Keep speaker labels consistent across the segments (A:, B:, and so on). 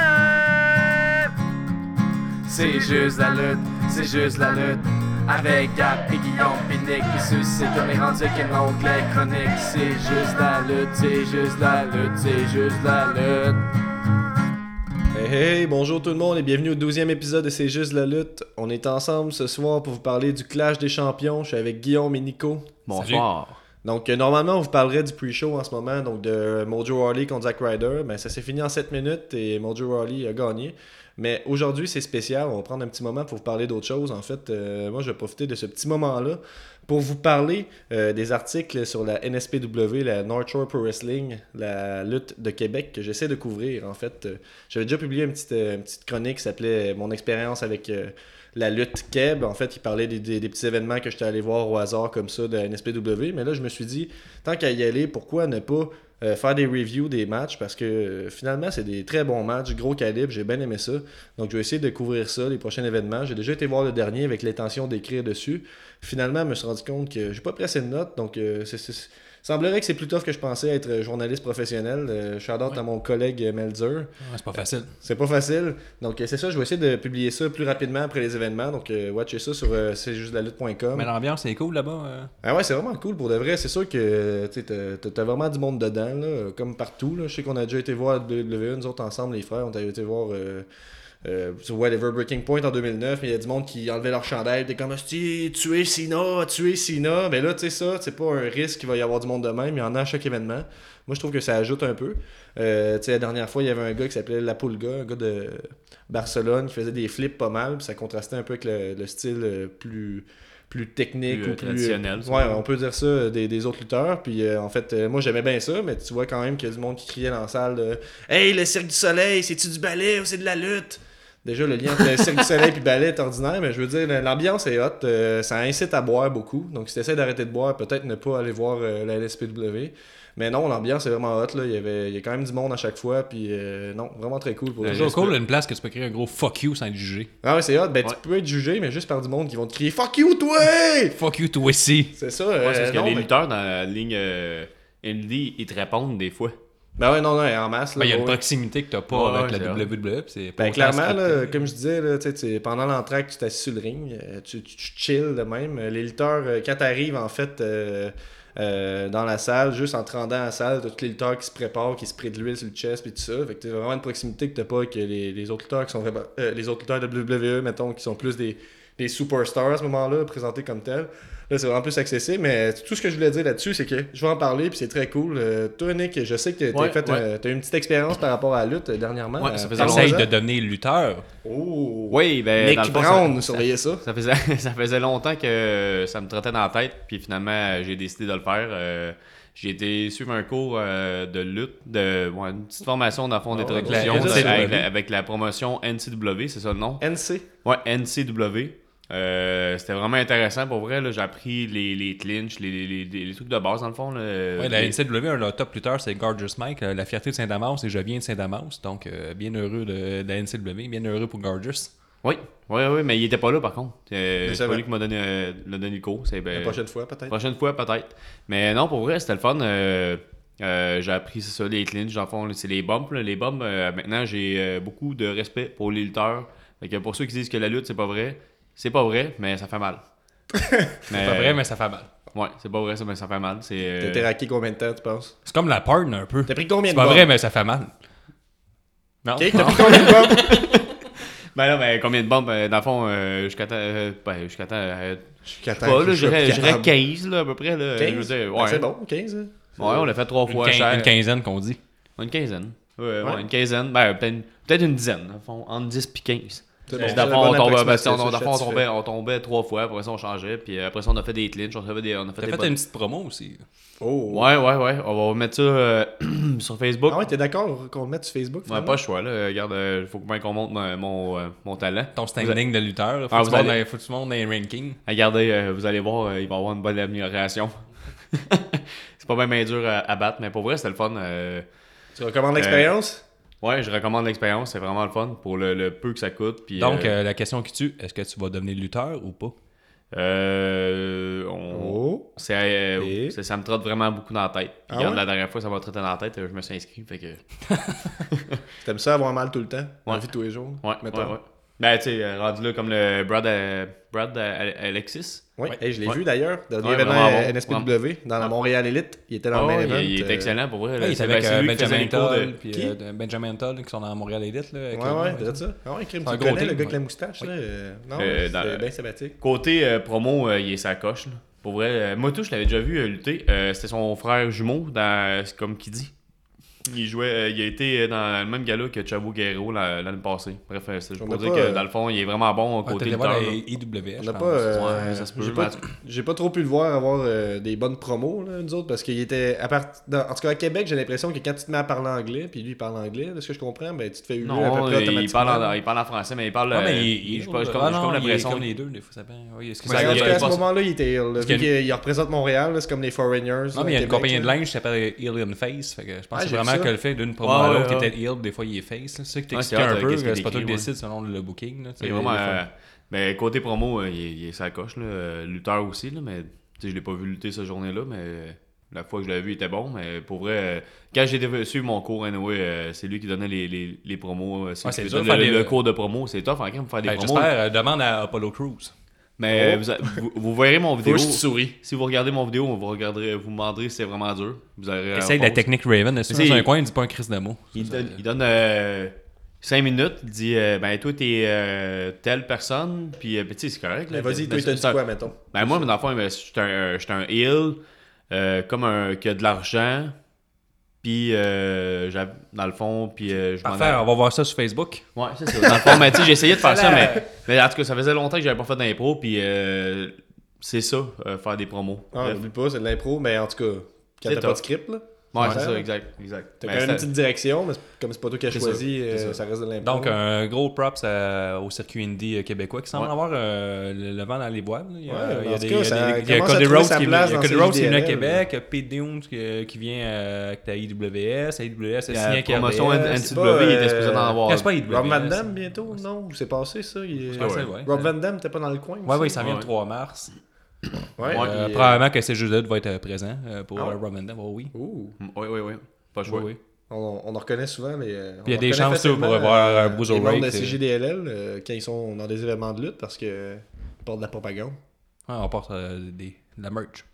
A: CJDLF
B: C'est juste la lutte, c'est juste la lutte. Avec Gap et Guillaume Pinique qui sucent comme les rendus qui montent les chroniques. C'est juste la lutte, c'est juste la lutte, c'est juste la lutte.
C: Hey hey, bonjour tout le monde et bienvenue au 12e épisode de C'est juste la lutte. On est ensemble ce soir pour vous parler du Clash des Champions. Je suis avec Guillaume et Nico.
B: Bonsoir.
C: Donc euh, normalement on vous parlerait du pre-show en ce moment, donc de Mojo Rawley contre Zack Ryder. Mais ça s'est fini en 7 minutes et Mojo Rawley a gagné. Mais aujourd'hui c'est spécial, on va prendre un petit moment pour vous parler d'autre chose. En fait, euh, moi je vais profiter de ce petit moment-là pour vous parler euh, des articles sur la NSPW, la North Shore Pro Wrestling, la lutte de Québec que j'essaie de couvrir. En fait, euh, j'avais déjà publié une petite, euh, une petite chronique qui s'appelait Mon expérience avec euh, la lutte Québec. En fait, il parlait des, des- des petits événements que j'étais allé voir au hasard comme ça de la NSPW. Mais là, je me suis dit, tant qu'à y aller, pourquoi ne pas euh, faire des reviews des matchs parce que euh, finalement c'est des très bons matchs, gros calibre, j'ai bien aimé ça. Donc je vais essayer de couvrir ça, les prochains événements. J'ai déjà été voir le dernier avec l'intention d'écrire dessus. Finalement, je me suis rendu compte que j'ai pas pressé de notes, donc euh, c'est- c'est- semblerait que c'est plus tough que je pensais être journaliste professionnel. Euh, shout out à mon collègue euh, Melzer.
D: Ouais, c'est pas facile.
C: C'est pas facile. Donc euh, c'est ça, je vais essayer de publier ça plus rapidement après les événements. Donc euh, watchez ça sur euh, c'est juste la lutte.com.
D: Mais l'ambiance est cool là-bas. euh.
C: Ah ouais, c'est vraiment cool pour de vrai. C'est sûr que tu sais, t'as- t'as t'as vraiment du monde dedans, là, comme partout. Là. Je sais qu'on a déjà été voir la WWE, nous autres ensemble, les frères, on a été voir euh, euh, sur Whatever Breaking Point en 2009. mais Il y a du monde qui enlevait leur chandelle. T'es comme, Hostie, tuer Sina, tuer Sina. Mais là, tu sais, ça, c'est pas un risque qu'il va y avoir du monde de même. Il y en a à chaque événement. Moi, je trouve que ça ajoute un peu. Euh, tu sais, la dernière fois, il y avait un gars qui s'appelait La Pulga, un gars de Barcelone, qui faisait des flips pas mal. puis ça contrastait un peu avec le, le style euh, plus plus technique
B: Plus, euh,
C: ou plus
B: traditionnel, ça.
C: ouais on peut dire ça euh, des, des autres lutteurs puis euh, en fait euh, moi j'aimais bien ça mais tu vois quand même qu'il y a du monde qui criait dans la salle de, hey le cirque du soleil c'est tu du ballet ou c'est de la lutte Déjà, le lien entre le Cirque du Soleil et ballet est ordinaire, mais je veux dire, l'ambiance est hot. euh, ça incite à boire beaucoup. Donc, si tu d'arrêter de boire, peut-être ne pas aller voir euh, la LSPW. Mais non, l'ambiance est vraiment hot. Là. Il, y avait, il y a quand même du monde à chaque fois. Puis, euh, non, vraiment très cool. Pour
D: C'est
C: le
D: toujours
C: reste.
D: cool, une place que tu peux créer un gros fuck you sans être jugé.
C: Ah ouais, c'est hot. Ben,
B: Ouais.
C: tu peux être jugé, mais juste par du monde qui vont te crier Fuck you, toi
D: Fuck you, toi aussi.
C: C'est ça.
B: Ouais, c'est
C: euh,
B: parce que
C: non,
B: les
C: mais-
B: lutteurs dans la ligne euh, indie, ils te répondent des fois.
C: Ben ouais, non, non, en masse.
D: Ben,
C: là,
D: Il y a une
C: ouais.
D: proximité que t'as pas
B: Ouais,
D: avec
B: ouais,
D: la
B: c'est
D: WWE. pis c'est pas
C: Ben,
D: autant
C: clairement,
D: scripté.
C: là, comme je disais, là, tu sais, tu- pendant l'entraque, tu t'assis sur le ring, euh, tu, tu, tu chill de même. Euh, Les lutteurs, euh, quand t'arrives en fait euh, euh, dans la salle, juste en te rendant à la salle, t'as tous les lutteurs qui se préparent, qui se prient de l'huile sur le chest et tout ça. Fait que t'as vraiment une proximité que t'as pas avec les, les autres lutteurs qui sont vraiment- euh, les autres lutteurs de WWE, mettons, qui sont plus des, des superstars à ce moment-là, présentés comme tels. Là, c'est vraiment plus accessible, mais tout ce que je voulais dire là-dessus, c'est que je vais en parler, puis c'est très cool. Euh, toi, Nick, je sais que t'as
B: Ouais,
C: fait
B: ouais.
C: un- t'as eu une petite expérience par rapport à la lutte euh, dernièrement.
B: Ouais,
C: Euh,
B: ça faisait
C: parle-en-en.
D: Essaye de devenir lutteur.
C: Oh!
B: Oui, ben. dans
C: Nick
B: le fond,
C: Brown,
B: ça-
C: surveillez ça.
B: Ça faisait, ça faisait longtemps que ça me trottait dans la tête, puis finalement, euh, j'ai décidé de le faire. Euh, j'ai été suivre un cours euh, de lutte, de, ouais, une petite formation dans le fond
C: Ah ouais,
B: d'introduction
C: ouais,
B: de-
C: NCW.
B: avec, la, avec la promotion NCW, c'est ça le nom?
C: NC.
B: Ouais, NCW. Euh, C'était vraiment intéressant pour vrai. là. J'ai appris les, les clinches, les, les- les- les trucs de base dans le fond. là.
C: Euh,
D: Ouais, la
B: Les-
D: NCW, E, un de leurs top lutteurs, c'est Gorgeous Mike. euh, La fierté de Saint-Damas, et je viens de Saint-Damas. Donc, euh, bien heureux de, de la NCW, E, bien heureux pour Gorgeous.
B: Oui, oui, oui, mais il était pas là par contre. Euh,
C: Mais ça
B: c'est pas
C: va.
B: lui qui m'a donné, euh, l'a donné le cours. c'est, ben,
C: La prochaine fois, peut-être.
B: Prochaine fois, peut-être. Mais non, pour vrai, c'était le fun. Euh, euh, j'ai appris, c'est ça, les clinches, dans le fond, c'est les bumps. là. Les bumps, euh, maintenant, j'ai euh, beaucoup de respect pour les lutteurs. Fait que pour ceux qui disent que la lutte, c'est pas vrai, c'est pas vrai, mais ça fait mal.
D: C'est pas vrai, mais ça fait mal.
B: Ouais, c'est pas vrai, ça, mais ça fait mal. C'est, euh,
C: T'as été raqué combien de temps, tu penses?
D: C'est comme la porn, un peu.
C: T'as pris combien de
D: C'est pas
C: bombes?
D: vrai, mais ça fait mal.
B: Ah,
D: Non.
C: Ok, t'as pris combien de bombes?
B: Ben là, ben, combien de bombes? euh, dans le fond, euh, jusqu'à temps... euh, ben, jusqu'à temps... euh,
C: Je suis capable,
B: pas, là,
C: je suis
B: j'irais,
C: capable.
B: j'irais 15, là, à peu près. Là,
C: 15?
B: Je veux dire,
C: Ah,
B: ouais.
C: C'est bon, 15. hein.
B: Ouais, on l'a fait trois
D: Une
B: fois
D: quin-
B: cher.
D: une quinzaine qu'on dit.
B: Une quinzaine. Ouais,
C: Ouais.
B: ouais, une quinzaine. Ben, peut-être peut-être une dizaine, au fond, entre 10 et 15.
C: C'est bon,
B: Dans le
C: c'est
B: fond,
C: la
B: on
C: bonne
B: tombait, ben,
C: approximation,
B: on, dans le fond, on
C: satisfait.
B: tombait, on tombait trois fois, après ça on changeait, puis euh, après ça on a fait des clinches, on a fait des, on a fait
D: T'as
B: des
D: fait
B: bonnes-
D: une petite promo aussi.
C: Oh.
B: Ouais, ouais, ouais, on va remettre ça euh, sur Facebook.
C: Ah ouais, t'es d'accord qu'on le mette sur Facebook?
B: On n'a
C: finalement?
B: pas le choix, là, regarde, il faut bien qu'on monte mon, mon, euh, mon talent.
D: Ton
B: Vous a-
D: standing de lutteur. là, Faut
B: Ah,
D: que
B: vous
D: tu montes
B: allez-
D: dans- faut que tu montes dans les rankings.
B: Regardez, euh, vous allez voir, euh, il va y avoir une bonne amélioration. C'est pas bien dur à, à battre, mais pour vrai, c'était le fun. euh,
C: Tu recommandes l'expérience?
B: ouais, je recommande l'expérience, c'est vraiment le fun pour le, le peu que ça coûte. Puis,
D: Donc,
B: euh,
D: euh, la question qui tue, est-ce que tu vas devenir lutteur ou pas?
B: euh, on-
C: Oh.
B: c'est, euh,
C: Et?
B: c'est- ça me trotte vraiment beaucoup dans la tête. Puis
C: Ah
B: regarde,
C: ouais?
B: la dernière fois, ça m'a trotté dans la tête, euh, je me suis inscrit. Fait que, ouais,
C: T'aimes ça avoir mal tout le temps, dans la
B: Ouais.
C: vie de tous les jours.
B: ouais,
C: mettons?
B: ouais. Ben, tu sais, euh, rendu là comme le Brad, euh, Brad euh, Alexis.
C: Ouais.
D: Ouais.
C: Hey, je l'ai
B: Ouais.
C: vu d'ailleurs, dernier
B: Ouais,
C: événement
B: vraiment
C: à
B: bon.
C: NSPW, dans la
B: Ouais.
C: Montréal Elite. Il était dans
B: Ah
C: le main
B: ouais,
C: event.
B: il, il est
C: euh,
B: excellent pour vrai. là.
D: Ouais, il
B: C'est-
D: était
B: ben,
D: avec
B: c'est
D: euh,
B: lui qui faisait
D: Benjamin
B: les cours de-
D: Toll, puis
C: Qui?
D: euh, de- Benjamin Toll, qui sont dans Montréal Elite. Là, avec euh,
C: Ouais,
D: le nom,
C: ouais,
D: là.
C: peut-être ça. Ah ouais, crime,
D: C'est
C: tu
D: un
C: le connais,
D: gros
C: le
D: type,
C: gars avec
D: ouais.
C: la moustache, là. euh, Non,
B: Euh,
C: mais
B: dans-
C: c'était bien sympathique.
B: Côté euh, promo, euh, il est sa coche. là. Pour vrai, euh, moi tout, je l'avais déjà vu euh, lutter. Euh, C'était son frère jumeau, dans, c'est comme qui dit. Il jouait, euh, il a été euh, dans le même gala que Chavo Guerrero la- l'année passée. Bref, euh, c'est
C: On
B: juste pour
C: a
B: dire
C: pas,
B: que
C: euh,
B: dans le fond, il est vraiment bon
D: Ah,
B: côté
D: t'allais
B: lutteur.
D: voir
B: là.
D: les IWF.
C: On
D: je
C: n'a
D: pense.
C: pas. euh,
B: Ouais, ça se peut, Ben,
C: j'ai
B: mais
C: pas-
B: en tout cas.
C: J'ai pas trop pu le voir avoir euh, des bonnes promos, là, nous autres, parce qu'il était. À part... dans- En tout cas, à Québec, j'ai l'impression que quand tu te mets à parler anglais, puis lui, il parle anglais, de ce que je comprends, ben, tu te fais huer à peu
B: Non, il
C: près automatiquement.
B: parle, en, il parle en français, mais il parle.
D: Ouais,
B: euh,
D: Ah, mais il,
B: je sais pas, j'ai comme,
D: ah
B: j'ai
D: non,
B: comme
D: il est
B: l'impression.
D: comme les deux, des fois, ça peut- oui, est-ce que
B: Ouais,
D: ça-
C: Mais en
B: il
C: tout
B: y
C: cas,
B: a
C: à ce
B: pas-
C: moment-là, il était heel, là,
D: Parce
C: vu
D: qu'il y
C: qu'il il représente Montréal, là, c'est comme les Foreigners.
D: Non,
C: là,
D: mais il y a
C: au
D: une
C: Québec,
D: compagnie de
C: là.
D: linge qui s'appelle Heel and Face. Fait que je pense
C: Ah, j'ai
D: que
C: vu
D: c'est vraiment
C: ça.
D: que le fait d'une promo
B: Ouais,
D: à l'autre,
B: ouais,
D: il
B: ouais.
D: était heel, des fois il est face. là. C'est ça qui
B: Ouais, c'est
D: t'explique
B: hâte,
D: un
B: euh,
D: peu.
B: qu'est-ce qu'il
D: C'est pas toi qui
B: décrit, ouais.
D: décide selon le booking. là, tu sais,
B: Il est vraiment.
D: des fois.
B: euh, mais côté promo, euh, il, est- il est sa coche, là, euh, lutteur aussi, là, mais tu sais, je l'ai pas vu lutter cette journée-là, mais euh, la fois que je l'avais vu, il était bon. Mais pour vrai, euh, quand j'ai dé- suivi mon cours, anyway, euh, c'est lui qui donnait les, les, les promos. euh,
D: Ouais,
B: qui
D: Ah, c'est
B: lui
D: dur de
B: donne le,
D: faire des-
B: le cours de promo, c'est tough hein, quand même faire des
D: Ben,
B: promos.
D: J'espère, Oh. euh, demande à Apollo Crews.
B: Mais euh, vous, a- vous, vous verrez mon vidéo.
C: Faut que je souris.
B: Si vous regardez mon vidéo, vous regarderez, vous me demanderez si c'est vraiment dur. Vous
C: Euh,
B: aurez
D: Essaye la
B: réponse.
D: technique Raven. Est-ce que
B: Si.
D: dans un coin, il dit pas un Chris d'amour?
B: Il donne, il donne 5 minutes, il dit euh, Ben, toi, t'es euh, telle personne, puis euh, ben, tu sais, c'est correct.
C: Mais
B: là.
C: vas-y,
B: Mais
C: toi, il
B: c'est-
C: t'a dit
B: c'est un-
C: quoi, mettons
B: Ben, moi, mon enfant, je suis un, euh, j'étais un heel, euh, comme un qui a de l'argent, puis euh, j'av- dans le fond, puis euh, je m'en
D: Parfait, on va voir ça sur Facebook.
B: Ouais, c'est ça. Dans le fond, mais tu sais, j'ai essayé de faire ça, mais, mais en tout cas, ça faisait longtemps que j'avais pas fait d'impro, puis euh, c'est ça, euh, faire des promos.
C: Ah,
B: Bref.
C: n'oublie pas, c'est de l'impro, mais en tout cas, quand
B: C'est
C: t'as pas
B: top.
C: de script, là.
B: ouais, c'est
C: Ouais.
B: ça, exact. exact.
C: T'as
B: Ben,
C: quand même une
B: ça-
C: petite direction, mais c'est- comme c'est pas toi qui as
B: C'est
C: choisi,
B: ça, c'est
C: euh,
B: ça.
C: ça reste de l'impro.
D: Donc, un gros props à- au circuit indie euh, québécois qui semble
B: Ouais.
D: avoir euh, le, le vent dans les voiles. Il y a,
C: Ouais,
D: il
C: en
D: y a
C: tout
D: des,
C: cas,
D: il y a
C: ça
D: des- il y a
C: commence à
D: Cody
C: trouver
D: Rhodes
C: sa
D: qui, est-
C: place
D: il y a
C: dans
D: Cody
C: ces
D: Rhodes qui est venu à
C: JDRL.
D: Québec, il y a Pete Dune qui, qui vient euh, avec la IWS, la IWS a
B: la
D: signé avec
B: promotion
D: RDS.
B: N-
C: c'est
B: NCW,
C: pas,
B: il était
C: euh,
B: supposé en avoir.
D: Ah, c'est pas IWS.
C: Rob Van Damme bientôt Non, c'est passé ça. Il...
D: pense que ouais.
C: Rob Van Damme, t'es pas dans le coin
D: Ouais,
C: aussi?
D: ouais, ça vient le
B: Ouais.
D: 3 mars.
C: Ouais,
B: Ouais,
C: puis,
D: Euh,
C: euh,
D: Probablement que ces jeux-là va être euh, présent euh, pour
C: Ah ouais?
D: euh, Rob Van Damme. Oh, oui.
C: ouh,
B: Mm, Oui, oui, oui. Pas le
D: Oui,
B: choix.
D: oui.
C: On, on en reconnaît souvent, mais. euh, on
D: Puis il y a
C: en
D: des
C: reconnaît
D: chances, ça,
C: facilement,
D: pour avoir, euh, Bruce
C: les membres
D: Albright,
C: de
D: euh,
C: CGDLL euh, quand ils sont dans des événements de lutte parce que euh, ils portent de la propagande.
D: Ouais, on porte euh, des, de la merch.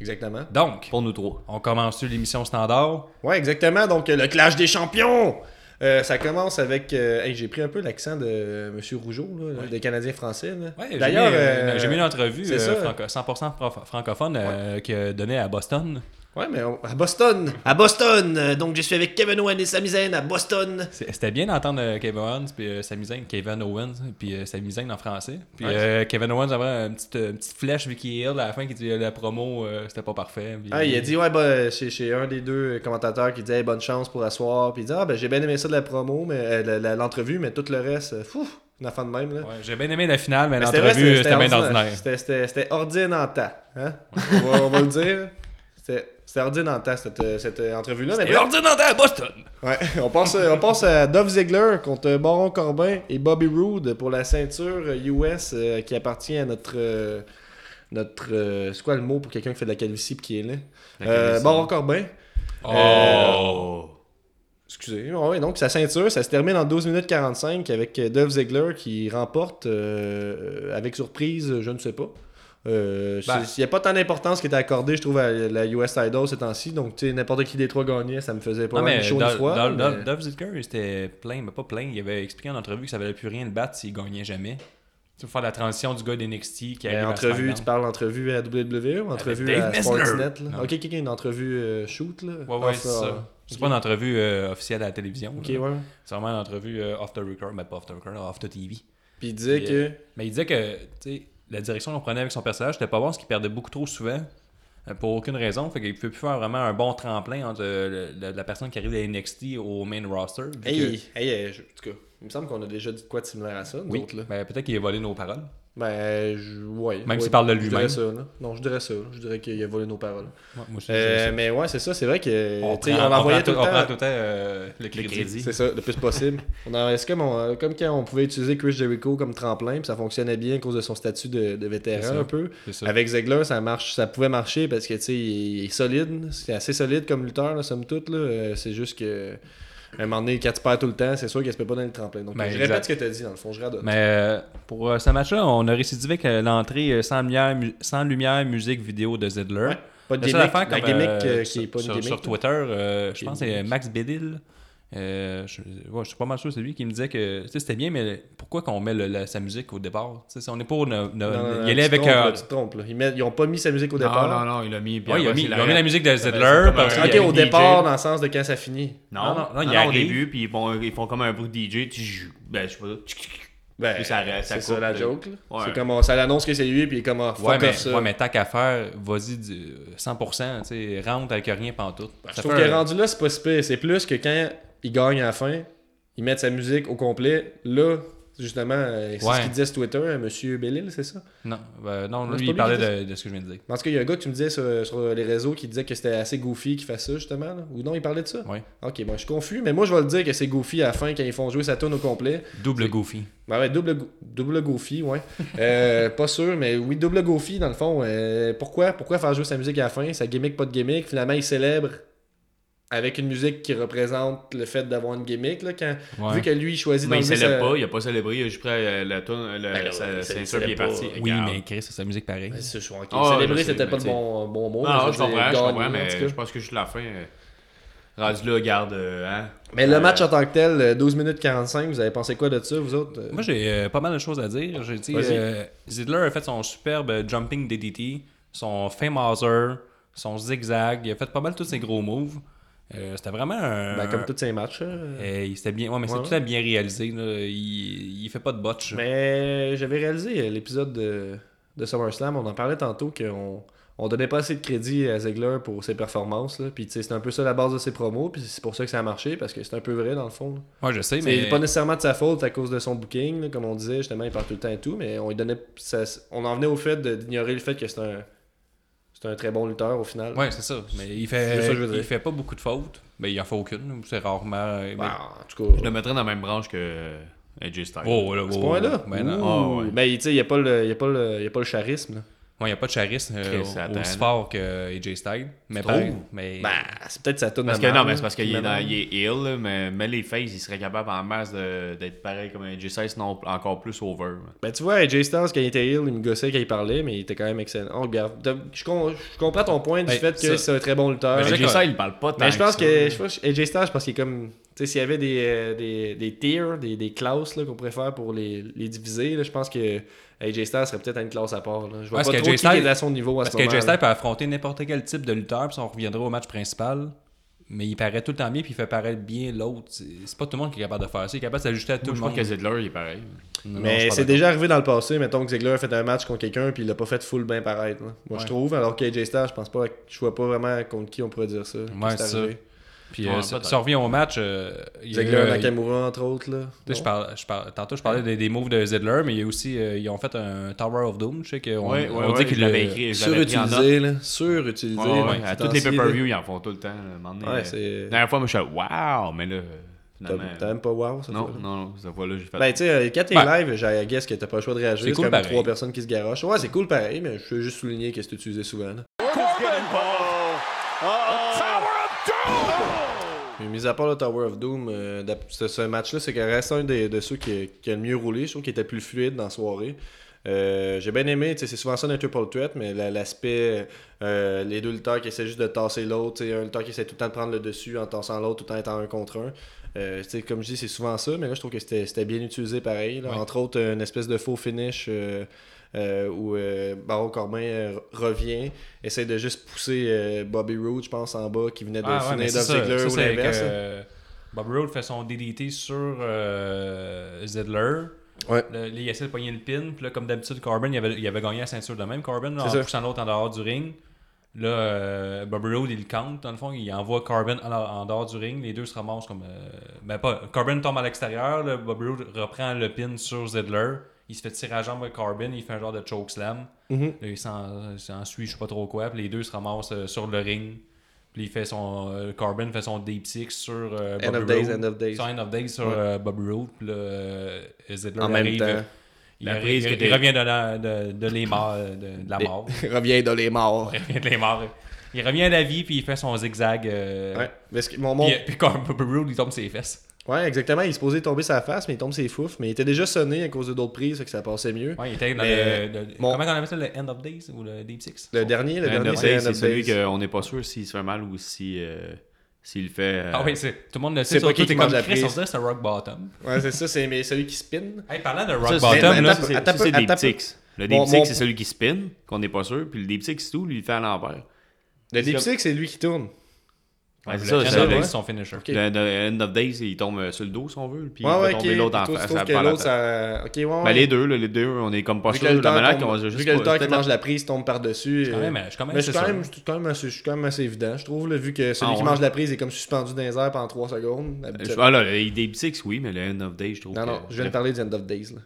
C: Exactement.
D: Donc,
B: Pour nous trois.
D: on commence sur l'émission standard.
C: Ouais, exactement. Donc, euh, le clash des champions. Euh, ça commence avec. euh, hey, j'ai pris un peu l'accent de euh, Monsieur Rougeau, là, des Canadiens français. là.
D: Ouais, j'ai
C: D'ailleurs,
D: mis, euh,
C: euh,
D: j'ai mis une entrevue
C: c'est ça.
D: euh, franco- 100% franco- francophone euh, qui a donné à Boston.
C: Ouais, mais on- à Boston. À Boston. Euh, Donc, je suis avec Kevin Owen et Sami Zayn à Boston.
D: C'est- C'était bien d'entendre euh, Kevin Owens puis euh, Sami Zayn, Kevin Owens puis euh, Sami Zayn en français. Puis
C: Ouais.
D: euh, Kevin Owens avait une petite, euh, une petite flèche vu qu'il est ill à la fin qui dit euh, la promo euh, c'était pas parfait. Puis- euh,
C: Ah, il a dit, ouais, ben, c'est c'est un des deux commentateurs qui disait bonne chance pour la soirée. Puis il dit, ah, ben, j'ai bien aimé ça de la promo, mais euh, la- la- l'entrevue, mais tout le reste, euh, fou, une affaire de même, là.
D: euh, Ouais, j'ai bien aimé la finale mais,
C: Mais c'était vrai,
D: l'entrevue c'était bien
C: ordinaire.
D: ordinaire.
C: C'était- C'était c'était ordine en temps. Hein? on, va, on va le dire. C'était c'était ordine en temps, cette, euh, cette euh, entrevue-là. Mais
D: Et ordinaire à Boston.
C: Ouais, on passe, on passe à Dove Ziegler contre Baron Corbin et Bobby Roode pour la ceinture US euh, qui appartient à notre. euh, notre euh, c'est quoi le mot pour quelqu'un qui fait de la calvitie pis qui est là
B: La
C: Euh,
B: calvitie.
C: Baron Corbin. Euh,
B: Oh!
C: Excusez. Ah Ouais, donc sa ceinture, ça se termine en 12 minutes 45 avec euh, Dove Ziegler qui remporte euh, euh, avec surprise, euh, je ne sais pas. Euh,
D: Ben.
C: c'est- Il n'y a pas tant d'importance qui était accordée, je trouve, à la US Idol ces temps-ci. Donc, tu sais, n'importe qui des trois gagnait, ça me faisait pas
D: Non,
C: mal
D: mais
C: chaud
D: Dol-
C: une fois.
D: Dol-
C: mais-
D: Dol- Dolph Ziggler, il était plein, mais pas plein. Il avait expliqué en entrevue que ça valait plus rien de battre s'il gagnait jamais. Tu veux faire la transition du gars d'NXT qui
C: Mais
D: arrive à
C: entrevue,
D: SmackDown.
C: tu parles entrevue à WWE ou entrevue
D: Dave
C: à
D: Messner.
C: Sportsnet? Là?
D: Non.
C: Ok, ok, ok, une entrevue euh, shoot là.
D: Ouais, ouais,
C: Off,
D: c'est
C: euh,
D: ça. C'est pas une entrevue euh, officielle à la télévision.
C: Ok,
D: là.
C: ouais.
D: C'est vraiment une entrevue euh, off the record, mais pas off the record, off the TV.
C: Puis il disait
D: Puis,
C: que.
D: euh, Mais il disait que tu sais, la direction qu'on prenait avec son personnage, c'était pas bon, parce qu'il perdait beaucoup trop souvent, euh, pour aucune raison. Fait qu'il pouvait plus faire vraiment un bon tremplin entre euh, le- la, la personne qui arrive à NXT au main roster. vu que-
C: euh, Hey, hey, hey, je- en tout cas, il me semble qu'on a déjà dit de quoi de similaire à ça, nous
D: oui,
C: autres là.
D: ben, peut-être qu'il a volé nos paroles.
C: Ben, je, ouais.
D: Même
C: ouais,
D: s'il parle de
C: je dirais
D: lui-même.
C: ça, là. Non, je dirais ça. là. Je dirais qu'il a volé nos paroles.
D: Ouais, moi, je-
C: Euh,
D: je-
C: mais ouais, c'est ça. C'est vrai que.
D: on
C: tu sais,
D: prend-
C: on l'envoyait tout
D: prend
C: le
D: on prend
C: temps.
D: tout le temps euh, le crédit.
B: crédit.
C: C'est ça, le plus possible. On en- c'est comme, on- comme quand on pouvait utiliser Chris Jericho comme tremplin, puis ça fonctionnait bien à cause de son statut de, de
D: C'est
C: vétéran
D: ça.
C: un peu.
D: C'est ça.
C: Avec Zegler, ça marche, ça pouvait marcher parce que tu sais, il est solide, c'est assez solide comme lutteur, là, somme toute. là. Euh, C'est juste que à un moment donné, quand tu perds tout le temps, c'est sûr qu'il se peut pas dans le tremplin. Donc
D: Ben,
C: je
D: exact.
C: répète ce que tu as dit dans le fond, je radote.
D: Mais euh, pour euh, ce match-là, on a récidivé avec euh, l'entrée euh, sans, lumière, mu- sans lumière, musique, vidéo de Zedler.
C: pas de
D: La
C: gimmick,
D: seule affaire
C: la
D: comme,
C: gimmick
D: euh,
C: euh, qui
D: sur-
C: est pas une
D: sur,
C: gimmick.
D: sur Twitter, euh, je
C: Qui est
D: pense
C: une
D: que c'est
C: gimmick.
D: Max Bédil. euh, je, ouais, je suis pas mal sûr, c'est lui qui me disait que tu sais, c'était bien, mais pourquoi qu'on met le- la- sa musique au départ Tu sais, si On n'est pas. au- no-
C: Non,
D: no-
C: non, non,
D: il allait
C: tu
D: avec.
C: te trompes,
D: euh,
C: là, tu te trompes, là. Ils, mettent- ils ont pas mis sa musique au départ.
B: Non, non, non, il a mis. puis
D: ouais, il a
B: après,
D: mis,
B: c'est
D: ils ont mis la musique de
B: c'est
D: Zedler.
B: comme
D: parce
B: un-
D: qu'il y
C: Ok,
D: avait
C: au
D: DJ.
C: départ, dans le sens de quand ça finit.
B: Non, non, non,
D: il
B: il non, au
D: arrive.
B: début, puis ils font, ils font comme un bruit de DJ, tu joues. Ben, je sais pas. tchic, tchic, tchic.
C: Ben,
B: Puis ça arrête, ça
C: c'est
B: coupe,
C: ça la
B: là.
C: joke. là.
B: Ouais.
C: C'est comme on- ça l'annonce que c'est lui, puis il est comme ah, fuck
D: Ouais, mais,
C: off ça.
D: ouais, mais tant qu'à faire, vas-y du- 100%, tu sais, rentre avec rien pantoute.
C: Bah, Je trouve que rendu là, c'est pas si pire. C'est plus que quand il gagne à la fin, il met sa musique au complet. Là, justement, euh, c'est
D: Ouais.
C: ce qu'il disait sur Twitter, hein, Monsieur Bellil, c'est ça?
D: Non, ben, non,
C: c'est
D: lui,
C: pas
D: il
C: lui
D: parlait
C: qui
D: de, de ce que je viens de dire.
C: En tout cas, il y a un gars que tu me disais sur, sur les réseaux qui disait que c'était assez goofy qu'il fasse ça, justement. là. Ou non, il parlait de ça?
D: Ouais.
C: Ok, bon, je suis confus, mais moi, je vais le dire que c'est goofy à la fin quand ils font jouer sa tune au complet.
D: Double goofy.
C: Ben ouais, double, go- double Goofy, ouais. Euh, pas sûr, mais oui, double Goofy, dans le fond. euh, pourquoi Pourquoi faire jouer sa musique à la fin Sa gimmick, pas de gimmick. Finalement, il célèbre avec une musique qui représente le fait d'avoir une gimmick. Là, quand,
D: Ouais.
C: Vu que lui, il choisit
B: Mais il
C: d'enlever
B: célèbre
C: sa-
B: pas, il a pas célébré, il a juste pris euh, la toune, le-
C: là,
B: sa
C: il célèbre
B: ceinture, puis il est
C: pas.
B: parti.
D: Oui,
B: Regarde.
D: mais Chris, c'est sa musique pareille.
C: Ben, c'est sûr, ok.
B: Ah, je
C: Célébrer,
B: sais,
C: c'était
B: mais
C: pas le
B: tu
C: bon, bon mot.
B: Non,
C: mais
B: non, je
C: veux dire,
B: comprends, je
C: gagner,
B: comprends,
C: en
B: mais
C: tout cas.
B: je pense que juste la fin. euh, Rendu là, garde. Hein?
C: Mais le
B: Euh,
C: match en tant que tel, euh, 12 minutes 45, vous avez pensé quoi de ça, vous autres
D: Moi, j'ai euh, pas mal de choses à dire. J'ai dit,
C: Vas-y.
D: euh, Zidler a fait son superbe euh, jumping DDT, son Famouser, son zigzag. Il a fait pas mal tous ses gros moves. Euh, c'était vraiment un.
C: Ben, Comme tous ces matchs. euh,
D: Euh, il- c'était bien. Ouais, mais c'est
C: Ouais,
D: tout le temps bien réalisé. là. Il, il fait pas de botch.
C: Mais j'avais réalisé euh, l'épisode de, de SummerSlam, on en parlait tantôt qu'on on donnait pas assez de crédit à Ziegler pour ses performances. Là. Puis tu sais, c'est un peu ça la base de ses promos, puis c'est pour ça que ça a marché, parce que c'est un peu vrai dans le fond. là.
D: Ouais, je sais, mais.
C: C'est pas nécessairement de sa faute à cause de son booking, là, comme on disait, justement, il parle tout le temps et tout, mais on, lui donnait, ça- on en venait au fait de- d'ignorer le fait que c'est un, c'est un très bon lutteur au final.
D: Ouais, c'est ça. Mais il
C: C'est
D: fait,
C: juste ça que je veux
D: il
C: dire.
D: fait pas beaucoup de fautes. Mais il en fait aucune. C'est rarement. euh,
C: Ben,
D: mais-
C: en tout cas,
B: Je le mettrais dans la même branche que euh, AJ Styles.
D: Oh, là,
C: à ce
D: oh,
C: point-là.
D: ben non.
B: Ah, ouais.
C: Ouh. Mais tu sais, il n'y a, pas le- il y a, pas le- il y a pas le charisme. là.
D: Ouais, il n'y a pas de charisme euh,
B: Chris, attends,
D: aussi
B: là.
D: fort que AJ Styles. Mais
B: Tu
D: par-
B: trouves?
D: mais
C: Ben, c'est peut-être sa tonne
B: Parce que non, mais c'est parce qu'il est, dans- il est ill, là, mais, mais les faces, il serait capable en masse de- d'être pareil comme AJ Styles, sinon encore plus over.
C: Ben, tu vois, AJ Styles, quand il était ill, il me gossait quand il parlait, mais il était quand même excellent. On regarde. T'as- Je, com- je comprends ton point du
D: Ben,
C: fait que
D: ça-
C: c'est un très bon lutteur.
B: Mais
D: Ben,
C: Mais,
D: j'ai-
B: AJ Styles, il parle pas tant
C: je pense
B: ça.
C: que je pense que AJ Styles, je pense qu'il est comme. Tu sais, s'il y avait des, euh, des, des tiers, des, des classes là, qu'on pourrait faire pour les, les diviser, là, je pense que AJ Styles serait peut-être à une classe à part. Là. Je vois
D: Ouais, parce
C: pas
D: que
C: trop
D: AJ
C: qui
D: Styles-
C: est à son niveau à
D: Parce
C: ce
D: que
C: moment
D: AJ Styles peut affronter n'importe quel type de lutteur, puis ça, on reviendra au match principal. Mais il paraît tout le temps bien, puis il fait paraître bien l'autre. C'est c'est pas tout le monde qui est capable de faire ça. Il est capable de s'ajuster à tout
B: Moi,
D: le
B: je pense
D: monde.
B: que Zedler, il est pareil.
D: Non, non, je suis
C: Mais
D: pas
C: c'est
D: d'accord.
C: déjà arrivé dans le passé, mettons que Ziegler a fait un match contre quelqu'un puis il l'a pas fait full bien paraître. là. Moi
D: Ouais.
C: je trouve, alors qu'AJ Styles, je pense pas, je vois pas vraiment contre qui on pourrait dire ça.
D: Ouais, c'est ça. Puis euh,
B: Ouais,
D: si-
B: peut-être.
D: si on revient au match, euh, il y a eu,
C: Ziegler,
D: euh,
C: Nakamura entre autres là.
D: tu sais, je parle- je parle- tantôt, je parlais des, des moves de Zedler, mais il y a aussi, euh, ils ont fait un Tower of Doom. Je sais qu'on
B: Ouais, ouais,
D: on dit
B: ouais,
D: qu'il
B: je l'avais
D: le-
B: écrit. je l'avais pris en note.
C: Surutilisé, là. Surutilisé.
B: Ouais,
C: là,
B: ouais,
C: ces
B: à toutes
C: temps-ci,
B: les
C: là.
B: pay-per-views, ils en font tout le temps. là, à un moment donné,
C: Ouais,
B: euh,
C: c'est.
B: La dernière fois, moi, je suis wow, mais là,
C: T'as
B: finalement.
C: t'as même pas wow, ça
B: Non,
C: fait-
B: non, non, cette fois-là, j'ai fait.
C: Ben, tu sais, euh, quand t'es
D: Ouais.
C: live, j'ai guess que t'as pas le choix de réagir.
D: C'est
C: C'est
D: cool
C: comme
D: pareil.
C: trois personnes qui se garochent. Ouais, c'est cool pareil, mais je veux juste souligner que c'est utilisé souvent. là. Mais mis à part le Tower of Doom, euh, d'ap- ce, ce match-là, c'est qu'il reste un des- de ceux qui, qui a le mieux roulé. Je trouve qu'il était plus fluide dans la soirée. Euh, J'ai bien aimé, tu sais, c'est souvent ça dans un triple threat, mais la- l'aspect, euh, les deux lutteurs qui essaient juste de tasser l'autre, tu sais, un lutteur qui essaie tout le temps de prendre le dessus en tassant l'autre tout en étant un contre un. Euh, tu sais, comme je dis, c'est souvent ça, mais là, je trouve que c'était c'était bien utilisé pareil. là.
D: Ouais.
C: Entre autres, une espèce de faux finish euh, euh, où euh, Baron Corbin euh, revient, essaie de juste pousser euh, Bobby Roode, je pense, en bas, qui venait de
D: Ah ouais, mais
C: finir
D: c'est
C: Dolph
D: ça.
C: Ziggler
D: Ça,
C: ou
D: c'est avec,
C: l'inverse. hein. là.
D: euh, Bob Roode fait son DDT sur euh, Zedler.
C: Ouais.
D: Le- là, il essaie de pogner le pin. Puis là, comme d'habitude, Corbin, il avait, il avait gagné la ceinture de même. Corbin, là, en
C: C'est ça.
D: poussant l'autre en dehors du ring. Là, euh, Bob Roode, il compte. Dans le fond, il envoie Corbin en, en dehors du ring. Les deux se ramassent comme. euh, ben, pas. Corbin tombe à l'extérieur. là, Bob Roode reprend le pin sur Zedler. il se fait tirer à la jambe avec Corbin, il fait un genre de chokeslam.
C: Mhm.
D: Là, il s'en s'en suit, je sais pas trop quoi. Puis les deux se ramassent euh, sur le ring. Puis il fait son. euh, Corbin fait son Deep Six sur euh,
C: End
D: Bobby
C: of days,
D: Roode.
C: end of days.
D: Sur End of Days sur
C: Ouais.
D: euh, Bobby Roode. Puis là, euh, Ziggler
C: En même
D: arrive,
C: temps.
D: Il,
B: La
D: arrive,
B: prise
D: il-
B: que
D: il
B: t'es-
D: revient de la, de, de les morts, euh, de, de la mort.
C: Reviens dans les morts.
D: Il revient de les morts. Il revient à la vie, puis il fait son zigzag. euh,
C: Ouais. Mais ce qui- mon, mon-
D: Puis, puis quand Bobby Roode, il tombe sur ses fesses.
C: Ouais, exactement. Il est supposé tomber sa face, mais il tombe ses fouf. Mais il était déjà sonné à cause de d'autres prises, fait que ça passait mieux.
D: Ouais, il était dans
C: Mais
D: le, le-
C: mon-
D: Comment on appelle ça, le End of Days ou le Deep Six
C: Le dernier, le
B: End
C: dernier,
B: of
C: c'est
B: Days,
C: End
B: c'est
C: of
B: celui
C: Days.
B: qu'on n'est pas sûr s'il se fait mal ou si, euh, s'il le fait. euh,
D: Ah oui, c'est- tout le monde le
C: C'est
D: sait.
C: pas
D: Surtout,
C: qui
D: t'es
C: qui mange
D: comme
C: la
D: Chris, on
C: prise.
D: dirait que c'est un Rock Bottom.
C: Ouais, c'est ça, c'est mais celui qui spin.
D: Hey, parlant de
B: Ça,
D: Rock
B: c'est- ben,
D: Bottom,
C: mais
D: là,
C: attends,
D: c'est-
B: Ça,
C: attends,
B: c'est
C: attends,
B: des
C: attends.
B: petits six. Le
C: Mon-
B: deep six,
C: mon-
B: c'est celui qui spin, qu'on n'est pas sûr, puis le deep six, c'est tout, lui, il le fait à l'envers.
C: Le
B: C'est
C: Deep
B: comme-
C: Six, c'est lui qui tourne.
B: Ouais, c'est
D: Le
B: ça,
D: End
B: c'est
D: of
B: le-
D: Days, c'est son finisher.
C: Ok.
B: le- le End of Days, il tombe euh, sur le dos, si on veut, puis
C: ouais,
B: il
C: ouais,
B: va
C: ok.
B: tomber l'autre en
C: Toi,
B: face.
C: tu trouves
B: ça
C: que
B: parle
C: l'autre,
B: à-
C: ça. Ok, ouais, ouais.
B: Ben, les deux, là, les deux, on est comme pas
C: Vu
B: sûr.
C: que le
B: Le
C: temps
B: malade,
C: tombe-
B: on va
C: vu
B: juste
C: que le
B: pas-
C: temps
B: c'est
C: qui
B: peut-être la-
C: mange la prise tombe par-dessus.
D: Quand
C: euh,
D: même, Ah je suis quand même
C: Mais je suis
D: sûr.
C: quand même, je suis quand même assez, je suis quand même assez évident, je trouve, là, vu que celui
B: Ah,
C: qui
B: ouais.
C: mange la prise est comme suspendu dans les airs pendant 3 secondes.
B: Je-
C: habituellement.
B: Ah là, le Deep Six, oui, mais le End of Days, je trouve
C: Non, non,
B: que...
C: je viens de parler du End of Days. Là.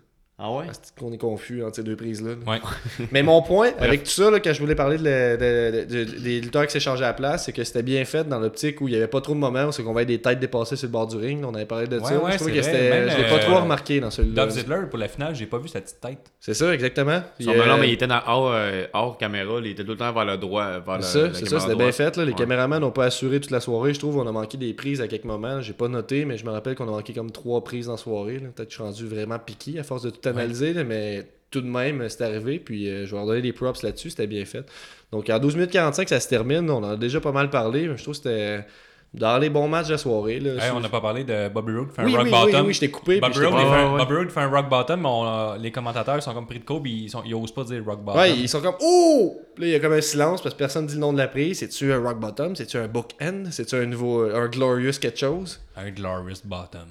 B: Ah ouais?
C: Parce qu'on est confus entre ces deux prises-là. là.
D: Ouais.
C: Mais mon point, avec tout ça, là, quand je voulais parler de la- de- de- de- des lutteurs qui s'échangeaient à la place, c'est que c'était bien fait dans l'optique où il n'y avait pas trop de moments où c'est qu'on voyait des têtes dépassées sur le bord du ring. On avait parlé de
D: Ouais,
C: ça.
D: ouais,
C: je trouvais
D: c'est
C: que
D: vrai.
C: c'était.
D: Même,
C: Je l'ai pas
D: euh,
C: trop remarqué dans celui-là.
D: Dolph Ziggler, pour la finale, j'ai pas vu sa petite tête.
C: C'est ça, exactement. Il,
B: Son
C: euh,
B: melon, mais il était dans- hors, euh, hors caméra, il était tout le temps vers le droit. Vers le-
C: C'est ça,
B: Ah, la
C: c'est ça,
B: caméra
C: c'était bien
B: droite.
C: fait. Là. Les
B: Ouais.
C: caméramans n'ont pas assuré toute la soirée. Je trouve on a manqué des prises à quelques moments. J'ai pas noté, mais je me rappelle qu'on a manqué comme trois prises en soirée. là. Peut-être que je suis rendu vraiment piqué à force de tout analyser, là, mais tout de même, c'est arrivé. Puis euh, je vais leur donner des props là-dessus, c'était bien fait. Donc en 12 minutes 45, ça se termine. On en a déjà pas mal parlé, mais je trouve que c'était dans les bons matchs de la soirée. là.
D: Hey,
C: Sur-
D: on n'a pas parlé de Bobby Roode qui fait
C: Euh, oui,
D: un Rock
C: oui, oui,
D: Bottom.
C: oui, je t'ai coupé. puis
D: Bobby
C: je t'ai
D: Roode,
C: pas-
D: il fait un-
B: ouais.
D: Bobby Roode fait un rock bottom, mais on, euh, les commentateurs sont comme pris de court, puis ils, sont, ils osent pas dire rock bottom.
C: Ouais, ils sont comme Oh! Puis Là, il y a comme un silence parce que personne dit le nom de la prise. C'est-tu un rock bottom? C'est-tu un bookend? C'est-tu un nouveau. un glorious quelque chose?
D: Un glorious bottom.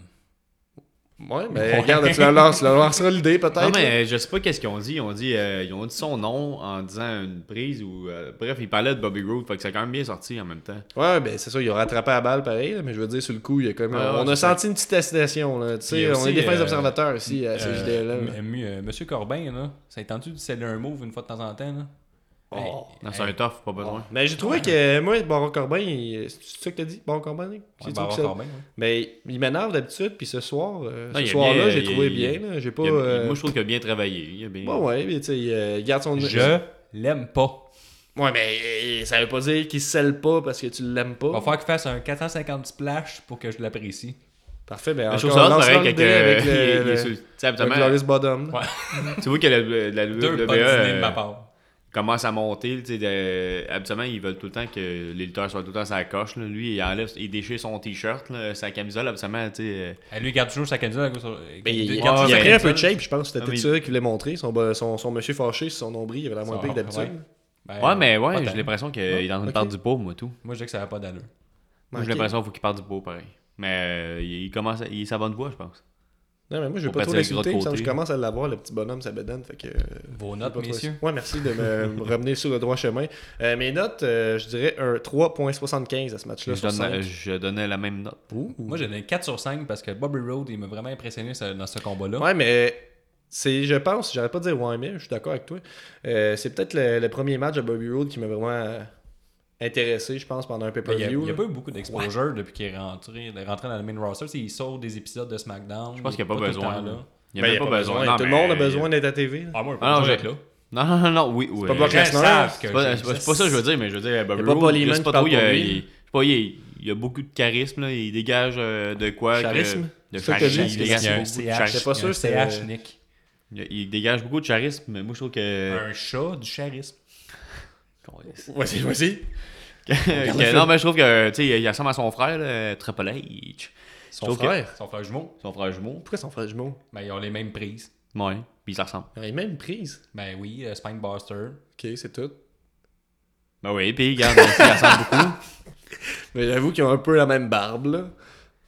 C: Ouais, mais regarde, tu la lances, tu la lanceras l'idée peut-être.
B: Non, mais euh, je sais pas qu'est-ce qu'ils ont dit. Ils ont dit, euh, ils ont dit son nom en disant une prise ou. euh, bref, ils parlaient de Bobby Roode, fait que ça a quand même bien sorti en même temps.
C: Ouais, ben c'est ça, il a rattrapé la balle pareil, là, mais je veux dire, sur le coup, il y a quand même.
B: Ouais, ouais,
C: on a
B: Ah, c'est
C: senti une petite hésitation, là. Tu
D: Il
C: sais,
D: y a
C: on est
D: aussi,
C: des fins
D: euh,
C: observateurs ici à ces
D: Euh,
C: là
D: m- mu- euh, Monsieur Corbin, là, ça a tendu de sceller un move une fois de temps en temps. Là.
C: Oh.
D: Hey,
B: Non,
D: hey,
B: c'est un tough, pas besoin.
C: Mais j'ai trouvé que, moi, Baron Corbin, il- c'est ça que t'as dit, Baron Corbin? Nick? J'ai
D: ouais,
C: trouvé
D: Baron
C: que ça-
D: Corbin, hein. ouais.
C: Mais il m'énerve d'habitude, puis ce soir,
B: Non,
C: euh, ce
B: il a
C: soir-là,
B: bien-
C: j'ai
B: il-
C: trouvé
B: il-
C: bien, là. J'ai pas.
B: Il a-
C: euh,
B: Moi, je trouve qu'il a bien travaillé. Il a bien...
C: Ouais, ouais, mais tu sais, il, euh, il garde son.
D: Je l'aime pas.
C: Ouais, mais euh, ça veut pas dire qu'il se scelle pas parce que tu l'aimes pas.
D: Il va falloir qu'il fasse un 450 splash pour que je l'apprécie.
C: Parfait, ben
B: Mais Je
C: encore,
B: trouve ça hot,
C: lance-leur
B: pareil quand
C: l'idée
B: euh,
C: avec
B: il-
C: le-
B: il est sur-
C: le-
B: tu sais,
C: le
B: habituellement,
C: Glorious Bottom. là.
B: Tu vois que la, la, la
D: Deux
C: E,
B: WWE,
D: bonnes idées de ma
B: euh,
D: part.
B: commence à monter. tu sais, de- euh, habituellement, ils veulent tout le temps que les lutteurs soient tout le temps sa coche. là. Lui, il enlève, il déchire son t-shirt, là, sa camisole, habituellement. tu sais, euh,
D: Eh, Lui, il garde toujours sa camisole. avec- sur-
C: Mais il,
D: il
C: il
D: garde toujours
C: a
D: sa
C: pris un peu
D: camisole.
C: de shape, je pense. C'était
B: Ah,
C: tout
B: mais-
C: ça qu'il voulait montrer. Son, bo- son, son monsieur fâché sur son nombril, il avait la moins
D: Ça,
C: pire que d'habitude.
D: Ben,
B: Ouais, mais
D: pas
B: ouais,
D: tant.
B: j'ai l'impression qu'il est en train de
C: ok.
B: perdre du pot, moi, tout.
D: Moi, je dis que ça n'a pas d'allure.
B: Moi, j'ai
C: Ok.
B: l'impression qu'il faut qu'il parte du pot, pareil. Mais euh, il commence, à- il est sa bonne voie, je pense.
C: Non, mais moi, je vais
B: On
C: pas trop
B: passe avec le
C: l'insulter.
B: gros
C: il me semble que
B: côté.
C: Je commence à l'avoir, le petit bonhomme, sa bédaine. Fait que, euh,
D: Vos
C: j'ai pas
D: notes,
C: trop-
D: messieurs.
C: Ouais, merci de me, me ramener sur le droit chemin. Euh, mes notes, euh, je dirais un 3.75 à ce match-là.
B: Je,
C: sur
B: donne- euh,
C: cinq.
B: je donnais la même note.
C: Ouh.
D: Moi, j'ai donné 4 sur 5 parce que Bobby Roode, il m'a vraiment impressionné ce- dans ce combat-là.
C: Ouais, mais c'est, je pense, j'arrête pas de dire ouais, mais je suis d'accord avec toi. Euh, c'est peut-être le, le premier match de Bobby Roode qui m'a vraiment euh, intéressé, je pense, pendant un
D: Ben, il
C: pay-per-view.
D: n'y a,
C: là.
D: pas eu beaucoup d'exposure depuis qu'il est rentré, il est rentré dans le main roster. Tu sais, Il sort des épisodes de SmackDown.
B: Je pense qu'il n'y a pas
D: tout le
B: besoin.
D: temps
B: là.
D: là.
B: Il n'y
C: Ben,
B: a
C: y
B: même pas besoin. Non,
C: Tout le
B: mais-
C: monde a besoin d'être à TV. là.
D: Ah, moi, il y a
B: Ah,
D: pas
B: non,
D: besoin
B: je-
D: d'être là.
B: Non, non, non, non, oui. oui.
C: pas bloqué.
D: Les gens
C: Christophe,
D: savent que
B: C'est pas,
D: j'ai-
B: c'est pas- c'est pas ça que je veux dire, mais je veux dire, Bobby
C: pas Paul
B: Roode, je
C: Heyman
B: sais
C: qui
B: pas
C: parle
B: trop, il, y
C: pour
B: a-
C: lui.
B: il- je sais pas, il, y a- il y a beaucoup de charisme, là, il dégage euh, de quoi. que-
C: Charisme?
B: de
C: C'est ça que t'as dit,
B: charisme,
C: c'est
B: il
C: qu'il y a
B: dégage
D: un
B: beaucoup de
D: CH.
B: charisme.
C: J'étais pas euh,
D: Il y a un
C: sûr, c'était-
D: CH, Nick.
B: Il il dégage beaucoup de charisme, mais moi je trouve que.
D: Un chat du charisme.
C: Vas-y, vas-y.
B: que- non, mais je trouve que, tu sais, il ressemble à son frère, là, Triple H.
D: Son
B: Sauf que-
D: frère. Son frère jumeau.
B: Son frère jumeau.
C: Pourquoi son frère jumeau
D: Ben, ils ont les mêmes prises.
B: Ouais, puis ils se ressemblent.
C: Il a les mêmes prises.
D: Ben oui, euh, Spinebuster.
C: Ok, c'est tout.
B: Ben oui, puis regarde, ils se ressemblent beaucoup.
C: Mais j'avoue qu'ils ont un peu la même barbe, là.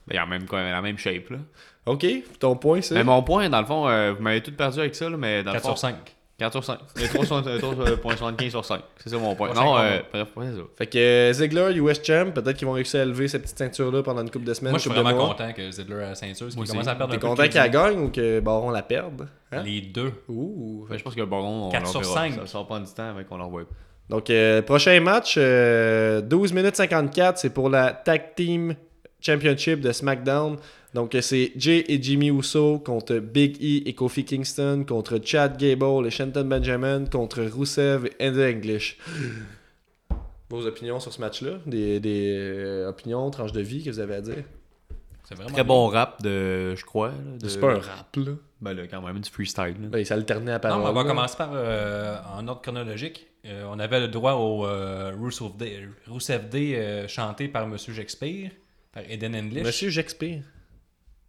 B: Ben, ils ont même, quand même la même shape, là.
C: Ok, ton point, c'est.
B: euh, Mais mon point, dans le fond, euh, vous m'avez tout perdu avec ça, là, mais dans le
D: 4
B: fond.
D: sur 5.
B: 4 sur Euh, 5. 3.75 sur 5. C'est ça mon point.
D: Bon,
B: Non,
D: cinq,
B: euh, bref, ouais, c'est ça.
C: Fait que euh, Ziggler, US Champ, peut-être qu'ils vont réussir à lever cette petite ceinture-là pendant une couple de semaines.
D: Moi, je suis
C: couple de
D: vraiment
C: mois.
D: content que Zedler a la ceinture, parce
B: Moi
D: qu'il commence à
B: aussi.
D: perdre un
C: T'es
D: peu de
C: content qu'il la
D: crédit.
C: gagne ou que Baron la perde Hein?
D: Les deux.
C: Ouh.
B: Mais je pense que le baron, on
D: 4 sur
B: l'enverra.
D: cinq.
B: Ça, ça va prendre du temps avant qu'on l'envoie.
C: Donc, euh, prochain match, euh, 12 minutes 54, c'est pour la Tag Team Championship de SmackDown. Donc, euh, c'est Jay et Jimmy Uso contre Big E et Kofi Kingston, contre Chad Gable et Shenton Benjamin, contre Rusev et Andy English. Vos opinions sur ce match-là Des, des, euh, opinions, tranches de vie que vous avez à dire
D: C'est vraiment
B: Très bon rap de, je crois. là, de-
C: C'est pas un rap, là.
B: Ben là, quand même, du freestyle. là.
C: Ben, il s'alternait à
D: Non,
C: parole.
D: mais on va
C: là.
D: commencer par euh, en ordre chronologique. Euh, on avait le droit au euh, Rusev Day, Rusev Day, euh, chanté par Monsieur Shakespeare, par Eden English.
C: Monsieur Shakespeare.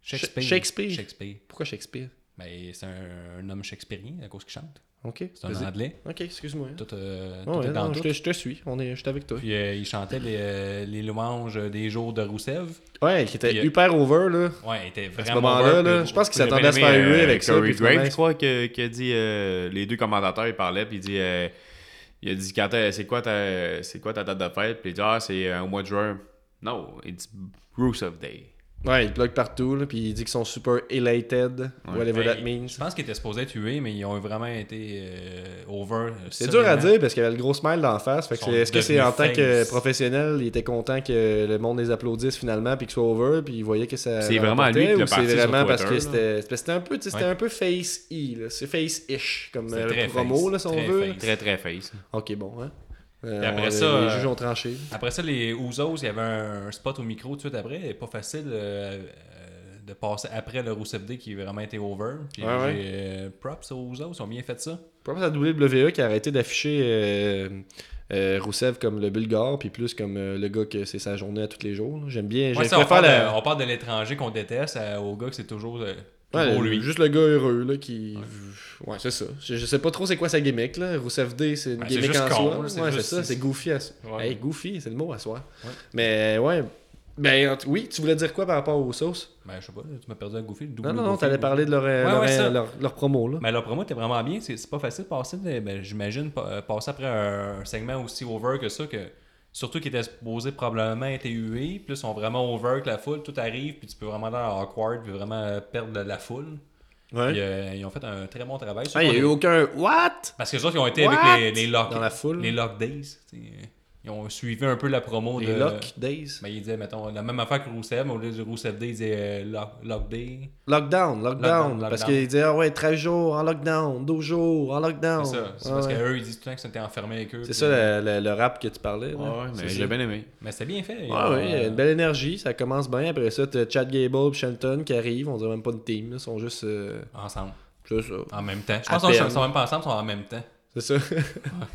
D: Shakespeare.
C: Shakespeare.
D: Shakespeare.
C: Pourquoi Shakespeare
D: Ben, c'est un, un homme shakespearien à cause qu'il chante.
C: Ok.
D: C'est un
C: vas-y.
D: anglais.
C: Ok, excuse-moi.
D: Tout, euh,
C: Ouais,
D: tout est dans
C: non, je,
D: tout.
C: te, je te suis, on est, je suis avec toi.
D: Puis euh, il chantait les, euh, les louanges des jours de Roussev.
C: Ouais, qui était
D: Puis, euh,
C: hyper over, là.
D: Ouais, il était vraiment.
C: À ce moment-là,
D: over,
C: là,
D: puis-
C: je pense qu'il
B: J'ai
C: s'attendait à se
B: bien
C: faire
B: aimé,
C: huer
B: euh,
C: avec ça.
B: Corey
C: puis finalement,
B: Graves, je crois, que, que dit, euh, les deux commentateurs, ils parlaient, puis il dit, euh, il a dit, quand t'as- c'est quoi, ta- c'est quoi ta date de fête? Puis il dit, ah, c'est euh, au mois de juin. Non, il dit Rusev Day.
C: Ouais, il bloque partout, là, puis il dit qu'ils sont super elated, whatever
D: Ben,
C: that
D: Je
C: means.
D: pense qu'il était supposé être hué, mais ils ont vraiment été euh, over. euh,
C: C'est dur à
D: solidement.
C: dire parce qu'il y avait le gros smile d'en face. Fait que
D: Ils sont
C: c'est- Est-ce que c'est en tant
D: devenus
C: que
D: face.
C: professionnel, il était content que le monde les applaudisse finalement, puis qu'ils soient over, puis il voyait que ça.
B: C'est vraiment
C: l'emportait,
B: lui qui
C: ou
B: l'a
C: C'est
B: parti sur
C: vraiment parce
B: Twitter,
C: que
B: là.
C: c'était c'est parce que c'était un peu, tu sais, c'était
D: Ouais.
C: un peu face-y, là. C'est face-ish comme
D: C'était
C: euh,
D: très
C: promo,
D: face,
C: là, si on
D: très
C: veut.
D: face.
B: Très, très face.
C: Ok, bon, hein. Euh,
D: Puis après
C: on-
D: ça,
C: les
D: euh,
C: juges ont tranché.
D: Après ça, les Ouzos, il y avait un, un spot au micro tout de suite après. Et pas facile euh, euh, de passer après le Roussev Day qui a vraiment été over. Puis
C: Ouais, ouais.
D: j'ai, euh, props aux Ouzos, ils ont bien fait ça.
C: Propre à la WWE qui a arrêté d'afficher euh, euh, Rousseff comme le bulgare, puis plus comme euh, le gars que c'est sa journée à tous les jours. là. J'aime bien.
D: Ouais,
C: j'aime
D: ça, on,
C: préfère
D: parle
C: la-
D: de, on parle de l'étranger qu'on déteste euh, au gars que c'est toujours euh,
C: Ouais,
D: pour lui.
C: Juste le gars heureux, là, qui. Ouais, c'est ça. Je, je sais pas trop c'est quoi sa gimmick, là. Rousseff D, c'est une
D: Ouais, c'est
C: gimmick
D: juste
C: en
D: con,
C: soi.
D: là, c'est
C: Ouais, c'est
D: juste-
C: ça, c'est goofy à soi.
D: Ouais.
C: Hey, goofy, c'est le mot à soi.
D: Ouais.
C: Mais ouais. Ben, en tout- oui, tu voulais dire quoi par rapport aux sauces
D: Ben, je sais pas, tu m'as perdu un goofy. le double
C: Non, non, non,
D: goofy,
C: t'allais
D: goofy.
C: parler de leur, euh,
D: Ouais,
C: leur,
D: ouais, ça.
C: leur, leur promo, là.
D: Mais là, pour moi, t'es vraiment bien. C'est c'est pas facile de passer, de- ben, j'imagine, pa- euh, passer après un, un segment aussi over que ça, que surtout qui était supposé probablement être hué, puis là, ils sont vraiment over que la foule, tout arrive, puis tu peux vraiment aller awkward, puis vraiment euh, perdre de la foule.
C: Ouais.
D: Puis, euh, ils ont fait un très bon travail.
C: Ah, il n'y a eu
D: Surtout-
C: aucun. What?
D: Parce que les autres, ils ont été
C: What?
D: avec les, les lock,
C: Dans la foule.
D: les lock days. tu sais. Ils ont suivi un peu la promo
C: Les
D: de...
C: Lock Days.
D: Ben, ils disaient, mettons, la même affaire que Rousseff, mais au lieu de Rousseff Day, ils disaient euh, lock, lock Day.
C: Lockdown, lockdown.
D: Lockdown,
C: parce
D: lockdown.
C: qu'il disait, ah ouais, 13 jours en lockdown, 12 jours en lockdown.
D: C'est ça. C'est
C: Oh. Ouais,
D: parce
C: ouais.
D: qu'eux, ils disent tout le temps que c'était enfermé avec eux.
C: C'est
D: puis-
C: ça le, le- le rap que tu parlais. là.
B: Ouais, mais
C: C'est
B: j'ai
C: ça.
B: bien aimé.
D: Mais c'était bien fait. euh,
C: Ouais, ouais, ben, il y a une belle énergie, ça commence bien. Après ça, t'as Chad Gable et Shelton qui arrivent, on dirait même pas une team, là, ils sont juste. euh,
D: Ensemble.
C: c'est ça.
D: En même temps. Je
C: À
D: pense qu'ils
C: peine.
D: sont- sont même pas ensemble, ils sont en même temps.
C: C'est ça.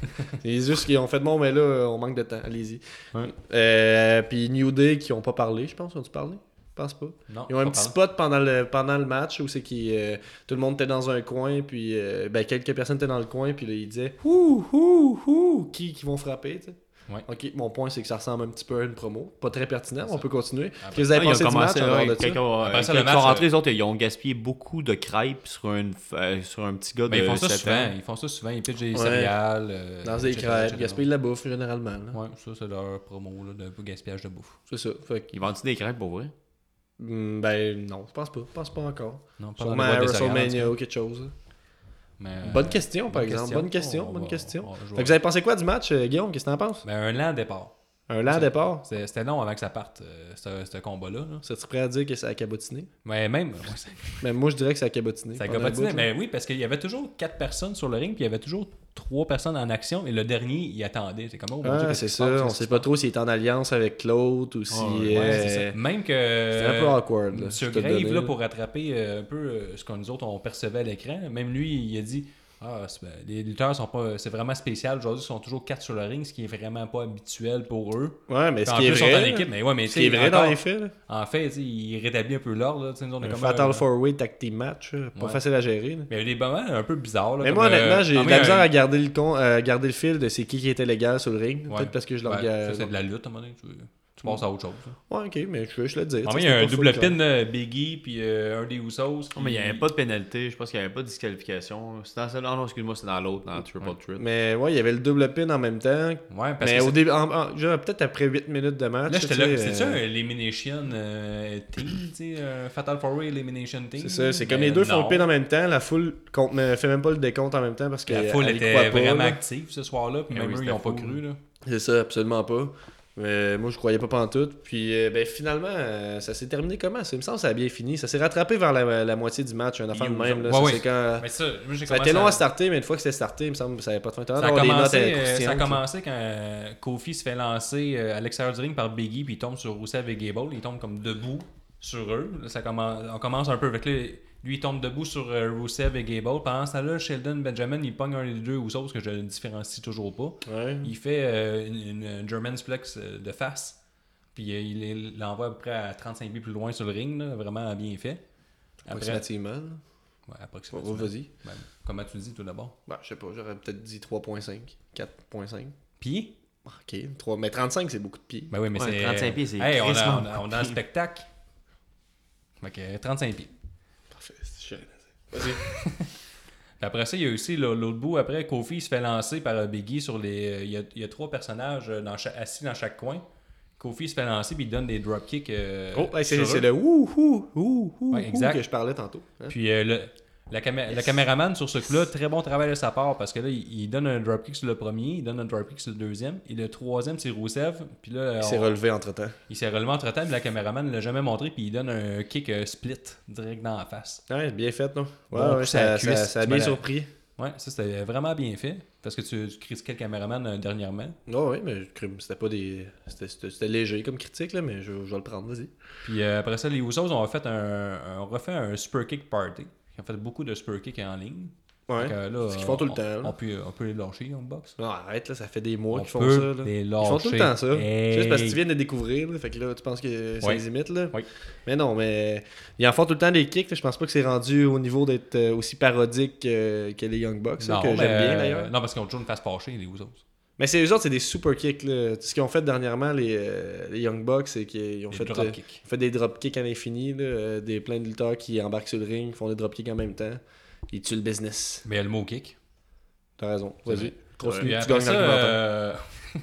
C: c'est juste qu'ils ont fait bon, mais là, on manque de temps, allez-y.
B: Ouais.
C: Euh, puis New Day qui ont pas parlé, je pense, ont-tu parlé Je pense pas.
D: Non,
C: Ils ont un
D: pas
C: petit
D: parlant.
C: spot pendant le, pendant le match où c'est qui tout le monde était dans un coin, puis euh, ben, quelques personnes étaient dans le coin, puis là, ils disaient Ouh, ouh, ouh, qui, qui vont frapper, tu sais.
D: Ouais.
C: Ok, mon point, c'est que ça ressemble un petit peu à une promo. Pas très pertinent,
D: C'est
C: on
D: ça.
C: peut continuer.
D: Ah,
C: Qu'est-ce que vous avez
B: Ah,
C: pensé du match en dehors
B: ouais,
C: de ça?
B: quelqu'un, euh,
D: Après ça,
B: quand
D: le
B: ils
D: match,
B: sont rentrés,
D: euh,
B: les autres, ils ont gaspillé beaucoup de crêpes sur, une, f- euh, sur un petit gars
C: Ben,
D: Mais
B: de
D: ils font ça
B: 7
D: souvent.
B: ans.
D: Ils font ça souvent. Ils pitchent des
C: Ouais.
D: céréales. euh,
C: Dans des
D: etc.,
C: crêpes,
D: etc.
C: gaspiller de la bouffe, généralement. là.
D: Ouais, ça, c'est leur promo là, de gaspillage de bouffe.
C: C'est ça. Fait que,
B: Ils vendent des crêpes pour vrai?
C: hum, ben non, je pense pas. Je pense pas encore.
D: Non, pas dans
C: Sûrement
D: le
C: à
D: boîte des céréales, en tout
C: WrestleMania ou quelque chose.
D: cas. Mais, euh,
C: bonne question, par
D: bonne
C: exemple.
D: question.
C: Bonne question,
D: On
C: bonne
D: va-
C: question.
D: on va jouer
C: Fait que vous avez pensé quoi du match, euh, Guillaume Qu'est-ce que t'en penses
D: Ben, un lent départ.
C: Un lent
D: C'est-
C: départ
D: C'est- C'était long avant que ça parte, euh, ce ce combat-là. là.
C: Ça tu prêt à dire que ça a cabotiné
D: Mais même, ouais, ça-
C: Mais moi, je dirais que ça a cabotiné.
D: ça
C: pendant le
D: cabotinait.
C: bout, là.
D: Mais oui, parce qu'il y avait toujours quatre personnes sur le ring, puis il y avait toujours trois personnes en action, et le dernier, il attendait. C'est comme, oh, mon Dieu,
C: Ah,
D: qu'est-ce
C: c'est
D: qui se passe?
C: ça. On
D: Qu'est-ce
C: sait
D: qui
C: pas trop s'il est en alliance avec l'autre ou si.
D: Ah, Ouais,
C: euh,
D: c'est ça. Même que.
C: C'est un peu awkward. Là,
D: Monsieur
C: je te le
D: Grave,
C: donnais,
D: là, pour rattraper euh, un peu euh, ce que nous autres on percevait à l'écran, même lui, il a dit Ah, c'est- ben, les lutteurs sont pas. C'est vraiment spécial. Aujourd'hui, ils sont toujours quatre sur le ring, ce qui est vraiment pas habituel pour eux.
C: Ouais, mais ce
D: en
C: qui est
D: plus, ils sont en
C: vrai.
D: équipe,
C: là,
D: mais ouais, mais
C: Ce qui est
D: tu sais,
C: vrai dans
D: encore-
C: les faits. là.
D: En fait, tu sais, il rétablit un peu l'ordre. là, tu sais, nous, on est
C: Un
D: comme
C: Fatal
D: un-
C: Four-Way Tag Team Match. là, Pas
D: Ouais.
C: facile à gérer. là.
D: Mais il y a eu des moments un peu bizarres. là,
C: Mais
D: comme,
C: moi,
D: euh,
C: honnêtement, j'ai
D: ah,
C: de
D: oui,
C: la
D: un-
C: misère à garder le, con, euh, garder le fil de c'est qui qui était légal sur le ring.
D: Ouais.
C: Peut-être parce que je le
D: Ouais,
C: regarde.
D: ça, c'est de la lutte à un moment donné. Tu, tu tu
C: Mm.
D: passes à autre chose.
C: Ouais, ok, mais je, je le dis.
D: En même, il y a un double pin euh, Biggie puis euh, un des Usos.
B: Non, mais il n'y
D: qui-
B: avait pas de pénalité, je pense qu'il n'y avait pas de disqualification. C'est dans celle-là, Ah non, excuse-moi, c'est dans l'autre, dans Triple Threat.
C: Mais ouais, il y avait le double pin en même temps.
D: Ouais, parce
C: mais
D: que
C: au
D: c'est-
C: début, en- en- genre, peut-être après 8 minutes de match.
D: là, j'étais
C: tu
D: là.
C: sais,
D: C'est-tu
C: euh,
D: un Elimination euh, Team, tu sais, un Fatal Four Way Elimination Team?
C: C'est ça, c'est
D: Ben,
C: comme les deux font
D: non.
C: le pin en même temps, la foule compte, mais fait même pas le décompte en même temps parce que
D: La foule
C: elle y
D: était
C: croit pas,
D: vraiment
C: là.
D: active ce soir-là, puis
B: Eh
D: même
B: oui,
D: eux, ils
B: c'était
D: n'ont pas
B: fou.
D: cru. Là.
C: C'est ça, absolument pas. Mais moi, je croyais pas pantoute. Puis, euh, ben, finalement, euh, ça s'est terminé comment ça? Il me semble que ça a bien fini. Ça s'est rattrapé vers la, la moitié du match, un affaire de
D: Ils-
C: même. Là,
D: Ouais,
C: ça,
D: ouais.
C: c'est quand-
D: Mais ça, moi, j'ai
C: ça a été
D: commencé
C: long à starter, mais une fois que c'était starté, il me semble que ça n'avait pas de fin. T'as
D: Ça a,
C: l'air d'avoir des
D: commencé,
C: notes, euh,
D: euh, ça a
C: croustillantes,
D: commencé quand euh, Kofi se fait lancer euh, à l'extérieur du ring par Biggie, puis il tombe sur Rousseff et Gable. Il tombe comme debout sur eux. Là, ça commence, on commence un peu avec lui. Lui, il tombe debout sur euh, Rusev et Gable. Pendant ce temps-là, Sheldon Benjamin, il pogne un des deux ou autres, que je ne différencie toujours pas.
C: là. Ouais.
D: Il fait euh, une, une German Suplex euh, de face. Puis euh, il est- l'envoie à peu près à 35 pieds plus loin sur le ring, là, vraiment bien fait. Après, ouais,
C: Approximativement. là.
D: approximativement.
C: Ouais, Oh, Vas-y.
D: Ben, comment tu dis tout d'abord?
C: Bah, je sais pas, j'aurais peut-être dit 3.5, 4.5.
D: Puis,
C: Ok, 3... mais 35, c'est beaucoup de pieds.
D: Ben oui, mais
B: Ouais,
D: c'est.
B: 35 pieds, c'est
D: Hey, on a,
B: crissement
D: on a- on a un spectacle. Fait que 35 pieds.
C: Parfait, c'est chiant.
D: Puis après ça, il y a aussi là, l'autre bout. Après, Kofi il se fait lancer par euh, Biggie sur les. euh, Il y a, il y a trois personnages euh, dans chaque- assis dans chaque coin. Kofi il se fait lancer puis il donne des dropkicks. euh,
C: Oh, hey, c'est
D: sur
C: c'est
D: eux.
C: le ouh, ouh, ouh, ouh,
D: Ouais,
C: ouh
D: exact.
C: que je parlais tantôt. hein.
D: Puis euh, le, la camé- le caméraman sur ce coup-là, très bon travail de sa part parce que là, il, il donne un dropkick sur le premier, il donne un dropkick sur le deuxième. Et le troisième, c'est Rousseff. Puis là,
C: Il s'est
D: on-
C: relevé entre temps.
D: il s'est relevé entre temps, mais la caméraman ne l'a jamais montré. Puis il donne un kick euh, split direct dans la face.
C: Ouais, bien fait, non? Ouais,
D: Bon
C: ouais,
D: coup sur
C: ça, ça,
D: la cuisse,
C: ça a
D: tu
C: bien
D: me la-
C: surpris.
D: Ouais, ça c'était vraiment bien fait. Parce que tu, tu critiquais le caméraman euh, dernièrement.
C: Non, oui, mais crime, c'était pas des. C'était, c'était- c'était léger comme critique, là, mais je, je vais le prendre, vas-y.
D: Puis euh, après ça, les Usos ont fait un, un- ont refait un super kick party. Ils ont fait beaucoup de super kicks en ligne.
C: Ouais.
D: Fait que là,
C: Ce qu'ils font tout le
D: on-
C: temps, là.
D: On peut, on peut les lâcher en box.
C: Non, arrête, là, ça fait des mois
D: On
C: qu'ils font
D: peut
C: ça. là.
D: les
C: Ils font tout le
D: lâcher.
C: temps ça.
D: Hey.
C: Juste parce que tu viens de les découvrir, là, fait que là, tu penses que ça
D: Ouais.
C: les imite, là.
D: Oui.
C: Mais non, mais ils en font tout le temps des kicks, là. Je pense pas que c'est rendu au niveau d'être euh, aussi parodique euh, que les Young Bucks, là, que
D: mais,
C: j'aime bien
D: euh,
C: d'ailleurs.
D: Non, parce qu'ils ont toujours une face penchée, les Usos.
C: Mais c'est eux autres, c'est des super kicks, là. Ce qu'ils ont fait dernièrement, les, euh, les Young Bucks, c'est qu'ils ont
D: Des
C: fait.
D: drop
C: euh,
D: kicks.
C: On fait des dropkicks à l'infini, là, euh, des plein de lutteurs qui embarquent sur le ring, font des dropkicks en même temps. Ils tuent le business.
D: Mais il y a le mot kick.
C: T'as raison.
D: vrai.
C: Vas-y. Continue,
D: Puis
C: tu
D: après
C: gagnes
D: ça,
C: l'argumentaire.
D: euh,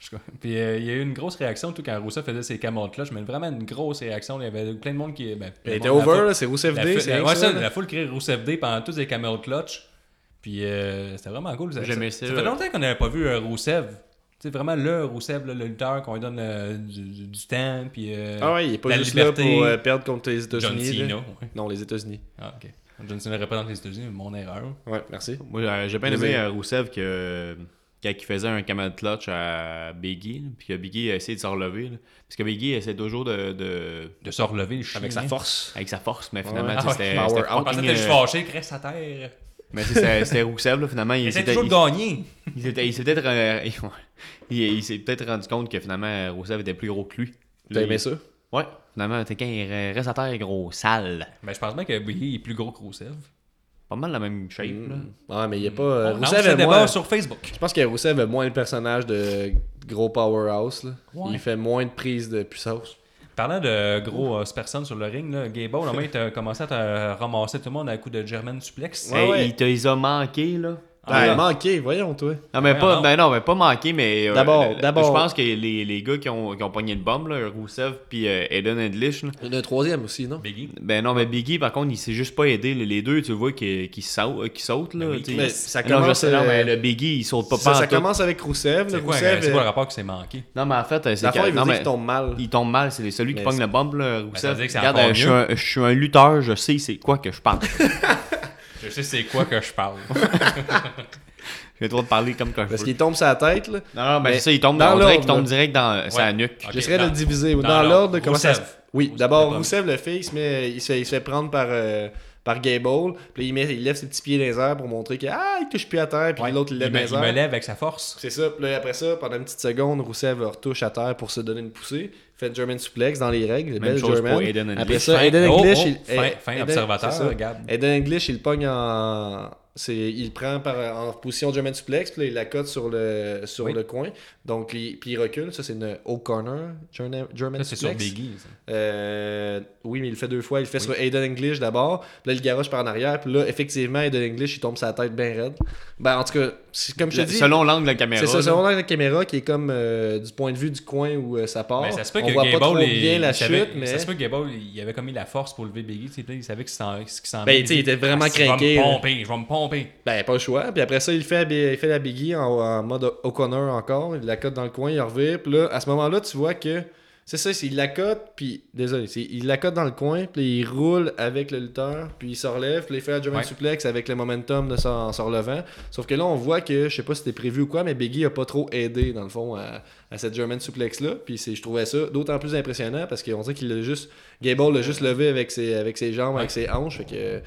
D: je- Puis euh, il y a eu une grosse réaction, tout quand Rousseau faisait ses camontes-cloches, mais vraiment une grosse réaction. Il y avait plein de monde qui. Ben, plein
C: Il
D: de
C: était
D: monde à la
C: over,
D: fois.
C: là, c'est Rousseff
D: La,
C: Day.
D: foule-
C: c'est rien
D: ouais,
C: que
D: ça,
C: ça, là.
D: la foule criait Rousseff Day pendant tous les caméos clutch. Puis euh, c'était vraiment cool. Ça,
B: J'aimais
D: ça,
B: ça,
D: fait
B: ouais.
D: longtemps qu'on n'avait pas vu euh, Rousseff. Tu sais, vraiment le Rousseff, là, le lutteur qu'on lui donne euh, du, du- du temps. Puis, euh,
C: Ah ouais, il est pas
D: la
C: juste
D: liberté.
C: là pour euh, perdre contre les
D: John
C: États-Unis.
D: Cena.
C: là.
D: ouais.
C: Non, les États-Unis.
D: Ah, ok. John Cena représente les États-Unis, mais mon erreur.
C: Ouais, merci.
B: Moi, euh, j'ai bien aimé
C: Plaisir.
B: euh, Rousseff que, euh, quand il faisait un camel clutch à Biggie, là, puis que Biggie a essayé de s'en relever. là. parce que Biggie essaie toujours de, de-
D: De se relever, le chien.
C: Avec sa
D: hein.
C: force.
B: avec sa force, mais finalement,
C: Ouais.
B: tu sais,
D: Ah,
B: c'était
C: ouais.
B: c'était
C: Power out.
D: Parce que
B: fucking,
D: t'es juste
B: euh,
D: fâché, il reste à terre.
B: Mais tu sais, c'était c'était Rousseff, là, finalement. Il
D: Il essaie
B: s'était-
D: toujours de
B: il-
D: gagner.
B: Il s'était- il s'est peut-être euh, il, il s'est peut-être rendu compte que finalement euh, Rousseff était plus gros que lui.
C: T'as
B: Là,
C: aimé
B: il-
C: ça?
B: Ouais, finalement, t'es quand il re- reste à terre gros, sale.
D: Mais Ben, je pense bien que Biggie est plus gros que Rousseff.
B: Pas mal la même shape. là.
D: Mm.
C: Ah, mais il est pas. euh,
D: On lance
C: Rousseff
D: le
C: est
D: débat
C: moins.
D: sur Facebook.
C: Je pense que Rousseff est moins le personnage de gros powerhouse. là.
D: Ouais.
C: Il fait moins de prise de puissance.
D: Parlant de gros euh, personnes sur le ring, là, Gable, au moment, il t'a commencé à te ramasser tout le monde à coup de German suplex.
C: Ouais,
B: Hey,
C: ouais.
B: Il te les a manqués, là.
D: Ah,
C: Ah,
D: ouais.
C: manqué, voyons, toi.
B: Non, mais
D: Ouais,
B: pas,
D: non.
B: ben non, mais pas manqué, mais. euh,
C: D'abord,
B: le- le-
C: d'abord.
B: Je pense que les, les gars qui ont, qui ont pogné le bombe, là, Rousseff puis euh, Eden English, là,
C: Il y en a un troisième aussi, non?
D: Biggie.
B: ben non, mais Biggie, par contre, il s'est juste pas aidé. là. Les deux, tu vois, qui, qui, sautent, euh, qui sautent, là.
D: Mais oui,
B: tu sais.
C: Ben mais ça
B: Non, je
C: commence,
B: sais, non,
C: euh,
B: mais le Biggie, il saute pas
C: ça, ça
B: pantoute.
C: commence avec Rousseff. le
D: C'est quoi,
C: Rousseff,
D: c'est quoi
C: euh,
D: le rapport qui s'est manqué?
B: Non, mais en fait, euh, c'est
C: la fois,
B: que-
C: il veut
B: non,
C: dire
B: mais-
C: qu'il tombe mal.
B: Il tombe mal, c'est celui qui
C: Mais
B: pogne
C: c'est- Ben,
B: le bombe, là, Rousseff.
D: ça veut dire que c'est
B: Regarde,
D: encore
B: euh, je, suis
D: mieux.
B: un, je suis un lutteur, je sais c'est quoi que je parle.
D: Je sais c'est quoi que je parle.
B: J'ai le droit de parler comme que je
C: Parce
B: veux.
C: qu'il tombe sur la tête. là.
B: Non, non, ben
C: Mais
B: c'est ça, il tombe,
C: dans
B: on dirait qu'il
C: l'ordre,
B: tombe
C: là.
B: direct dans euh, sa nuque.
D: Ok,
C: J'essaierais de
D: dans-
C: le diviser. Dans,
D: dans
C: l'ordre,
D: l'ordre.
C: comment ça se-
D: Rousseff.
C: Oui,
D: Rousseff,
C: d'abord,
D: le
C: Rousseff, le fait, il se, met, il se fait, il se fait prendre par, euh, par Gable. Puis là, il, met, il lève ses petits pieds dans les airs pour montrer que, ah, il touche plus à terre. Puis
D: Ouais.
C: l'autre, il
D: me-
C: lève dans les
D: il me
C: airs.
D: lève avec sa force.
C: C'est ça. Puis là, après ça, pendant une petite seconde, Rousseff retouche à terre pour se donner une poussée. Fait une German suplex dans les règles.
B: Même
C: belle
B: chose
C: German.
B: pour Aiden English.
C: Après ça,
B: Fin-
C: Aiden
D: Oh,
C: English.
D: oh,
C: il-
D: fin- fin observateur,
C: c'est ça.
D: regarde.
C: Aiden English, il le pogne en. C'est, il prend par, en position German suplex, puis là, il la cote sur le, sur
D: Oui.
C: le coin. Donc, il, puis il recule. Ça, c'est une O'Connor German, German
D: Ça, c'est sur
C: suplex.
D: Biggie. ça.
C: Euh, oui, mais il le fait deux fois. Il le fait sur Aiden English d'abord. Puis là, il garoche par en arrière. Puis là, effectivement, Aiden English, il tombe sa tête bien raide. Ben, en tout cas, c'est comme je te dis.
B: Selon l'angle de la caméra.
C: C'est ça,
B: là.
C: selon la caméra qui est comme euh, du point de vue du coin où euh, ça part.
D: Mais Ben, ça se peut
C: On
D: que
C: voit
D: Gable,
C: pas trop
D: il-
C: bien la
D: il
C: chute,
D: savait-
C: mais.
D: Ça se peut que Gable, il avait commis la force pour lever Biggie. tu sais, puis là, Il savait que s'en- ce qui s'en
C: Ben,
D: venait,
C: tu sais, il
D: dit,
C: était vraiment
D: Ah, si, Je
C: craqué,
D: vais
C: là.
D: me pomper, je vais me pomper.
C: Ben, pas le choix. Puis après ça, il fait, la bi- il fait la Biggie en, en mode O'Connor encore. Il la cote dans le coin, il revient. Puis là, à ce moment-là, tu vois que. C'est ça, c'est- il la cote, puis. Désolé, c'est- il la cote dans le coin, puis il roule avec le lutteur, puis il se relève, puis il fait la German
D: Ouais.
C: Suplex avec le momentum de son, en se relevant. Sauf que là, on voit que, je sais pas si c'était prévu ou quoi, mais Biggie a pas trop aidé, dans le fond, à, à cette German Suplex-là. Puis c'est- je trouvais ça d'autant plus impressionnant parce qu'on dirait qu'il l'a juste. Gable l'a juste levé avec ses, avec ses jambes, avec ses hanches. Fait que,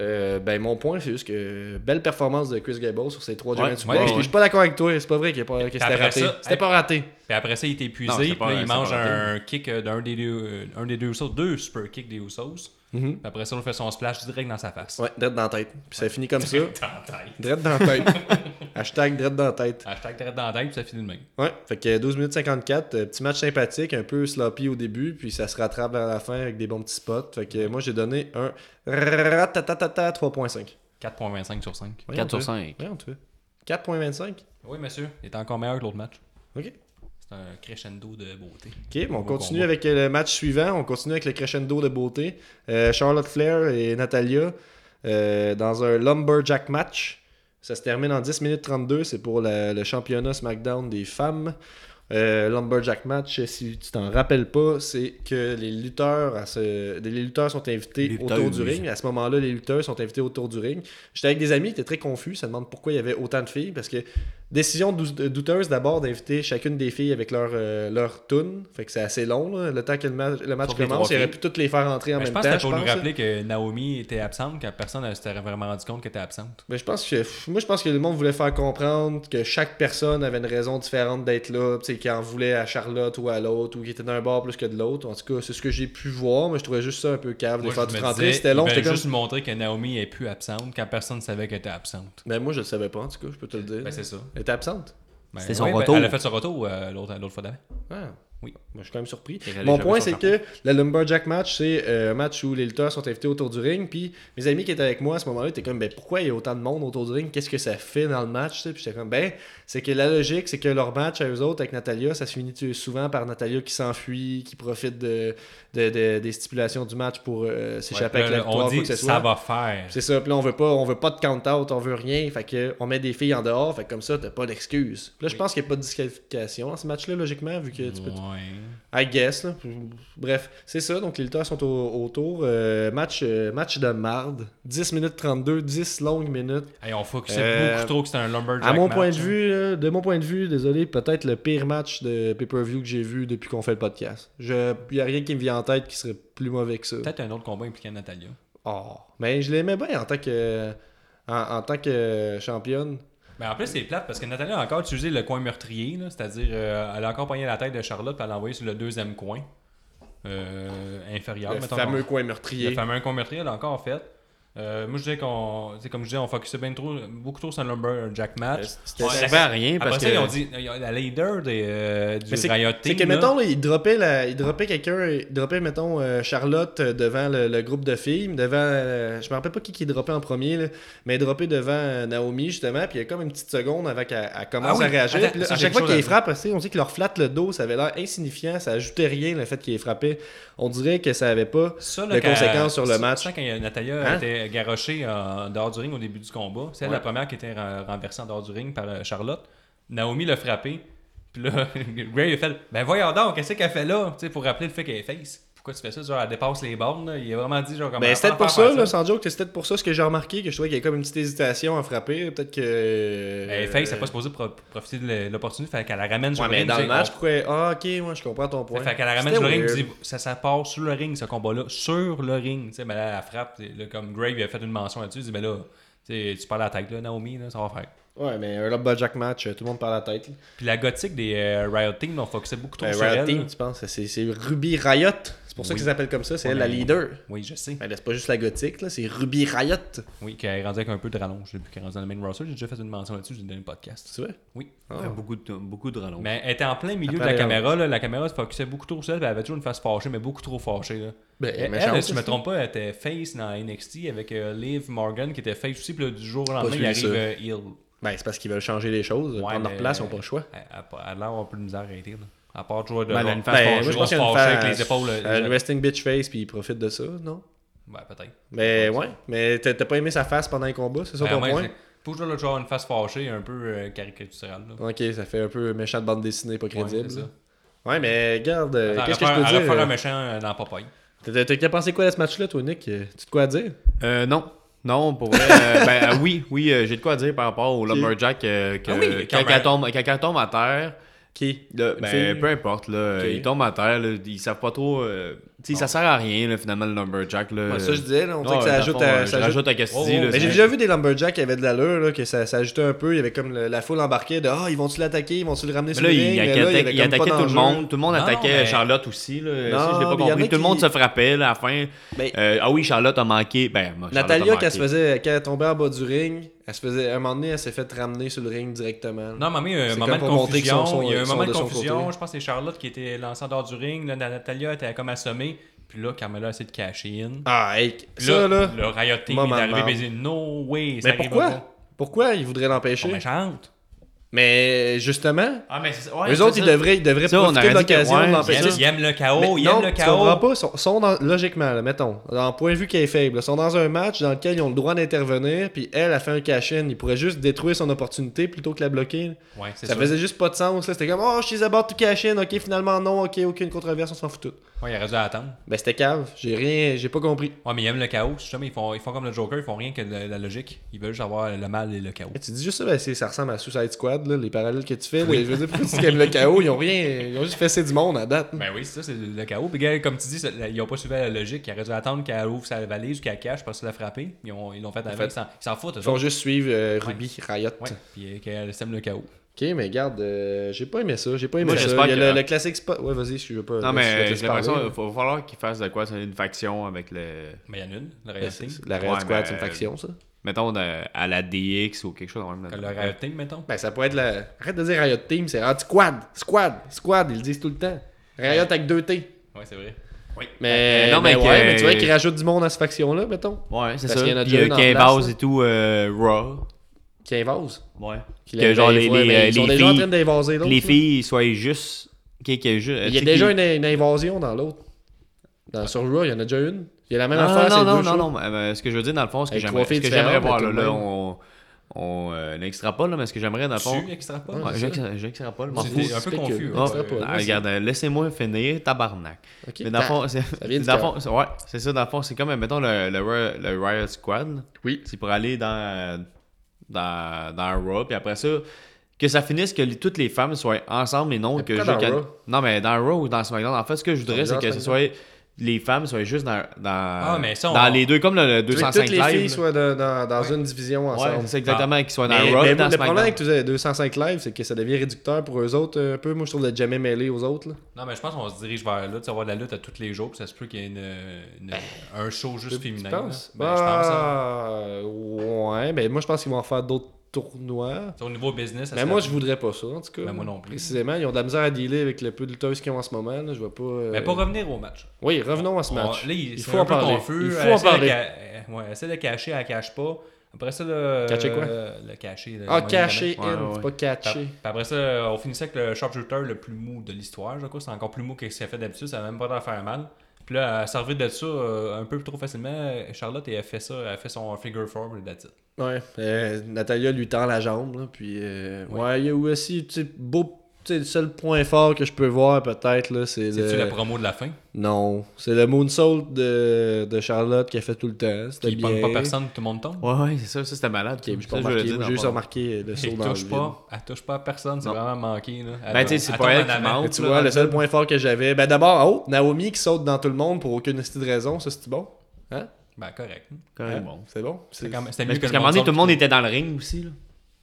C: euh, ben, mon point, c'est juste que belle performance de Chris Gable sur ses trois
B: Ouais,
C: German
B: ouais,
C: Suplex.
B: ouais.
C: Puis Je suis pas d'accord avec toi, c'est pas vrai qu'il a pas- que c'était
D: après
C: raté.
D: ça,
C: C'était pas raté.
D: Puis après ça, il est épuisé.
B: Non, c'est
D: puis
B: pas-
D: là, il
B: c'est
D: mange
B: pas
D: un kick euh, d'un des deux, euh, un des deux Usos, deux super kicks des Usos.
C: Mm-hmm.
D: Puis après ça, on fait son splash direct dans sa face.
C: Ouais, drette dans la tête. Puis ça finit comme ça.
D: Dans la tête.
C: Drette dans la tête. Hashtag drette dans la tête.
D: Hashtag direct dans la tête, puis ça finit de même.
C: Ouais, fait que 12 minutes 54, euh, petit match sympathique, un peu sloppy au début, puis ça se rattrape vers la fin avec des bons petits spots. Fait que moi j'ai donné un ratatatata 3.5.
D: 4.25 sur 5.
C: Ouais,
B: 4
C: on
B: sur
C: te-
B: 5.
C: ouais, on te- 4.25.
D: Oui, monsieur. Il est encore meilleur que l'autre match.
C: OK.
D: C'est un crescendo de beauté.
C: OK, bon, on
D: Bon
C: continue
D: combat.
C: avec euh, le match suivant. On continue avec le crescendo de beauté. Euh, Charlotte Flair et Natalia euh, dans un Lumberjack match. Ça se termine en 10 minutes 32. C'est pour la- le championnat SmackDown des femmes. Euh, Lumberjack match, si tu t'en rappelles pas, c'est que les lutteurs, à ce- les lutteurs sont invités
B: Lutteuses.
C: autour du ring. À ce moment-là, les lutteurs sont invités autour du ring. J'étais avec des amis qui étaient très confus. Ça demande pourquoi il y avait autant de filles. Parce que Décision dou- douteuse d'abord d'inviter chacune des filles avec leur, euh, leur tune. Fait que c'est assez long, là. le temps que le match, le match
B: Sauf les
C: commence.
B: trois
C: Il aurait
B: filles.
C: pu toutes les faire entrer en
D: Mais Ben,
C: même
D: je pense
C: temps.
D: que c'est
C: je
D: pour nous
C: pense, là.
D: rappeler que Naomi était absente, que personne ne s'était vraiment rendu compte qu'elle était absente.
C: Mais je pense que pff, moi je pense que le monde voulait faire comprendre que chaque personne avait une raison différente d'être là, tu sais, qui en voulait à Charlotte ou à l'autre ou qui était d'un bord plus que de l'autre. En tout cas, c'est ce que j'ai pu voir, mais je trouvais juste ça un peu cave de
D: Moi,
C: les
D: je
C: faire
D: me
C: tout
D: disais,
C: rentrer, c'était long,
D: ils
C: c'était
D: veulent
C: comme
D: juste montrer que Naomi est plus absente quand personne ne savait qu'elle était absente.
C: Mais Ben, moi je le savais pas en tout cas, je peux te le dire.
D: Ben, c'est ça.
C: Elle était absente.
D: Ben,
B: C'était son
D: ben,
B: retour.
D: elle a fait son retour euh, l'autre l'autre fois d'avant.
C: Ah.
D: Oui.
C: Moi, je suis quand même surpris.
B: Et elle
C: Mon
B: est
C: point,
B: jamais
C: c'est
B: sur
C: que le Lumberjack match, c'est euh, un match où les lutteurs sont invités autour du ring. Puis mes amis qui étaient avec moi à ce moment-là étaient comme, ben pourquoi il y a autant de monde autour du ring Qu'est-ce que ça fait dans le match tu sais? Puis j'étais comme, ben, c'est que la logique, c'est que leur match à eux autres avec Natalia, ça se finit souvent par Natalia qui s'enfuit, qui profite de, de- de- des stipulations du match pour euh, s'échapper
D: Ouais,
C: avec
D: là,
C: la victoire,
D: on
C: quoi que
D: dit
C: ce
D: ça
C: soit.
D: va faire.
C: C'est ça, puis là, on veut pas, on veut pas de count-out, on veut rien, fait que on met des filles en dehors, fait que comme ça, t'as pas d'excuse. Puis Là, je
D: Oui.
C: pense qu'il n'y a pas de disqualification dans ce match-là, logiquement, vu que tu peux
D: Ouais.
C: I guess. Là. Bref, c'est ça. Donc, les lutteurs sont au, autour. Euh, match, euh, match de marde. 10 minutes 32, 10 longues minutes.
D: Hey, on focusait
C: Euh,
D: beaucoup trop que c'était un lumberjack
C: À mon
D: match,
C: point de
D: hein.
C: vue, là, de mon point de vue, désolé, peut-être le pire match de pay-per-view que j'ai vu depuis qu'on fait le podcast. Il n'y a rien qui me vient en tête qui serait plus mauvais que ça.
D: Peut-être un autre combat impliquant Natalia.
C: Oh. Mais je l'aimais bien en tant que, en, en tant que championne.
D: Mais Ben, en plus, c'est plate parce que Natalia a encore utilisé le coin meurtrier, là, c'est-à-dire euh, elle a encore pogné la tête de Charlotte et elle l'a envoyé sur le deuxième coin euh, inférieur.
C: le
D: mettons
C: fameux
D: qu'on-
C: coin
D: le
C: meurtrier.
D: fameux coin meurtrier, elle l'a encore fait. Euh, moi, je disais qu'on. c'est Comme je disais, on focusait bien trop, beaucoup trop sur un Lumberjack match.
C: Euh, C'était-
B: Ça servait à rien
D: Après
B: parce
D: ça, ils ont
B: que.
D: dit euh, la leader des, euh, du
C: Mais c'est-
D: Riot Team.
C: C'est que,
D: là,
C: mettons, là, il droppait, la- il droppait quelqu'un, il droppait, mettons, euh, Charlotte euh, devant le, le groupe de filles, devant, euh, je me rappelle pas qui qui droppait en premier, là, mais il droppait devant euh, Naomi, justement, puis il y a comme une petite seconde avant qu'elle elle commence
D: Ah oui,
C: à réagir.
D: attends,
C: Puis là,
D: ça,
C: à
D: j'ai
C: chaque
D: quelque
C: fois
D: chose
C: qu'il
D: à
C: les
D: dire.
C: frappe, tu sais, on dit qu'il leur flatte le dos, ça avait l'air insignifiant, ça ajoutait rien, le fait qu'il les frappait. On dirait que ça avait pas...
D: Ça,
C: de
D: quand-
C: conséquences sur le
D: ça,
C: match.
D: ça, quand euh, Natalia
C: Hein?
D: était garochée en dehors du ring au début du combat, c'est elle
C: Ouais.
D: la première qui était ren- renversée en dehors du ring par euh, Charlotte. Naomi l'a frappée. Puis là, Gray a fait Ben voyons donc, qu'est-ce qu'elle fait là Tu sais, Pour rappeler le fait qu'elle est face. Pourquoi tu fais ça Genre, elle dépasse les bornes. là. Il a vraiment dit genre comme
C: Ben,
D: Elle
C: c'est peut-être
D: va
C: pour
D: faire
C: ça,
D: faire
C: là, sans joke, c'est peut-être pour ça ce que j'ai remarqué, que je trouvais qu'il y a comme une petite hésitation à frapper, peut-être que...
D: Elle est face, elle n'est Ben, pas supposée pro- profiter de l'opportunité. Fait qu'elle la ramène sur
C: Euh, Ouais,
D: le
C: mais
D: ring.
C: dans le
D: tu sais,
C: match,
D: on-
C: pourquoi... Ah, ok, moi, je comprends ton point.
D: Fait qu'elle la ramène sur le
C: C'était
D: ring,
C: weird.
D: dit, ça, ça part sur le ring, ce combat-là, sur le ring. Tu sais, ben là, elle frappe, tu sais, là, comme Grave il a fait une mention là-dessus, il dit, ben là, tu sais, tu parles à la tête, là, Naomi, là, ça va faire.
C: Ouais, mais un lumberjack match, euh, tout le monde par la tête. là.
D: Puis la gothique des euh, Riot Team, on focusait beaucoup trop
C: Ben,
D: sur
C: Riot
D: elle.
C: Team, tu penses C'est c'est Ruby Riot. C'est pour ça
D: Oui.
C: qu'ils s'appellent comme ça. C'est
D: Ouais,
C: elle la
D: mais-
C: leader.
D: Oui, je sais.
C: Elle laisse pas juste la gothique, là. C'est Ruby Riot.
D: Oui, qui est rendu avec un peu de rallonge depuis qu'elle est rendue dans le main roster. J'ai déjà fait une mention là-dessus, j'ai donné le podcast.
C: Tu vois
D: Oui.
B: Ah, Beaucoup de, beaucoup de rallonges.
D: Mais elle était en plein milieu de
C: Après
D: la
B: euh,
C: les
D: caméra. Là, la caméra se focusait beaucoup trop sur elle. puis Elle avait toujours une face fâchée, mais beaucoup trop fâchée. Là.
C: Ben,
D: elle,
C: méchante,
D: elle, si je me
C: ça.
D: trompe pas, elle était face dans NXT avec euh, Liv Morgan qui était face aussi. Puis là, du jour au lendemain, il
C: suivi
D: arrive
C: ça.
D: euh, heel.
C: Ben, c'est parce qu'ils veulent changer les choses.
D: Ouais,
C: prendre
D: mais- euh,
C: leur place, ils n'ont pas le choix.
D: Elle, elle- elle a l'air d'avoir un peu de misère à arrêter. Là. À part jouer de
B: Ben, elle a une face
C: Ben,
B: fâchée,
C: moi, je pense qu'il y a
D: grosse
C: une
D: fâchée
C: face-
D: avec les épaules, euh,
C: Une resting bitch face, puis ils profitent de ça, non
D: Ben, peut-être.
C: Mais ouais. Mais t'as t'as pas aimé sa face pendant les combats, c'est ça
D: Ben,
C: ton
D: moi,
C: point
D: c'est- Faut toujours avoir une face fâchée un peu euh, caricaturale. là.
C: Ok, ça fait un peu méchant de bande dessinée, pas crédible.
D: c'est ça.
C: là. Ouais, mais regarde, euh,
D: Elle
C: qu'est-ce que
D: aurait
C: je
D: fait- elle aurait
C: peux
D: fait un
C: dire
D: méchant euh, dans Popeye.
C: T'as- T'as t'as- t'as pensé quoi à ce match-là, toi, Nick Euh, Tu de quoi à dire
B: Euh, non. Non, pour vrai. euh, ben euh, oui, oui, euh, j'ai de quoi dire par rapport au Lumberjack. euh, que,
D: Ah oui,
B: quand,
D: quand
B: quand
D: même.
B: tombe, quand elle tombe à terre,
C: Qui
B: là,
C: Une
B: ben,
C: fille?
B: peu importe, là,
C: Ok.
B: il tombe à terre, là, ils savent pas trop. euh, tu sais, ça sert à rien, là, finalement, le Lumberjack. Là,
C: Ouais, ça, je disais, là, on
B: Non,
C: dirait que
B: euh,
C: ça
B: dans
C: ajoute
B: le fond,
C: à-
B: euh,
C: ça
B: je
C: ajoute-
B: rajoute à Cassidy.
D: Oh, oh,
B: là,
D: mais
C: Mais
B: c'est-
C: j'ai déjà vu des Lumberjacks qui avaient de l'allure, là, que ça, ça ajoutait un peu. Il y avait comme le- la foule embarquée de Ah, ils vont-tu l'attaquer Ils vont-tu le ramener
B: Mais
C: sur
B: là,
C: le
B: il,
C: ring Mais
B: atta-
C: là,
B: il
C: avait comme
B: attaquait
C: pas
B: tout le
C: d'enjeu.
B: monde. Tout le monde
D: Non,
B: attaquait
D: mais-
B: Charlotte aussi. Là,
C: Non,
B: si, je l'ai pas
C: mais y en a
B: compris. Tout le monde
C: qui-
B: se frappait là, à la fin.
C: Ben,
B: Euh, ah oui, Charlotte a manqué. Ben, moi, Charlotte a
C: Natalia,
B: manqué.
C: quand elle, se faisait, quand elle tombait en bas du ring, elle se faisait, à un moment donné, elle s'est fait ramener sur le ring directement. là.
D: Non, mais il y a eu un
C: C'est
D: moment
C: comme
D: de
C: pour montrer qu'ils
D: confusion.
C: sont-
D: il y a eu un
C: sont
D: moment de
C: de son
D: confusion.
C: côté.
D: Je pense que c'est Charlotte qui était lancée en dehors du ring. Là, Natalia était comme assommée. Puis là, Carmela a essayé de cacher in.
C: Ah, hey,
D: Puis
C: ça, là.
D: Le Riot Team
C: Maman,
D: est arrivé
C: maman.
D: baiser. No way.
C: mais
D: ça arrivera
C: pourquoi
D: pas.
C: Pourquoi ils voudraient
D: Ils sont
C: l'empêcher
D: méchantes.
C: Mais justement,
B: Ah, mais c'est- ouais,
C: eux
B: c'est
C: autres,
B: ça.
C: ils devraient, ils devraient
B: Ça, on
C: profiter
B: aurait
C: de
B: dit que-
C: l'occasion
B: ouais,
C: de
D: Ils
B: Mais
D: aiment,
B: ça,
C: l'empêcher.
D: ils aiment le chaos.
C: Mais
D: ils
C: non,
D: aiment Oh, le
C: tu comprends
D: chaos.
C: pas, sont, sont dans- logiquement, là, mettons, d'un point de vue qui est faible, là, sont dans un match dans lequel ils ont le droit d'intervenir, puis elle a fait un cash-in, ils pourraient juste détruire son opportunité plutôt que la bloquer. là.
D: Ouais, c'est
C: Ça
D: sûr.
C: faisait juste pas de sens, là. c'était comme « Oh, she's about to cash-in, ok, finalement non, ok, aucune controverse, on s'en fout tout.
D: Ouais, il aurait dû attendre. »
C: Ben c'était cave, j'ai rien, j'ai pas compris.
D: Ouais, mais ils aiment le chaos. Justement, ils font, ils font comme le Joker. Ils font rien que de la logique. Ils veulent juste avoir le mal et le chaos.
C: Mais tu dis juste ça, ben, c'est- ça ressemble à Suicide Squad, là, les parallèles que tu fais, là. je veux dire, pourquoi tu dis qu'ils aiment le chaos, ils ont rien, ils ont juste fessé du monde à date.
D: Ben oui, c'est ça, c'est le chaos. Puis, gars, comme tu dis, c'est- ils ont pas suivi la logique. Ils auraient dû attendre qu'elle ouvre sa valise ou qu'elle cache parce que la frapper. Ils ont- ils l'ont fait dans la main, Ils s'en- ils s'en foutent. eux
C: Ils font
D: autres.
C: juste suivre euh, Ruby Riot.
D: Ouais, puis euh, qu'elle sème le chaos.
C: Ok, mais garde, euh, j'ai pas aimé ça, j'ai pas aimé
B: Moi,
C: ça.
B: j'espère
C: Il y a
B: que-
C: le, le classique spot. Ouais, vas-y, je veux pas.
B: Non,
C: je vais te
B: mais
C: laisser
B: j'ai l'impression
C: parler.
B: qu'il va falloir qu'ils fassent de quoi. C'est une faction avec le.
D: Mais il y en a une,
C: Ben,
D: la réalité.
C: c'est- c'est- La Riot
B: Ouais,
C: Squad,
B: mais-
C: c'est une faction, ça.
B: Mettons euh, à la DX ou quelque chose. dans le même-
D: Le réalité, mettons.
C: Ben, ça pourrait être la. Arrête de dire Riot Team, c'est Riot Squad, Squad, Squad, ils le disent tout le temps. Riot avec deux T.
D: Ouais, c'est vrai.
B: Oui.
C: Mais,
B: Euh, non, mais
C: mais ouais,
B: que-
C: mais tu vois qu'ils rajoutent du monde à cette faction-là, mettons.
B: Ouais, c'est
C: Parce
B: ça.
C: qu'il y en a
B: Puis
C: déjà
B: euh,
C: une en
B: Kevin
C: place,
B: Vaz
C: là.
B: et tout, euh, Raw.
C: Qui invasent.
B: Ouais.
C: Qui
B: Que genre les,
C: ouais,
B: les,
C: mais
B: euh,
C: ils sont
B: les
C: déjà en train
B: filles,
C: d'invaser l'autre.
B: les
C: là.
B: filles soient juste. qui- qui- ju-
C: Il
B: tu
C: y a
B: sais,
C: déjà
B: qui-
C: une, une invasion dans l'autre. Dans, sur Raw, il y en a déjà une. Il y a la même
B: Non,
C: affaire,
B: Ah,
C: c'est
B: non,
C: le
B: non,
C: deux
B: non,
C: shows.
B: non, mais, euh, Ce que je veux dire, dans le fond, ce que
C: Avec
B: j'aimerais
C: trois
B: ce
C: filles
B: que j'aimerais voir,
C: différentes, mais
B: là,
C: tout
B: là,
C: le
B: on. On euh, n'extrapole, là, mais ce que j'aimerais, dans le fond.
D: Tu extrapole?
B: Ouais, j'ex- J'extrapole, m'en
D: C'est
B: fous.
D: un peu
C: Spécule.
D: confus.
B: Ah,
C: serait pas,
B: non,
C: là,
B: regarde, euh, laissez-moi finir, tabarnak.
C: Ok. Bah, Ah,
B: Mais dans le fond, c'est
C: vient du
B: dans le
C: cœur.
B: fond, c'est- ouais, c'est ça, dans le fond, c'est comme, mettons, le, le, Ri- le Riot Squad.
C: Oui.
B: C'est pour aller dans, dans, dans Raw, puis après ça, que ça finisse que les- toutes les femmes soient ensemble et non
C: Mais
B: que
C: pourquoi
B: juste
C: dans
B: qu'à-
C: Raw?
B: Non, mais dans Raw ou dans SmackDown, en fait, ce que je voudrais, c'est
C: Dans
B: que ce soit les femmes soient juste dans, dans,
C: Ah,
D: mais ça, on-
B: dans les deux, comme le, le
C: Tu veux que
B: 205
C: toutes les
B: live.
C: filles
B: là.
C: soient de- dans, dans une division
B: Ouais,
C: ensemble.
B: c'est exactement qu'ils soient dans
C: Ah. Mais-
B: Raw,
C: mais
B: et dans
C: le problème
B: SmackDown.
C: avec tous les 205 live, c'est que ça devient réducteur pour eux autres euh, un peu. Moi, je trouve de jamais mêlé aux autres. là.
D: Non, mais je pense qu'on se dirige vers là. Tu vas avoir de la lutte à tous les jours. Puis ça se peut qu'il y ait une-
B: Ben,
D: une- un show juste féminin.
C: Tu
D: là.
C: penses?
D: Ben, je pense. hein.
C: Ah, Ouais, mais moi, je pense qu'ils vont en faire d'autres tournois.
D: Tu sais, Au niveau business, ça
C: Mais
D: serait-
C: Ben, moi, je voudrais pas ça, en tout cas.
D: Ben, moi non plus.
C: Précisément, ils ont de la misère à dealer avec le peu de lutteuses qu'ils ont en ce moment. là. Je vois pas. euh,
D: Mais Ben, pour revenir au match.
C: Oui, revenons à ce
D: On-
C: match.
D: Là, il,
C: il
D: c'est
C: faut
D: un
C: en
D: peu
C: parler.
D: confus. euh,
C: Il faut
D: Elle
C: en
D: essaie de
C: parler.
D: ca- euh, Ouais, elle essaie de cacher, elle cache pas. Après ça, le.
C: Cacher quoi?
D: euh, Le cacher. le-
C: Ah,
D: le-
C: caché
B: Ouais,
C: in,
B: ouais,
C: c'est pas
D: Puis
C: catché.
D: puis après ça, euh, on finissait avec le sharpshooter le plus mou de l'histoire. Je crois c'est encore plus mou que ce qu'elle fait d'habitude. Ça n'a même pas l'air de faire mal. Puis là, elle servait de ça euh, un peu trop facilement, Charlotte, et elle fait ça. Elle fait son figure four, et that's it.
C: Ouais, euh, Natalia lui tend la jambe, là, puis euh,
D: Ouais.
C: ouais, il y a eu aussi, tu sais, beau, tu sais, le seul point fort que je peux voir peut-être, là, c'est
D: C'est-tu
C: le...
D: la promo de la fin?
C: Non, c'est le moonsault de, de Charlotte qui a fait tout le temps, c'était
D: Qui
C: bien.
D: pogne pas personne, tout le monde tombe?
B: Ouais, ouais, c'est ça, ça c'était malade.
C: Ok,
B: Ça,
C: j'ai pas
B: je voulais
C: remarqué,
B: dire
C: moi,
B: dans
C: j'ai
B: le
C: juste
B: fond.
C: remarqué le saut
D: Elle
C: dans le
D: touche
C: vide.
D: pas, elle touche pas à personne, c'est
B: Non.
D: vraiment manqué. Là. Elle-
B: Ben, tu sais, c'est pas
D: tombe
B: elle
D: en
B: qui
D: avant.
B: manque.
C: Mais tu
B: là,
C: vois,
B: dans
C: le
B: le
C: seul point fort que j'avais, ben d'abord, oh, Naomi qui saute dans tout le monde pour aucune petite raison, ça c'est bon? Hein?
D: Ben, correct.
B: Quand même
C: Hein?
B: bon.
C: C'est bon? C'est
D: C'est quand même- C'était
B: Mais
D: mieux
B: c'est
D: que
B: parce qu'à un moment donné, tout le
D: sorte.
B: monde était dans le ring aussi.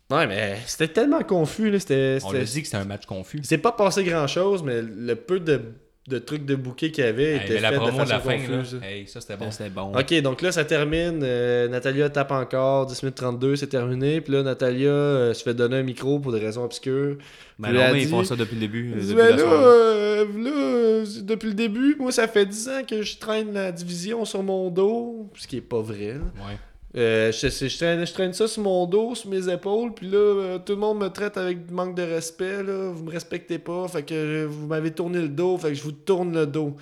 B: Là.
C: Ouais, mais c'était tellement confus. Là. C'était,
D: On
C: c'était-
D: l'a dit que c'était un match confus.
C: Il s'est pas passé grand chose, mais le peu de, de trucs de bouquet qu'il y avait
D: Hey,
C: était
D: mais la
C: fait de
D: promo de,
C: façon
D: la fin,
C: confuse.
D: là, hey, ça c'était bon.
B: c'était bon.
C: Ok, donc là, ça termine. euh, Natalia tape encore. 10 minutes 32, c'est terminé. Puis là, Natalia euh, se fait donner un micro pour des raisons obscures.
B: Mais
C: Tu l'as
B: Ben non, mais
C: dit.
B: ils font ça depuis le début. euh,
C: Elle dit,
B: depuis
C: Ben
B: la
C: là,
B: soirée.
C: euh, là, euh, depuis le début, moi, ça fait 10 ans que je traîne la division sur mon dos. Ce qui est pas vrai. là.
D: Ouais.
C: Euh, je, je- je traîne, je traîne ça sur mon dos, sur mes épaules, puis là, euh, tout le monde me traite avec du manque de respect, là. Vous me respectez pas, fait que euh, vous m'avez tourné le dos, fait que je vous tourne le dos.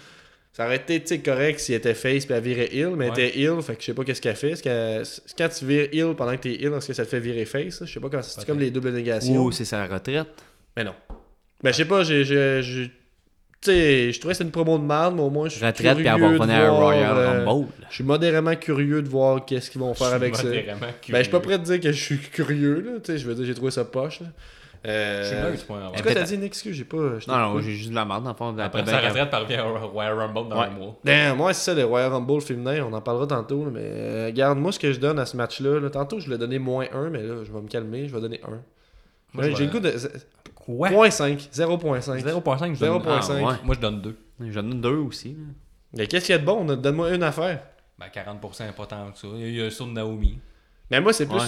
C: Ça aurait été, tu sais, correct s'il était face puis elle virait heel, mais elle
D: Ouais.
C: était heel, fait que je sais pas qu'est-ce qu'elle fait. Est-ce qu'elle- c'est- Quand tu vires heel pendant que t'es heel, est-ce que ça te fait virer face? là? Je sais pas comment c'est
D: Peut-être.
C: comme les doubles négations.
B: Ouh, c'est sa retraite.
C: Mais non. Ben, je sais pas, j'ai. j'ai- j'ai- Tu sais, je trouvais que c'était une promo de merde, mais au moins, je suis.
B: Retraite, puis
C: curieux
B: avoir
C: de
B: reconnu à
C: voir,
B: Royal
C: euh,
B: Rumble.
C: Je suis modérément curieux de voir qu'est-ce qu'ils vont faire avec ça. Ben, je suis pas prêt de dire que je suis curieux, là. Tu sais, je veux dire, j'ai trouvé ça poche, là. Euh,
D: Je suis neutre, moi. avant.
C: En tout cas, t'as dit une excuse, j'ai pas. je t'ai
B: Non, non,
C: coupé.
B: j'ai juste de la merde dans le fond.
D: Après
B: ben,
D: sa
B: quand-
D: retraite, parvient au Royal Rumble dans un mois.
C: Damn, Ben, moi, c'est ça, le Royal Rumble féminin, on en parlera tantôt, là, mais euh, regarde, moi, ce que je donne à ce match-là, là, tantôt, je voulais donner moins 1, mais là, je vais me calmer, je vais donner 1.
D: Moi,
C: Là,
D: je
C: j'ai le
D: vais-
C: goût de.
D: Quoi?
C: 0.5, 0.5.
D: 0.5, je donne.
C: 0.5.
B: Ah, ouais.
D: Moi, je donne 2.
B: J'en donne deux aussi.
C: Mm.
B: là.
C: Mais qu'est-ce qu'il y a de bon? Donne-moi une affaire.
D: Ben, 40% est pas tant que ça. Il y a un saut de Naomi.
C: Mais moi, c'est plus.
B: Ouais.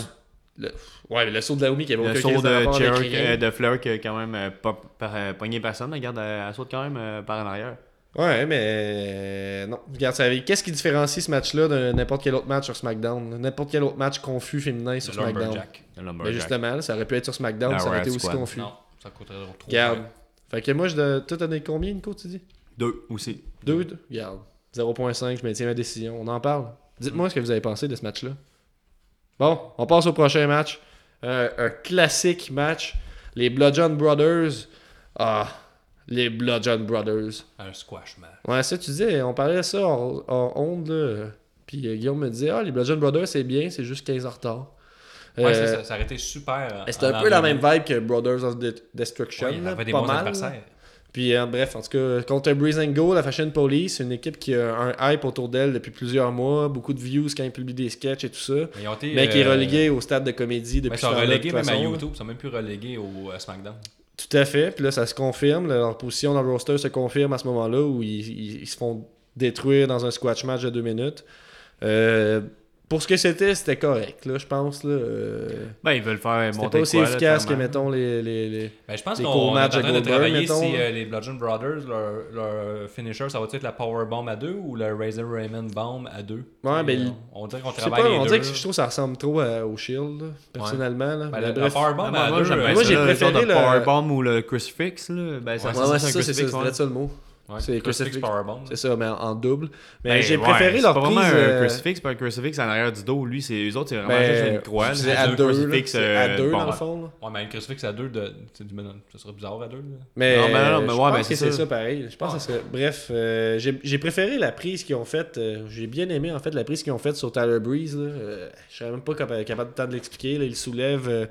C: Le... Ouais, mais le saut de Naomi qui avait
B: Le
C: aucun
B: saut
C: crise de
B: de,
C: rapport
B: Cher-
C: avec rien.
B: euh, de Flair qui a quand même euh, pas par- euh, pogné personne. Regarde, elle elle saute quand même euh, par en arrière.
C: Ouais, mais euh, non. Regarde, ça- qu'est-ce qui différencie ce match-là de n'importe quel autre match sur SmackDown là? N'importe quel autre match confus féminin sur
D: Le
C: SmackDown.
D: Lumberjack.
B: Le
C: Mais
B: Lumberjack.
C: Ben, justement, là, ça aurait pu être sur SmackDown,
B: La
C: ça aurait
B: Riot
C: été aussi
B: Squad.
C: confus.
D: Non, ça coûterait trop.
C: Regarde.
D: cher.
C: Fait que moi, je donne- toi, t'as donné combien, Nico, tu dis
B: Deux aussi.
C: Deux, deux? Regarde. 0.5, je maintiens ma décision. On en parle. Dites-moi ce que vous avez pensé de ce match-là. Bon, on passe au prochain match. Euh, un classique match. Les Bludgeon Brothers. Ah, les Bludgeon Brothers.
D: Un squash match.
C: Ouais, ça, tu disais, on parlait ça en, en ondes, là. Puis euh, Guillaume me disait, ah, les Bludgeon Brothers, c'est bien, c'est juste 15 heures retard.
D: Ouais,
C: Euh,
D: c'est ça, ça aurait été super. euh,
C: mais c'est un peu la même vibe que Brothers of De- Destruction.
D: chose. Il y
C: là,
D: avait des
C: pas
D: bons
C: mal.
D: adversaires.
C: Puis euh, bref, en tout cas, contre Breeze and Go, la Fashion Police, une équipe qui a un hype autour d'elle depuis plusieurs mois, beaucoup de views quand ils publient des sketchs et tout ça,
D: Mais ils ont été,
C: mais qui est
D: euh,
C: relégué au stade de comédie
D: Mais
C: depuis
D: ils sont
C: ce temps-là, de
D: relégués
C: toute
D: même à
C: façon, là.
D: YouTube. Ils sont même plus relégués au euh, SmackDown.
C: Tout à fait. Puis là, ça se confirme. là, Leur position dans le roster se confirme à ce moment-là où ils, ils- ils se font détruire dans un squash match de deux minutes. Euh, pour ce que c'était, c'était correct, là, je pense. Là. Euh,
B: Ben, ils veulent faire
C: c'était
B: monter
C: pas aussi
B: quoi, là,
C: efficace que,
B: clairement.
C: mettons, les. les, les-
D: Ben, je pense
C: Des
D: qu'on
C: courts
D: on est en
C: matchs à
D: train de
C: Goldberg,
D: travailler
C: mettons,
D: si
C: là.
D: euh, les Bludgeon Brothers, leur, leur finisher, ça va être la Powerbomb à deux ou le Razor Raymond Bomb à deux.
C: Ouais, ben,
D: Et, euh,
C: il-
D: on dirait qu'on
C: Je sais
D: travaille
C: pas,
D: les
C: on
D: deux.
C: dirait que je trouve que ça ressemble trop à- au Shield, là, personnellement. là.
D: Ben,
C: Mais
D: la, la
C: bref.
B: Ah,
D: Powerbomb
B: moi,
D: à
B: moi,
D: deux.
B: j'aime
D: euh,
B: bien
C: moi,
B: ça,
C: j'ai
B: le
C: préféré
B: genre de
C: le-
B: Powerbomb ou le Crucifix. euh, Là. Ben,
C: Ouais,
B: ça
C: ouais,
B: ressemble à un
C: c'est ça, c'est ça,
B: Crucifix, ouais.
C: c'est ça le mot.
D: ouais,
C: c'est Crucifix.
D: Powerbomb.
C: C'est ça, mais en, en double. Mais
B: Ben,
C: j'ai
B: ouais,
C: préféré leur
B: C'est
C: prise.
B: pas vraiment un
C: euh,
B: crucifix, c'est pas un crucifix en arrière du dos. Lui, c'est eux autres, c'est vraiment
C: ben,
B: juste une croix. là.
C: c'est
B: C'est
C: à
B: un
C: deux, là,
B: crucifix,
C: c'est à
B: euh,
C: deux, dans
B: bon,
C: le fond. là.
D: Ouais, mais le Crucifix à deux, de, c'est du menon. Ça serait bizarre à deux. là.
C: Mais,
B: Non, mais non, mais
C: je
B: ouais,
C: pense
B: mais
C: que
B: c'est
C: c'est ça.
B: ça.
C: pareil. Je pense que ça serait- Bref, euh, j'ai j'ai préféré la prise qu'ils ont faite. euh, j'ai bien aimé en fait la prise qu'ils ont faite sur Tyler Breeze. là. Euh, je serais même pas capa- capable de temps de l'expliquer. là. Ils soulèvent euh,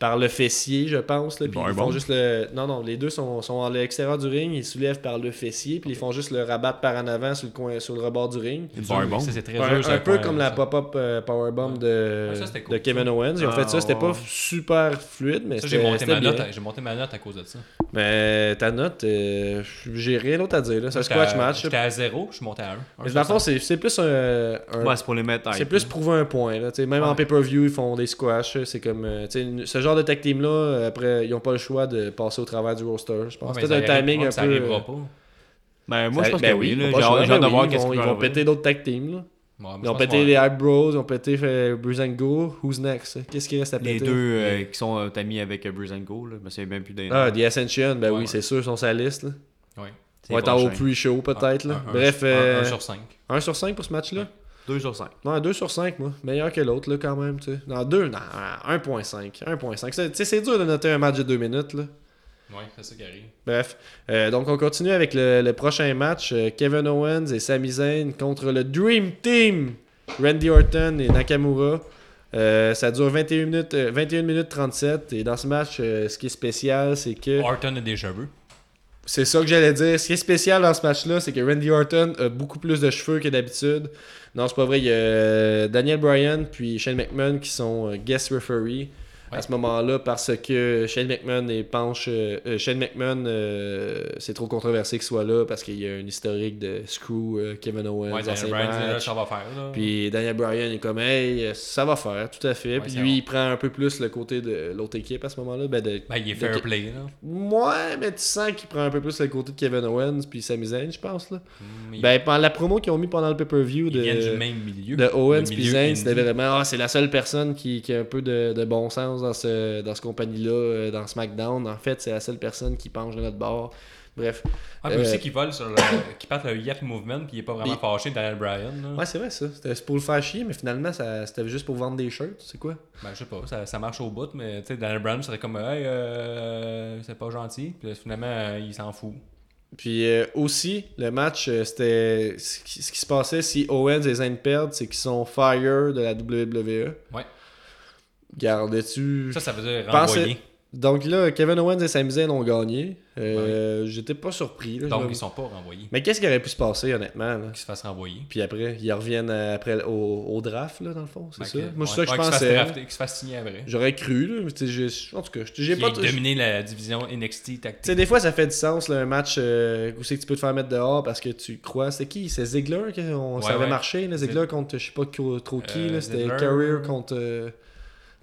C: par le fessier, je pense. là, puis
B: Bon,
C: ils
B: bon.
C: font juste le. Non, non, les deux sont, sont à l'extérieur du ring. Ils soulèvent par le fessier, puis ils font juste le rabattre par en avant sur le coin, sur le rebord du ring.
B: Une
D: Ça,
B: Powerbomb.
D: C'est c'est très
C: Un,
D: dur.
C: un
D: ça,
C: peu
D: ouais,
C: comme la
D: ça.
C: pop-up euh, powerbomb
D: Ouais.
C: de,
D: Ouais, ça, c'était cool,
C: de Kevin Owens. Ils ont
B: Ah,
C: fait ça, c'était
B: ouais,
C: pas
B: ouais.
C: super fluide, mais
D: Ça, j'ai
C: c'était-
D: monté
C: c'était
D: ma
C: bien.
D: note. J'ai monté ma note à cause de ça.
C: Mais Ben, ta note, euh, j'ai rien d'autre à dire. là. C'est un
D: J'étais
C: squash
D: à-
C: match.
D: J'étais
C: là.
D: à zéro, je suis monté à un.
C: Mais dans le fond, c'est c'est plus un. un-
B: Ouais, c'est pour les mettre
C: c'est
B: hype,
C: plus
B: là.
C: prouver un point. là. Tu sais, Même en
D: Ouais.
C: pay-per-view, ils font des squash. C'est comme. euh, tu sais, une- Ce genre de tag team-là, euh, après, ils n'ont pas le choix de passer au travers du roster. Je pense
D: Ouais,
C: que
D: mais
C: c'est
D: ça
C: un
D: arrive-
C: timing
D: ouais,
C: un
D: ça
C: peu. euh,
D: arrivera pas. Ouais,
B: Ben, moi, je pense que oui. là.
C: Ils
B: J'ai hâte- J'ai hâte de voir qu'est-ce
C: vont,
B: qu'ils
C: ils vont péter d'autres tag teams. là.
D: moi, je
C: Ils ont
D: pense qu'on
C: péter
D: va-
C: les Hype Bros, ils ont pété euh, Bruce and Go. Who's next hein? Qu'est-ce qui reste à péter
B: Les deux euh, qui sont euh, amis avec euh, Bruce and Go, là. Mais c'est même plus des.
C: Ah, The Ascension, ben
D: Ouais,
C: oui,
D: ouais.
C: c'est sûr, ils sont sur la liste. là.
D: Ouais.
B: C'est
C: Ils vont être en haut
B: prochain.
C: pre-show peut-être. là.
D: Un- un-
C: Bref,
D: un- un,
C: euh,
D: sur cinq.
C: 1 sur 5 pour ce match-là.
B: Deux sur cinq.
C: Non, 2 sur 5, moi. Meilleur que l'autre, là, quand même, tu sais. Non, 2, non, 1.5. 1.5. C'est- Tu sais, c'est dur de noter un match de 2 minutes, là.
D: Ouais, c'est ça qui arrive.
C: Bref. Euh, donc, on continue avec le, le prochain match. euh, Kevin Owens et Sami Zayn contre le Dream Team. Randy Orton et Nakamura. Euh, ça dure 21 minutes, euh, 21 minutes 37. Et dans ce match, euh, ce qui est spécial, c'est que...
D: Orton a des cheveux.
C: C'est ça que j'allais dire. Ce qui est spécial dans ce match-là, c'est que Randy Orton a beaucoup plus de cheveux que d'habitude. Non, c'est pas vrai. Il y a euh, Daniel Bryan puis Shane McMahon qui sont euh, guest referee.
D: Ouais.
C: à ce moment-là parce que Shane McMahon et penche. euh, euh, Shane McMahon, euh, c'est trop controversé qu'il soit là parce qu'il y a un historique de screw euh, Kevin Owens
D: Ouais,
C: dans
D: Daniel
C: ses
D: Bryan, c'est là,
C: matchs.
D: ça va faire. Là.
C: Puis Daniel Bryan est comme Hey, ça va faire, tout à fait.
D: Ouais,
C: Puis
D: ça
C: lui,
D: va.
C: il prend un peu plus le côté de l'autre équipe à ce moment-là. Ben, de-
D: ben, il est
C: de-
D: fair play. Là.
C: Ouais, mais tu sens qu'il prend un peu plus le côté de Kevin Owens puis Sami Zayn, je pense. Là.
D: Mm, il-
C: Ben, pendant la promo qu'ils ont mis pendant le pay-per-view
D: il vient du
C: de,
D: même milieu.
C: de Owens
D: Le
C: puis
D: milieu
C: Zayn,
D: indie.
C: c'était vraiment Ah, c'est la seule personne qui, qui a un peu de, de bon sens dans ce, dans ce compagnie-là, euh, dans SmackDown. En fait, c'est la seule personne qui penche de notre bord. Bref.
D: Ah, mais
C: Euh,
D: aussi qu'il vole sur le. qu'il parte le Yap Movement, puis il est pas vraiment
C: Il-
D: fâché de Daniel Bryan. Là.
C: Ouais, c'est vrai ça. C'était c'est pour le faire chier, mais finalement, ça- c'était juste pour vendre des shirts. C'est quoi
D: Ben, je sais pas, ça, ça marche au bout, mais tu sais, Daniel Bryan serait comme, hey, euh, c'est pas gentil. Puis là, finalement, euh, il s'en fout.
C: Puis euh, aussi, le match, euh, c'était ce qui, ce qui se passait si Owens et Zayn perdent, c'est qu'ils sont fire de la E. WWE.
D: Ouais.
C: Gardais-tu.
D: Ça, ça veut dire
C: Pensez-
D: renvoyer.
C: Donc là, Kevin Owens et Sami Zayn ont gagné. Euh, J'étais pas surpris. là, je
D: Donc,
C: l'avoue.
D: ils sont pas renvoyés.
C: Mais qu'est-ce qui aurait pu se passer, honnêtement là?
D: Qu'ils se fassent renvoyer.
C: Puis après, ils reviennent euh, après le- au, au draft, là, dans le fond, c'est
D: Ben,
C: ça?
D: que-
C: Moi, c'est ça
D: ouais,
C: que
D: ouais,
C: je
D: qu'ils se fassent
C: pensais. hein.
D: drafter, qu'ils se fassent signer après.
C: J'aurais cru, là. mais tu sais, j'ai- En tout cas, j'ai
D: J'ai
C: pas...
D: pas
C: Tu
D: dominé la division NXT
C: sais,
D: tactique.
C: des fois, ça fait du sens, là, un match euh, où c'est que tu peux te faire mettre dehors parce que tu crois... C'était qui? C'est Ziggler qu'on
D: Ouais,
C: savait
D: ouais.
C: marcher, là? Ziggler contre, je sais pas qui- trop qui,
D: Euh,
C: là. C'était
D: Ziggler.
C: Carrier contre... euh,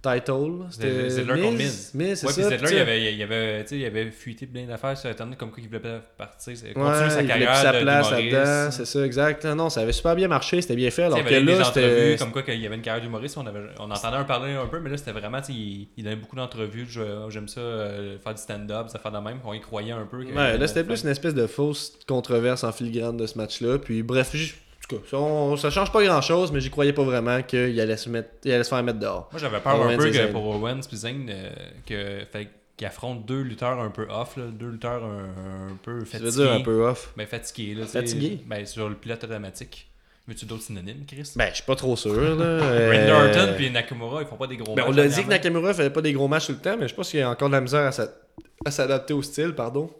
C: Title, là. c'était
D: Ziggler contre
C: Miz.
D: Miz.
C: Miz, c'est
D: Ouais, puis
C: ça.
D: Zedler,
C: Puis,
D: il avait, il, avait, tu sais, il avait fuité plein d'affaires sur Internet comme quoi il voulait pas partir. c'est-
C: Ouais,
D: Continuer sa
C: il voulait
D: carrière.
C: plus sa
D: de-
C: place
D: d'humoriste.
C: là-dedans, c'est ça, exact. Non, non, ça avait super bien marché, c'était bien fait.
D: Tu sais,
C: Alors
D: il
C: que
D: avait des
C: là,
D: entrevues
C: c'était.
D: comme quoi qu'il y avait une carrière d'humoriste, on, avait, on entendait un parler un peu, mais là c'était vraiment, tu sais, il, il donnait beaucoup d'entrevues, je- j'aime ça, euh, faire du stand-up, ça faire de même, on y croyait un peu. que-
C: Ouais, là, c'était plus une espèce de fausse controverse en filigrane de ce match-là. Puis, bref, j- en tout cas, ça, on- ça change pas grand-chose, mais j'y croyais pas vraiment qu'il allait, se mettre- il allait se faire mettre dehors.
D: Moi j'avais peur
C: Owens
D: un peu
C: et
D: que
C: Zayn.
D: pour Owens puis Zayn, euh, que, fait qu'ils affrontent deux lutteurs un peu off, là, deux lutteurs un, un peu
C: Ça
D: fatigués.
C: veut dire un peu off.
D: Ben, fatigués, là, tu sais,
C: Fatigués?
D: Ben, sur le pilote automatique. Mais tu d'autres synonymes, Chris?
C: Ben, je suis pas trop sûr, là. Euh,
D: Randy Orton puis Nakamura, ils font pas des gros
C: ben, on
D: matchs
C: l'a dit que
D: dernièrement.
C: Nakamura faisait pas des gros matchs tout le temps, mais je pense qu'il y a encore de la misère à s'a- à s'adapter au style, pardon.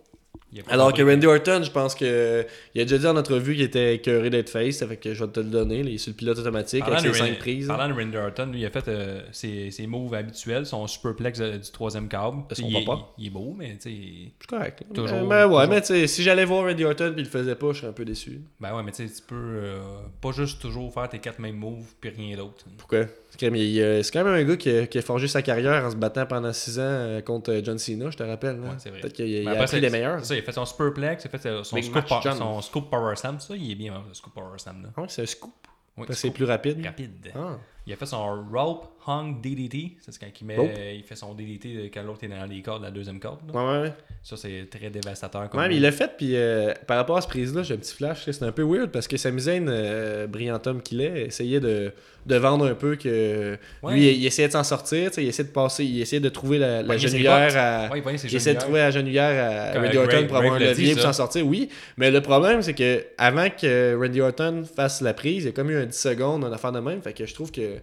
D: Il a pas
C: Alors que
D: compris.
C: Randy Orton, je pense que il a déjà dit en entrevue qu'il était écœuré d'être face, ça fait que je vais te le donner. là, il est sur le pilote automatique
D: Parlant
C: avec
D: de
C: ses
D: Randy-
C: cinq prises. là.
D: Parlant de Randy Orton, lui, il a fait euh, ses, ses moves habituels, son superplex euh, du troisième câble.
C: Est-ce
D: Puis
C: qu'on
D: il, est-
C: voit pas?
D: il est beau, mais tu sais.
C: C'est correct. là.
D: Toujours-
C: Euh, ben ouais,
D: toujours.
C: mais tu sais, si j'allais voir Randy Orton puis il le faisait pas, je serais un peu déçu.
D: Ben ouais, mais tu sais, tu peux euh, pas juste toujours faire tes quatre mêmes moves puis rien d'autre.
C: Pourquoi? C'est quand même- il, euh, c'est quand même un gars qui a, qui a forgé sa carrière en se battant pendant 6 ans euh, contre euh, John Cena, je te rappelle. là.
D: Ouais, c'est vrai.
C: Peut-être qu'il a- il
D: Mais
C: a
D: après,
C: appris
D: c'est-
C: les meilleurs.
D: c'est ça, il a fait son superplex, il a fait euh, son,
C: Big
D: scoop,
C: match,
D: par-
C: John.
D: son scoop power slam. Ça, il est bien, hein, le scoop power slam. Là.
C: Ah, c'est un scoop.
D: Oui,
C: parce que c'est
D: scoop
C: plus rapide.
D: rapide.
C: Ah.
D: Il a fait son rope hung DDT. Ça, C'est quand il, met, euh,
C: Rope.
D: il fait son DDT quand l'autre est dans les cordes, la deuxième corde. là.
C: Ouais, ouais, ouais.
D: Ça, c'est très dévastateur. Comme
C: Ouais, mais il l'a fait, puis euh, par rapport à ce prise-là, j'ai un petit flash, là, c'est un peu weird parce que Sami Zayn, euh, brillant homme qu'il est, essayait de, de vendre un peu que
D: Ouais.
C: lui, il, il essayait de s'en sortir, tu sais, il essayait de passer, il essayait de trouver la, la
D: Pogner ses
C: genouillère
D: bottes.
C: à.
D: Ouais, il voyait ses
C: Il essaie de
D: genouillères.
C: trouver la genouillère à euh,
D: Comme
C: Randy
D: Ray-
C: Orton pour
D: Ray
C: avoir un
D: l'a dit,
C: levier pour
D: ça.
C: s'en sortir, oui. Mais le problème, c'est que avant que Randy Orton fasse la prise, il y a comme eu un 10 secondes, en affaire de même. Fait que je trouve que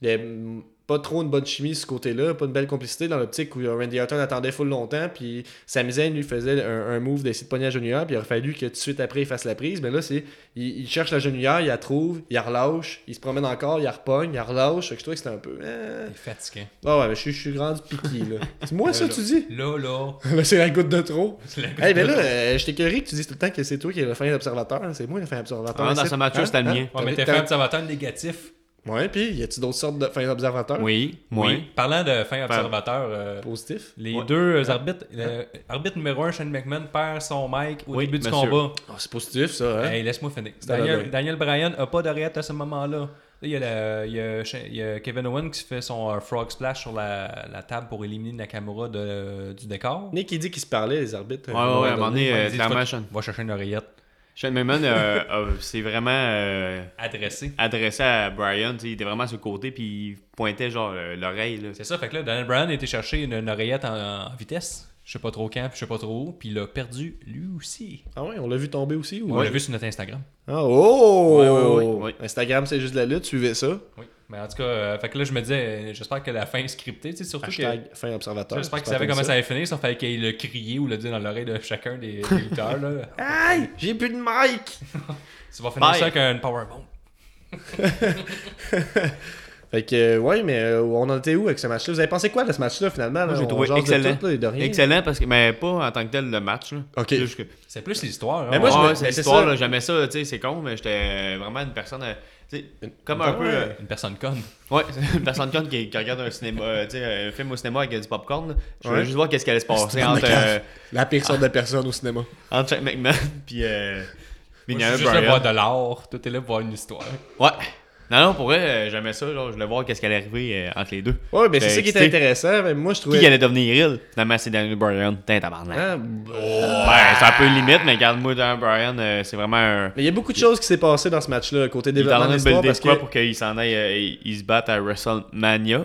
C: il y a mm, pas trop une bonne chimie ce côté-là, pas une belle complicité dans l'optique où Randy Orton attendait full longtemps, puis Sami Zayn lui faisait un, un move d'essayer de pogner la genouillère, puis il aurait fallu que tout de suite après il fasse la prise. Mais là, c'est il, il cherche la genouillère, il la trouve, il la relâche, il se promène encore, il la repogne, il la relâche. Fait que je trouvais que c'était un peu. euh,
D: Il est fatiguant.
C: Ah ouais, mais je, suis- je suis grand du piqué, là. C'est moi ça,
D: Là,
C: tu dis
D: Là, là.
C: Ben, C'est la goutte de trop.
D: c'est la
C: Hey, ben là, euh, je t'ai curé que tu dises tout le temps que c'est toi qui es le fin observateur. C'est moi le fin observateur.
B: Ah, dans
C: ici.
B: ce match-là,
C: Hein?
B: c'était le
C: Hein?
B: mien.
D: Ouais, mais t'es
C: T'as-
D: fin observateur négatif.
C: Ouais, puis y a-tu d'autres sortes de fins observateurs
B: Oui, moi.
D: Parlant de fin observateur, euh,
C: Positif.
D: les
B: Ouais.
D: deux arbitres, le arbitre numéro 1, Shane McMahon, perd son mic au
B: Oui,
D: début du
B: monsieur.
D: combat.
C: Ah, c'est positif, ça. Hein?
D: Hey, laisse-moi finir.
C: à la
D: Daniel,
C: date.
D: Daniel Bryan a pas d'oreillette à ce moment-là. Là, Il y, a le- il y a Sha- il y a Kevin Owen qui se fait son euh, frog splash sur la, la table pour éliminer Nakamura de- du décor.
C: Nick, il dit qu'il se parlait, les arbitres.
B: Ouais, ouais, ouais, à un moment donné, euh,
D: Il dit,
B: clairement,
D: Va-
B: Shane-
D: Va chercher une oreillette
B: Shane McMahon, euh, euh, c'est vraiment. euh,
D: adressée.
B: adressé à Brian, tu sais, il était vraiment à ce côté, puis il pointait genre euh, l'oreille. là.
D: C'est ça, fait que là, Daniel Bryan a été chercher une, une oreillette en, en vitesse. Je sais pas trop quand, puis je sais pas trop où, puis il l'a perdu lui aussi.
C: Ah ouais, on l'a vu tomber aussi. Ou...
D: On l'a vu sur notre Instagram.
C: Ah, oh!
B: Ouais, ouais, ouais, ouais.
C: Instagram, c'est juste de la lutte, suivez ça.
D: Oui. Mais en tout cas, euh, fait que là, je me disais, euh, j'espère que la fin est scriptée, tu sais, surtout que.
C: Hashtag fin observateur.
D: J'espère
C: Tu
D: qu'il savait
C: peux
D: comment
C: attendre
D: ça allait finir, sauf fait qu'il l'a crié ou l'a dit dans l'oreille de chacun des, des lutteurs. Là.
C: Aïe, j'ai plus de mic!
D: Tu vas finir
B: Bye.
D: ça avec une powerbomb.
C: Fait que, euh, ouais, mais euh, on en était où avec ce match-là Vous avez pensé quoi de ce match-là finalement là?
B: Moi, j'ai
C: On
B: trouvé
C: jase de
B: excellent.
C: tout, là, et de rien.
B: Excellent parce que, mais pas en tant que tel le match. Là.
C: Ok.
B: C'est juste que-
D: C'est plus l'histoire.
C: Mais
D: hein.
C: moi, je
B: Ah, Ouais,
C: me-
B: ouais, c'est
C: mais c'est
B: l'histoire,
C: ça.
B: là, j'aimais ça, tu sais, c'est con, mais j'étais euh, vraiment une personne, euh, tu sais, comme un
C: Ouais.
B: peu, euh,
D: Une personne conne.
B: ouais, une personne conne qui, qui regarde un cinéma, euh, tu sais, un film au cinéma avec du popcorn. là. Je voulais
C: Ouais.
B: juste voir qu'est-ce qui allait se passer
C: C'est dans
B: entre,
C: ma
B: euh,
C: cave. La pire sorte de personne au cinéma.
B: entre Chuck McMahon puis euh,
D: Moi,
B: Vinny
D: je suis juste là
B: Brian.
D: pour voir de l'art. Tout est là pour voir une histoire.
B: Ouais. Non, non, pour vrai, euh, j'aimais ça, genre, je voulais voir qu'est-ce qui allait arriver euh, entre les deux.
C: Ouais, mais c'est
B: J'étais
C: ça qui était
B: excité.
C: intéressant. Mais moi, je
B: Qui
C: trouvais.
B: allait devenir Hill? Finalement, c'est Daniel Bryan. T'es un tabarnak.
C: Ah, b-
B: Ouais, c'est un peu limite, mais regarde-moi, Daniel Bryan, euh, c'est vraiment un.
C: Mais il y a beaucoup de choses qui s'est passé dans ce match-là, côté
B: Il est en
C: développement
B: train
C: de
B: de
C: l'histoire,
B: builder
C: parce
B: quoi
C: que
B: pour qu'il s'en aille, euh, il- il se batte à WrestleMania.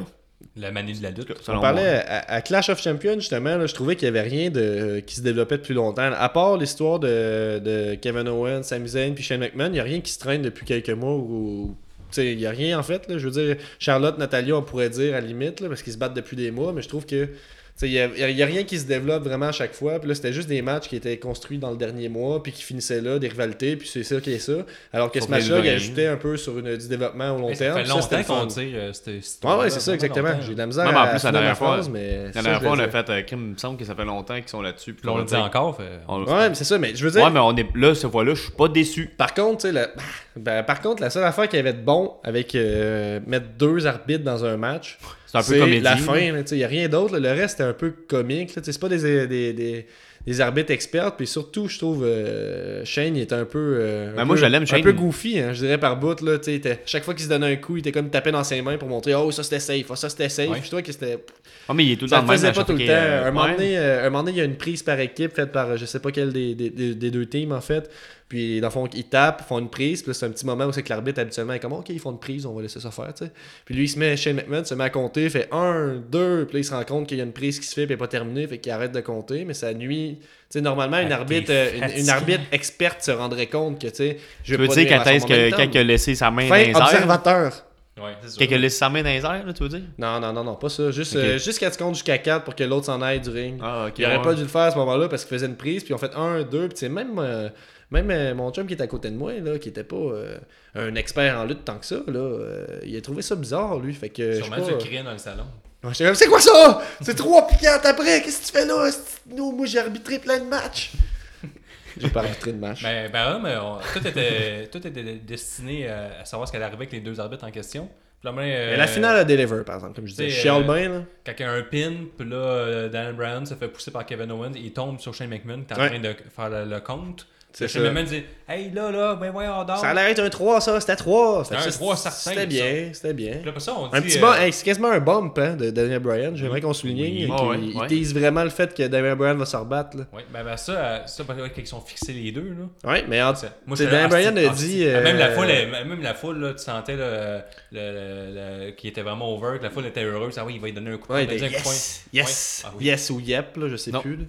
D: La manie de la lutte.
B: selon
C: On
B: moi.
C: parlait à, à Clash of Champions, justement, là, je trouvais qu'il n'y avait rien de, euh, qui se développait depuis longtemps. À part l'histoire de, de Kevin Owens, Sami Zayn puis Shane McMahon, il n'y a rien qui se traîne depuis quelques mois. ou- tu sais, Il n'y a rien, en fait. là. Je veux dire, Charlotte, Natalia, on pourrait dire à la limite, là, parce qu'ils se battent depuis des mois, mais je trouve que tu sais, il n'y a, il y a- il y a rien qui se développe vraiment à chaque fois. Puis là, c'était juste des matchs qui étaient construits dans le dernier mois, puis qui finissaient là, des rivalités, puis c'est ça qui est ça. Alors que
B: Sauf
C: ce match-là, il
B: les
C: ajoutait un peu sur une, du développement au long
D: Mais Ça
C: terme.
D: fait
C: puis ça, c'était
D: longtemps
C: le fun.
D: qu'on tire euh, cette
C: Ah Ouais,
D: histoire.
C: ouais, c'est ça, exactement. J'ai de la misère
B: Non, mais en
C: à
B: plus, la
C: finir ma
B: dernière fois-
C: phrase, mais
B: La
C: ça,
B: dernière
C: je
B: fois, on
C: le
B: a
C: dis.
B: fait. euh, crime, il me semble que ça fait longtemps qu'ils sont là-dessus. puis
D: Puis on le dit encore. fait-
B: On le-
C: Ouais, mais c'est ça, mais je veux dire.
B: Ouais, mais on est là, cette fois-là, je suis pas déçu.
C: Par contre, tu sais, la... ben, par contre, la seule affaire qui avait de bon avec euh, mettre deux arbitres dans un match,
B: C'est un peu
C: c'est
B: comédie.
C: la fin. Il n'y a rien d'autre. là. Le reste, c'était un peu comique. là. Tu sais, C'est pas des, des, des, des arbitres experts. Puis surtout, je trouve euh, Shane il était un peu. euh, un
B: Ben, moi,
C: peu-
B: je l'aime, Shane.
C: Un peu goofy, hein, je dirais, par bout. Là, Tu sais, il était- chaque fois qu'il se donnait un coup, il était comme tapé dans ses mains pour montrer Oh, ça c'était safe, oh, ça c'était safe.
D: Ouais.
C: Je trouvais que c'était.
B: Ouais, Ah, mais il est tout le
C: Ça
B: temps
C: le
B: de même.
C: faisait
B: à
C: pas
B: chaque
C: tout le
B: fois
C: temps.
B: qu'il est-
C: un, moment
B: Ouais.
C: donné, euh, un moment donné, il y a une prise par équipe faite par euh, je sais pas quel des, des, des- des deux teams en fait. Puis dans le fond, ils tapent, font une prise. Puis là, c'est un petit moment où c'est que l'arbitre habituellement est comme OK, ils font une prise, on va laisser ça faire. tu sais. Puis lui, il se met, Shane McMahon se met à compter, fait 1, 2. Puis là, il se rend compte qu'il y a une prise qui se fait, puis elle est pas terminée, fait qu'il arrête de compter. Mais ça nuit. Tu sais, normalement, une
D: Ah,
C: arbitre,
D: t'es
C: euh, une, une
D: fatigué.
C: arbitre experte se rendrait compte que tu sais, je
B: Tu
C: veux
B: veux
C: pas
B: dire,
C: dire
B: quand
C: à son
B: est-ce que
C: momentum.
B: quelqu'un a laissé sa main dans
C: Fin
B: les airs
C: observateur.
D: Ouais, c'est sûr.
B: Quelqu'un a laissé sa main dans les airs, là, tu veux dire
C: Non, non, non, non, pas ça. Juste,
B: Ok.
C: euh, juste qu'elle se compte jusqu'à 4 pour que l'autre s'en aille du ring.
B: Ah, ok.
C: Il aurait
B: ouais.
C: pas dû le faire à ce moment-là parce qu'il faisait une prise, puis on fait un, deux, puis tu sais, même, euh, même euh, mon chum qui est à côté de moi, là, qui était pas euh, un expert en lutte tant que ça, là, euh, il a trouvé ça bizarre, lui. Fait que. je sais
D: Sûrement
C: pas,
D: tu
C: euh,
D: criais dans le salon.
C: ouais, J'étais comme, c'est quoi ça C'est trois piquantes après, qu'est-ce que tu fais là Esti- Nous, moi, j'ai arbitré plein de matchs. j'ai pas arbitré de match.
D: Ben, ben ouais, mais on- tout, était, tout était destiné à, à savoir ce qui allait arriver avec les deux arbitres en question. Puis là, mais, euh,
C: Mais la finale a deliver, par exemple, comme je disais.
D: c'est,
C: Je chiale
D: euh,
C: bien, là.
D: Quand il y a un pin, puis là, euh, Daniel Bryan se fait pousser par Kevin Owens, il tombe sur Shane McMahon qui est en
C: Ouais.
D: train de faire le, le compte.
C: C'est
D: Shane
C: ça.
D: McMahon dit Hey là, là, ben ouais, on dort.
C: Ça allait être un 3, ça, c'était 3.
D: C'était un trois certain,
C: C'était bien, c'était bien.
D: Puis là, après ça, on
C: Un
D: dit,
C: petit
D: euh,
C: bump, hey, c'est quasiment un bump hein, de Daniel Bryan. J'aimerais qu'on souligne.
B: Oui.
C: qu'il-
B: Ah ouais,
C: il
B: ouais.
C: tease vraiment le fait que Daniel Bryan va se rebattre. Là.
D: Ouais, ben, ben ça, euh, ça, ben, ouais, quand ils sont fixés les deux, là.
C: Ouais, mais en...
D: C'est-
C: t'sais,
D: j'étais là,
C: Daniel
D: ah,
C: Bryan a
D: c'est-
C: dit.
D: ah, Même la
C: euh,
D: foule, elle- même la foule là, tu sentais là, le, le- le- qui était vraiment over, que la foule était heureuse. Ah oui, il va lui donner un coup.
C: Ouais,
D: il va lui
C: il
D: donner
C: était
D: un coup de
C: yes,
D: poing.
C: yes,
D: Ouais. Ah oui.
C: yes ou yep, là, je sais
B: Non.
C: plus. là.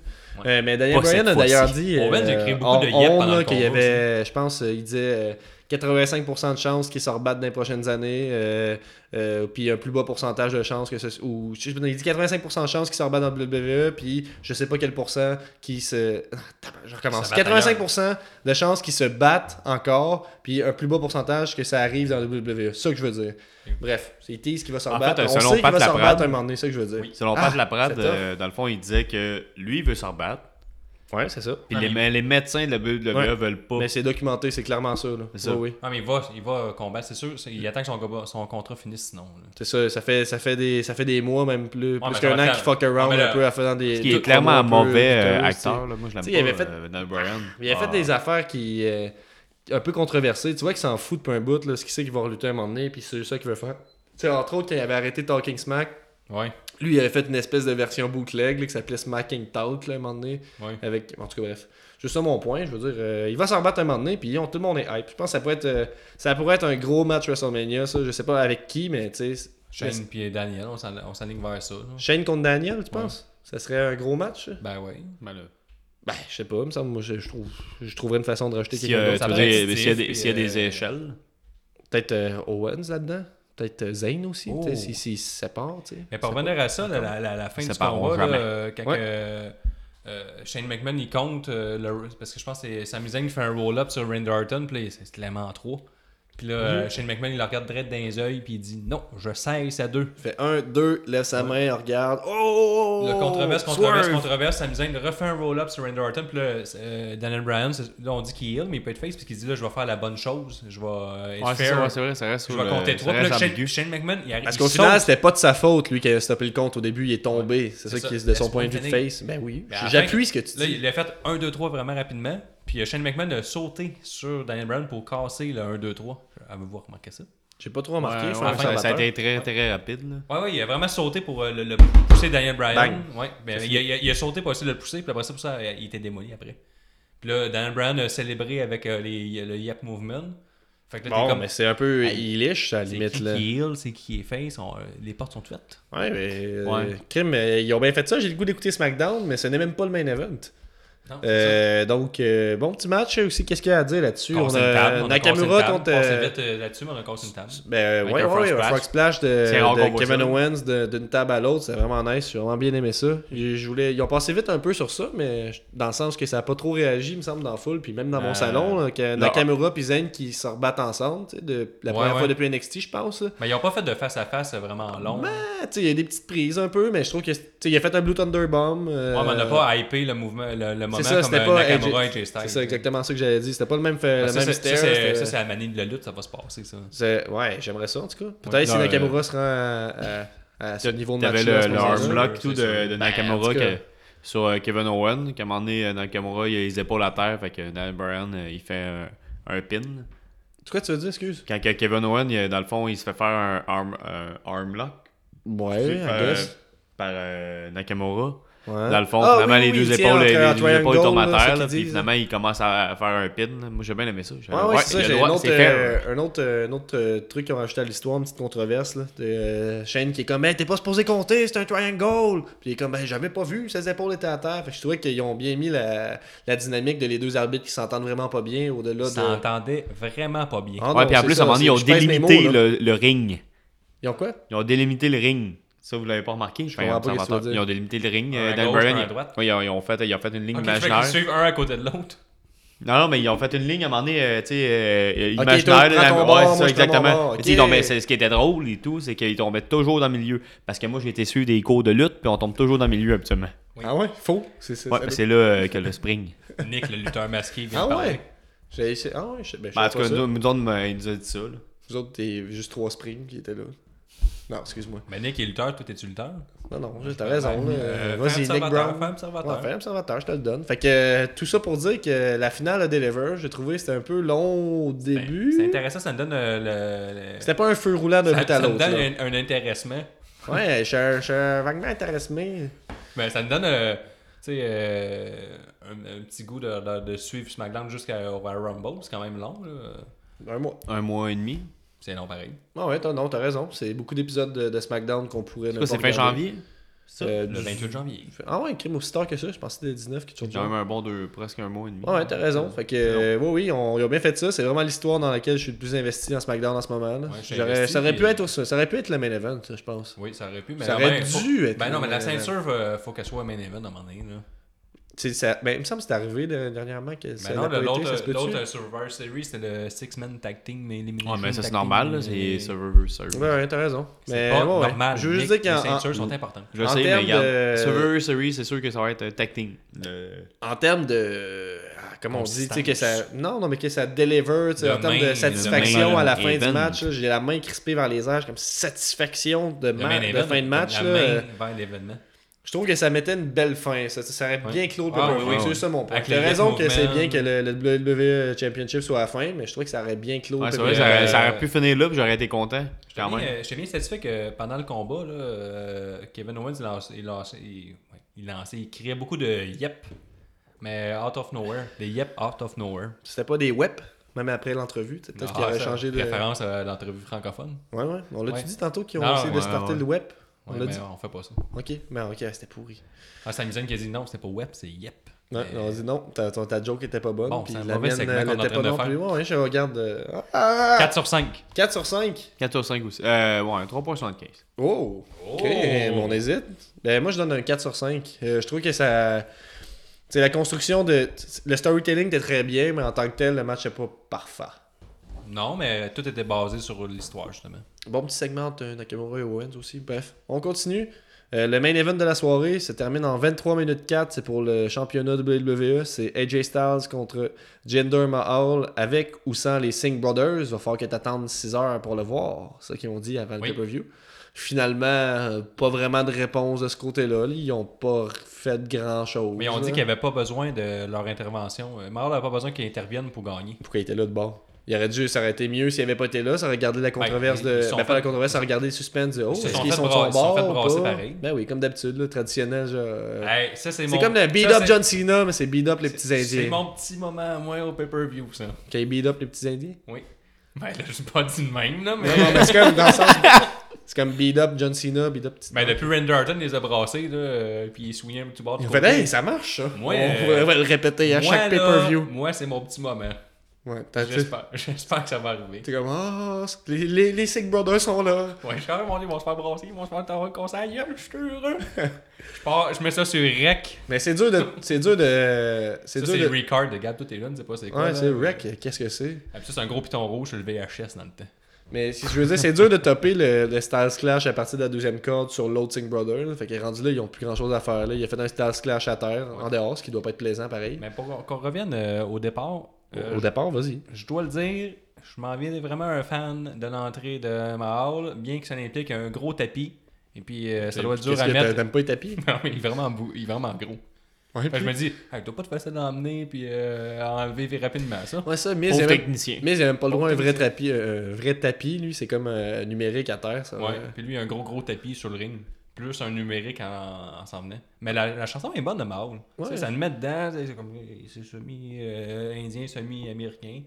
D: Ouais.
C: Euh, mais Daniel
B: Pas cette
C: Bryan a d'ailleurs
B: fois-ci.
C: dit.
D: On vient de
C: euh,
D: créer beaucoup
C: en-
D: de yep
C: en
D: pendant
C: ondes,
D: le
C: là, qu'il y
D: combat
C: avait, je pense, euh, il disait euh, 85% de chances qu'ils se rebattent dans les prochaines années, euh, euh, puis un plus bas pourcentage de chances que ce. Ou, je sais pas, il dit 85% de chances qu'ils se rebattent dans le WWE, puis je sais pas quel pourcent qui se. Ah, tabarnak, Je recommence.
D: Ça va
C: 85% de chances qu'ils se battent encore, puis un plus bas pourcentage que ça arrive dans le WWE. C'est ça que je veux dire. Bref, c'est Tease qui va se
B: En
C: rebattre.
D: euh,
B: fait,
C: On
B: selon
C: sait qu'il
B: Pat
C: va se
B: Laprade-
C: rebattre un moment donné, c'est ça que je veux dire.
D: Oui.
B: Selon
C: Ah,
B: Pat Laprade,
C: c'est tough.
B: euh, dans le fond, il disait que lui, il veut se rebattre.
C: Ouais, c'est ça.
B: Puis
D: Ah,
B: les, mais les médecins de la WWE
C: Ouais.
B: veulent pas.
C: Mais c'est documenté, c'est clairement ça. là.
B: C'est ça.
C: Oui, oui.
D: Ah, mais il va, il va combattre, c'est sûr. c'est- Il attend que son, combat- son contrat finisse sinon. là.
C: C'est ça, ça fait, ça fait, des, ça fait des mois, même plus,
D: mais
C: plus
D: ça
C: qu'un
D: va
C: an
D: être
C: qu'il fuck around
D: Ah, mais
C: un
D: le-
C: peu en faisant des.
B: Qui est
C: tout-
B: clairement un
C: un peu
B: mauvais euh,
C: douteux,
B: acteur. Là. Moi, je l'aime
C: Tu
B: pas.
C: sais, il avait fait-
B: euh, Daniel Bryan.
C: tu sais. Il a fait
B: Ah.
C: des affaires qui. euh, un peu controversées. Tu vois qu'il s'en fout de peu un bout, là, ce qu'il sait qu'il va relutter à un moment donné, puis c'est ça qu'il veut faire. Tu sais, entre autres, quand il avait arrêté Talking Smack,
D: Ouais,
C: lui, il avait fait une espèce de version bootleg là, qui s'appelait Smacking Talk, là, à un moment donné.
D: ouais.
C: Avec... En tout cas, bref. Juste ça mon point. Je veux dire, euh, il va s'en rebattre un moment donné, puis ils ont- tout le monde est hype. Je pense que ça pourrait être, euh, ça pourrait être un gros match WrestleMania, ça. Je sais pas avec qui, mais tu sais.
D: Shane puis Daniel, on s'en- on s'enligne vers ça. là.
C: Shane contre Daniel, tu penses Ça serait un gros match ça?
D: Ben ouais.
B: Ben là,
C: Ben, je sais pas, il me semble, moi, je, je trouve, je trouverais une façon de rajouter
B: Si,
C: quelqu'un
B: euh,
C: d'autre.
B: tu
D: ça
B: veux
D: va être
B: dire,
D: actif,
B: s'il y a des,
D: puis,
B: s'il y a des
D: euh,
B: échelles.
C: Peut-être euh, Owens là-dedans, peut-être euh, Zayn aussi,
D: Oh.
C: tu sais, s'il s'il se sépare, tu sais.
D: Mais pour revenir à ça, la, la- la- la fin
B: Ils
D: du
B: se parleront
D: combat, là,
B: jamais.
D: euh, quand
C: Ouais.
D: euh, euh, Shane McMahon il compte, euh, le- parce que je pense que c'est Sami Zayn qui fait un roll-up sur Randy Orton, puis là, c'est Clément 3. Puis là,
B: Mhm.
D: euh, Shane McMahon, il le regarde direct dans les yeux, puis il dit non, je cesse à deux.
C: Fait 1, 2, lève sa main, regarde. Oh!
D: Le controverse,
C: swerve.
D: controverse, controverse, Sami Zayn refait un roll-up sur Randy Orton, puis là, euh, Daniel Bryan, c'est- là, on dit qu'il est heal, mais il peut être face, parce qu'il dit là, je vais faire la bonne chose, je vais euh, être
B: Ouais, c'est
D: fair,
B: ça, ouais, c'est vrai, ça reste
D: je
B: sur
D: vais
B: le-
D: compter
B: ça
D: trois. Puis
B: reste
D: là, Shane,
B: ambigu.
D: Shane McMahon, il arrive.
C: Parce
D: il
C: qu'au
D: saute.
C: final, c'était pas de sa faute, lui, qui a stoppé le compte. Au début, il est tombé. C'est ça,
D: C'est ça.
C: qui est de son
D: Laisse-moi
C: point de vue de
D: finir.
C: face. Ben oui.
D: Mais à la
C: J'appuie ce
D: fin,
C: que tu
D: Là,
C: dis.
D: il a fait 1, 2, 3 vraiment rapidement. Puis euh, Shane McMahon a sauté sur Daniel Brown pour casser le 1, 2, 3. Elle veut voir remarquer ça.
C: J'ai pas trop remarqué.
B: Ouais,
C: c'est
B: ouais,
C: un
B: ça, ça a
C: observateur.
B: été très, très rapide. Là.
D: Ouais, ouais, il a vraiment sauté pour euh, le, le pousser Daniel Bryan.
C: Bang.
D: Ouais, mais il, a, il a- il a sauté pour essayer de le pousser, puis après ça, pour ça, il était démoli après. Puis là, Daniel Bryan a célébré avec euh, les- le Yap Movement. Fait que là,
C: Bon,
D: t'es comme.
C: mais c'est un peu
D: Hey,
C: illish, à la
D: C'est
C: limite.
D: qui
C: Là.
D: qui est heel, c'est qui est face, on- euh, les portes sont ouvertes.
C: Ouais, mais. euh,
B: Ouais.
C: Crime, euh, ils ont bien fait ça. J'ai le goût d'écouter SmackDown, mais ce n'est même pas le main event.
D: Non, Ah, c'est ça.
C: Euh, donc, euh, bon petit match euh, aussi. Qu'est-ce qu'il y a à dire là-dessus
D: Casse
C: On
D: une table,
C: a
D: on a cassé une
C: Nakamura
D: table.
C: contre.
D: On
C: euh,
D: s'est vite euh, là-dessus, mais on a cassé une table.
C: Ben
B: Avec
C: ouais,
B: un
C: ouais,
B: frog
C: un
B: splash.
C: frog splash de,
B: C'est rare
C: de
B: qu'on voit
C: Kevin
B: ça.
C: Owens de- d'une table à l'autre, c'est vraiment nice, j'ai vraiment bien aimé ça. Je, je voulais, ils ont passé vite un peu sur ça, mais je- dans le sens que ça a pas trop réagi, il me semble, dans la foule, puis même dans mon
B: Euh,
C: salon, là, que
B: non.
C: Nakamura puis Zayn qui se rebattent ensemble, tu sais, de, la
D: Ouais,
C: première
D: ouais.
C: fois depuis NXT, je pense. là.
D: Mais ils n'ont pas fait de face-à-face euh, vraiment long.
C: Ah, tu sais, il y a des petites prises un peu, mais je trouve que tu sais, il a fait un Blue Thunder Bomb. euh,
D: Ouais, mais on n'a pas hypé le mouvement, le, le moment
C: c'est ça,
D: comme
C: c'était
D: euh,
C: pas
D: Nakamura et
C: AJ
D: Jay Styles. Ben,
C: C'est ça, exactement ça que j'allais dire. C'était pas le même, fait,
D: Ça,
C: le
D: c'est-
C: même euh,
D: ça,
C: stare,
D: c'est
C: c'était-
D: ça, c'est la manie de la lutte, ça va se passer, ça.
C: c'est- Ouais, j'aimerais ça en tout cas. Peut-être
D: Ouais.
C: si
D: Non,
C: Nakamura se rend à, à- à ce niveau de match.
B: euh, T'avais le, le arm block et tout de,
D: C'est sûr.
B: de
C: en tout
B: Nakamura
C: cas.
B: que- sur euh, Kevin Owen. Qu'à un moment donné, euh, Nakamura, il a les épaules à terre. Fait que Daniel Bryan, euh, il fait un, un pin.
C: Quoi tu veux dire, excuse?
B: Quand que Kevin Owen, il, dans le fond, il se fait faire un arm, un arm lock
C: Ouais,
B: tu sais,
C: I
B: par,
C: guess.
B: par, euh, Nakamura.
C: Ouais.
B: Dans le fond,
C: Ah,
B: finalement,
C: oui,
B: les
C: oui,
B: deux
C: il tient
B: épaules,
C: entre
B: les,
C: un
B: les deux épaules
C: triangle,
B: tombent à
C: là, ce
B: terre.
C: qu'ils
B: là, puis
C: disent.
B: finalement, il commence à à faire un pin. Moi, j'ai bien aimé ça. J'ai-
C: Ouais, ouais, c'est ça.
B: il a
C: J'ai
B: le
C: un
B: droit,
C: autre,
B: c'est fair.
C: euh, un autre, euh, un autre euh, truc qu'on a ajouté à l'histoire, une petite controverse. Là, de, euh, Shane qui est comme, hey, t'es pas supposé compter, c'est un triangle. Puis il est comme, ben, j'avais pas vu, ses épaules étaient à terre. Fait que je trouvais qu'ils ont bien mis la, la dynamique de les deux arbitres qui s'entendent vraiment pas bien au-delà
D: Ça
C: de.
D: entendait vraiment pas bien.
C: Ah non,
B: Ouais, puis en
C: c'est
B: plus, à
C: ça,
B: un moment donné, ils ont
C: c'est- je pèse mes
B: délimité
C: mots, là.
B: le, le ring.
C: Ils ont quoi
B: Ils ont délimité le ring. Ça, vous l'avez pas remarqué? Je
C: comprends pas qu'est-ce que tu veux dire.
B: Ils ont délimité le ring.
D: Un
B: euh,
D: à
B: Dan
D: gauche,
B: Bryan,
D: un à
B: il-
D: droite.
B: ouais, ils, ont, ils ont fait, ils ont fait une ligne
D: Ok, tu fais qu'ils
B: imaginaire.
D: suivent un à côté de l'autre.
B: Non, non, mais ils ont fait une ligne à un moment donné, euh, tu sais, euh,
C: toi,
B: imaginaire.
C: prends
B: là,
C: ton
B: ouais,
C: bord, moi,
B: c'est
C: je
B: ça,
C: prends mon
B: exactement.
C: bord,
B: Tu sais, ils
C: ok.
B: tombaient- c'est- ce qui était drôle et tout, c'est qu'ils tombaient toujours dans le milieu. Parce que moi, j'ai été suivre des cours de lutte, puis on tombe toujours dans le milieu habituellement.
D: Oui.
C: Ah ouais, faux. C'est ça.
B: Ouais,
C: ça
B: ben,
C: doit-
B: c'est là euh, que le spring.
D: Nick, le lutteur masqué, vient
C: Ah
D: de parler.
C: ouais. J'ai essayé- Ah ouais, je ben, je
B: Ben, en
C: savais
B: tout cas,
C: pas ça.
B: nous, nous autres, ben, il nous a dit ça. là.
C: Vous autres, t'es juste trois springs qui étaient là. Non, excuse-moi.
D: Mais Nick est lutteur, toi t'es-tu lutteur?
C: Non, non, t'as raison. là.
D: Euh, fais
C: Vas-y, Nick
D: observateur,
C: Brown.
D: fais
C: Ouais,
D: observateur.
C: Fire Observateur, je te le donne. Fait que euh, tout ça pour dire que la finale à Deliver, j'ai trouvé que c'était un peu long au
D: Ben,
C: début.
D: C'est intéressant, ça me donne euh, le. le-
C: C'était pas un feu roulant d'un
D: ça,
C: bout à
D: ça me
C: l'autre.
D: donne
C: là.
D: un, un intéressement.
C: Ouais, je suis un- je suis un vaguement intéressé.
D: Mais ça me donne euh, tu sais, euh, un, un petit goût de, de, de suivre SmackDown jusqu'au Royal Rumble. C'est quand même long. là.
C: Un mois.
B: Un mois et demi.
D: C'est long pareil.
C: Ah ouais, t'as, non, t'as raison. C'est beaucoup d'épisodes de, de SmackDown qu'on pourrait ne
B: Quoi,
C: pas
B: c'est fin
C: regarder.
B: janvier? Ça?
C: Euh,
D: Le
C: du-
D: 28 janvier.
C: Ah ouais, un crime aussi tard que ça. Je pensais que c'était 19 qui tourne.
B: J'ai même un bon deux, presque un mois et demi.
C: Ah Ouais, t'as raison. Fait que, euh, oui, oui, on, ils ont bien fait ça. C'est vraiment l'histoire dans laquelle je suis le plus investi en SmackDown en ce moment. là.
D: Ouais, je suis
C: J'aurais,
D: investi,
C: ça, aurait pu
D: puis-
C: être, ça aurait pu être le main event, ça, je pense.
D: Oui, ça aurait pu, mais
C: Ça
D: là,
C: aurait
D: ben,
C: dû
D: faut-
C: être
D: Ben non, mais
C: un
D: la
C: main event.
D: ceinture, euh, faut qu'elle soit main event à un moment donné. Là.
C: C'est- ça- ben, il me semble que c'est arrivé de- dernièrement que ça
D: Mais non,
C: l'a pas
D: le-
C: été,
D: l'autre
C: ça se
D: euh,
C: peut-tu?
D: l'autre, euh, Survivor Series, c'était le Six-Man Tag Team Elimination.
B: Ouais, mais ça, c'est
D: Tag
B: normal,
D: Team,
B: là, c'est
D: euh,
B: Survivor Series.
C: Ouais, ouais, t'as raison.
D: C'est
C: Mais
D: pas
C: ouais, ouais.
D: normal.
C: Je veux juste
D: Nick,
C: dire
D: Les
C: qu'en
D: ceintures sont importantes.
B: Je
C: En
B: sais, mais
C: termes
B: regarde,
C: de-
B: Survivor Series, c'est sûr que ça va être euh, tag team. Le-
C: en- en termes de. ah, Comment on dit, tu sais, que ça.
D: Consistance.
C: Non, non, mais que ça deliver, tu sais,
D: Le
C: en termes
D: main-
C: de
D: le
C: satisfaction
B: main
C: à la fin du
B: event.
C: match, là, j'ai la main crispée vers les airs, comme satisfaction de,
D: Le
C: ma-
D: main
C: de
D: event,
C: fin de match.
D: La
C: là, euh,
D: main vers l'événement.
C: Je trouve que ça mettait une belle fin. Ça, ça aurait
D: Ouais.
C: bien clos le
D: Ah,
C: pay-per-view.
D: oui,
C: C'est
B: oui.
C: ça mon point.
D: Avec
C: T'as
D: les
C: raison
D: Death
C: que c'est bien
D: Movement.
C: que le, le WWE Championship soit à la fin, mais je trouve que ça aurait bien clos
B: Ouais,
C: le
B: c'est vrai,
C: pay-per-view.
B: ça, aurait- ça
D: euh,
B: aurait pu finir là, puis j'aurais été content.
D: J'étais
B: Quand
D: bien,
B: même.
D: euh, j'étais bien satisfait que pendant le combat, là, euh, Kevin Owens, il lançait, il, lançait, il, ouais, il lançait, il criait beaucoup de yep, mais out of nowhere. Des yep out of nowhere.
C: C'était pas des web, même après l'entrevue. tu sais, Peut-être
D: Ah,
C: qu'il aurait
D: ça, euh,
C: changé de.
D: Référence à l'entrevue francophone.
C: Ouais, ouais. On l'a-tu
D: Ouais.
C: dit tantôt qu'ils ont
D: Non,
C: essayé de
B: ouais,
C: starter
B: ouais.
C: le web? On
D: Ouais,
C: l'a
D: mais
C: dit.
D: Ah, on fait pas ça.
C: Ok, mais ok, c'était pourri.
D: Ah, Sami Zayn qui a dit non, c'était pas web, c'est yep.
C: Ouais,
D: Mais-
C: on dit non, ta, ton- ta joke était pas bonne.
D: Bon,
C: puis
D: c'est un
C: la
D: mauvais
C: mienne
D: segment
C: euh,
D: qu'on est en
C: l'était
D: train
C: pas
D: de
C: non
D: faire.
C: plus. Ouais, ouais, je regarde. euh, ah, ah, ah,
D: 4 sur 5.
C: 4 sur 5.
B: 4 sur 5 aussi. Euh, ouais, 3.75.
C: Oh, ok, mais on hésite. Ben, moi, je donne un 4 sur 5. Euh, je trouve que ça. C'est la construction de. Le storytelling était très bien, mais en tant que tel, le match n'est pas parfait.
D: Oh! Non, mais tout était basé sur l'histoire, justement.
C: Bon petit segment de Nakamura et Owens aussi. Bref, on continue. Euh, le main event de la soirée se termine en 23 minutes 4. C'est pour le championnat WWE. C'est AJ Styles contre Jinder Mahal avec ou sans les Singh Brothers. Il va falloir que tu attendes 6 heures pour le voir. C'est ce qu'ils ont dit avant
D: Oui.
C: le pay-per-view. Finalement, euh, pas vraiment de réponse de ce côté-là. là. Ils ont pas fait grand-chose.
D: Mais on
C: là.
D: dit qu'il n'y avait pas besoin de leur intervention. Euh, Mahal n'avait pas besoin qu'ils interviennent pour gagner.
C: Pourquoi il était là de bord Il aurait dû, ça aurait été mieux s'il avait pas été là. Ça aurait gardé la controverse
D: Ben, ils
C: de.
D: se sont
C: Ben, pas
D: fait-
C: la controverse, ça aurait gardé le suspense de. Oh,
D: se
C: est-ce
D: sont
C: qu'ils
D: fait
C: sont de
D: bras-
C: son
D: ils se sont
C: bord
D: fait
C: ou
D: brasser
C: pas?
D: pareil.
C: Ben oui, comme d'habitude, là, traditionnel. genre, euh,
D: Hey, ça, c'est
C: C'est
D: mon-
C: comme le
D: ça,
C: beat up
D: c'est-
C: John Cena, mais c'est beat up les
D: c'est-
C: petits Indiens.
D: C'est mon petit moment à moi au pay-per-view, ça.
C: Quand ils beat up les petits Indiens.
D: Oui. Ben là, je pas dit de même, là, mais.
C: Non, non, mais c'est comme dans le sens. C'est comme beat up John Cena, beat up petit.
D: Ben depuis Randy Orton, les a brassés, là, euh, puis ils souignaient un petit bord. de
C: Ils ont
D: côté.
C: fait, hey, ça marche, ça.
D: Moi,
C: on
D: euh,
C: va le répéter à
D: Moi,
C: chaque
D: là,
C: pay-per-view. Ben,
D: Moi, c'est mon petit moment.
C: Ouais, t'as- t'es
D: J'espère j'espère que ça va arriver.
C: t'es comme, ah, les, les, les Sick Brothers sont là.
D: Ouais, je mon ils vont se faire brasser, ils vont se faire t'avoir conseil, je suis heureux. je, pars- je mets ça sur Rec.
C: Mais c'est dur de. C'est dur de. C'est
D: Ça,
C: dur
D: c'est
C: de.
D: Ricard de Gab, tout est jeune, c'est pas c'est quoi.
C: Ouais,
D: là.
C: c'est Wreck, qu'est-ce que c'est?
D: Ah, puis ça, c'est un gros piton rouge sur le VHS dans le temps.
C: Mais si je veux dire, c'est dur de topper le, le Styles Clash à partir de la deuxième corde sur l'autre Singh Brother. là. Fait que rendu là, ils ont plus grand chose à faire. Là. Il a fait un Styles Clash à terre, en dehors, ce qui doit pas être plaisant pareil.
D: Mais pour qu'on- qu'on revienne euh, au départ, euh,
C: Au- Au départ, vas-y.
D: je dois le dire, je m'en viens vraiment un fan de l'entrée de Mahal, bien que ça implique un gros tapis. Et puis euh, ça doit être dur
C: Qu'est-ce
D: à
C: que t'a-
D: mettre.
C: T'aimes pas les tapis?
D: Non, mais il est vraiment, bou- il est vraiment gros.
C: Ouais,
D: Fait que je me dis, hey, dois pas te facile à l'emmener puis euh, à enlever rapidement ça.
C: ouais ça, Miz,
B: Pauvre
C: il a même-
B: technicien.
C: Miz, il a même pas le droit à un vrai tapis. euh, un vrai tapis, lui, c'est comme euh, numérique à terre. Ça,
D: Ouais,
C: euh.
D: puis lui, un gros gros tapis sur le ring. Plus un numérique en, en s'en venant. Mais la, la chanson est bonne de Maul. Tu sais,
C: Ouais.
D: Ça le met dedans, c'est c'est comme euh, c'est semi-indien, semi-américain.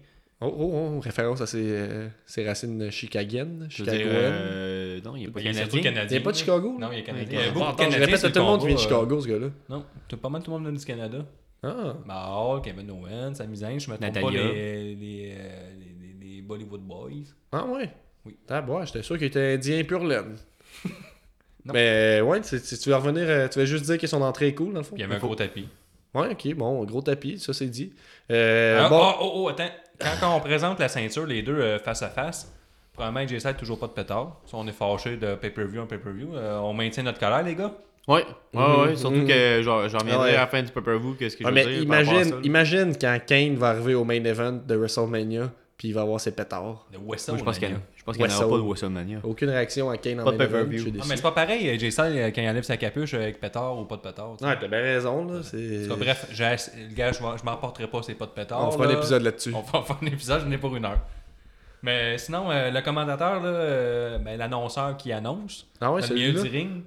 C: Oh, oh, oh, référence à ses, euh, ses racines chicagiennes,
B: Je veux dire,
C: chicagoennes.
B: euh, non, il est pas
D: Il est surtout
B: canadien.
D: canadien.
C: Il est pas de Chicago, Ah,
D: Non, il est canadien.
B: Il est
D: Il y
B: pas-
D: a beaucoup de
C: Attends, je
D: Canadiens
C: répète,
D: sur
C: tout le monde vient de
D: combat, euh,
C: Chicago, ce gars-là.
D: Non, t'as pas mal tout le monde vient du Canada.
C: Ah.
D: Maul, Kevin Owens, Sami Zayn, je me trompe pas,
B: Natalia.
D: les, les, euh, les- les- les Bollywood Boys.
C: Ah ouais?
D: Oui.
C: Tabois, j'étais sûr qu'il était indien pur laine.
D: Non.
C: Mais ouais, tu, tu- tu vas revenir, euh, tu vas juste dire que son entrée est cool dans le fond.
D: Puis il y avait un gros tapis.
C: Ouais, ok, bon, gros tapis, ça c'est dit. Euh,
D: Ah,
C: bon,
D: oh, oh, oh, attends. Quand, quand on présente la ceinture, les deux euh, face à face, probablement que a toujours pas de pétard. Si on est fâché de pay-per-view en pay-per-view, euh, on maintient notre colère, les gars.
B: Ouais, ouais, ouais.
C: Mhm,
B: Surtout
C: mhm.
B: que genre, j'en reviendrai
C: Ouais.
B: à la fin du pay-per-view, qu'est-ce que
C: ouais,
B: je veux
C: mais
B: dire. par rapport à
C: imagine,
B: ça, là.
C: imagine quand Kane va arriver au main event de WrestleMania, puis il va avoir ses pétards.
D: Le Wesson.
B: Moi, je pense qu'il y en a- je pense qu'il n'y en
C: Wessel.
B: aura pas de Wesselmania.
C: Aucune réaction à Kane en
B: Pas de
C: main event,
B: pay-per-view.
C: je suis
D: Ah,
C: déçu.
D: mais c'est pas pareil, euh, Jay Styles, euh, quand il enlève sa capuche euh, avec pétard ou pas de pétard. tu sais.
C: Ouais, Ah, t'as bien raison, là.
D: En
C: C'est...
D: tout cas, bref, j'ai ass- le gars, je m'en- je m'en porterai pas, c'est pas de pétard.
C: on fera
D: Ah, là.
C: un épisode là-dessus.
D: On va faire un épisode, je n'ai pour une heure. Mais sinon, euh, le commentateur, là, euh, ben, l'annonceur qui annonce,
C: Ah ouais,
D: dans le milieu
C: celui-là?
D: du ring,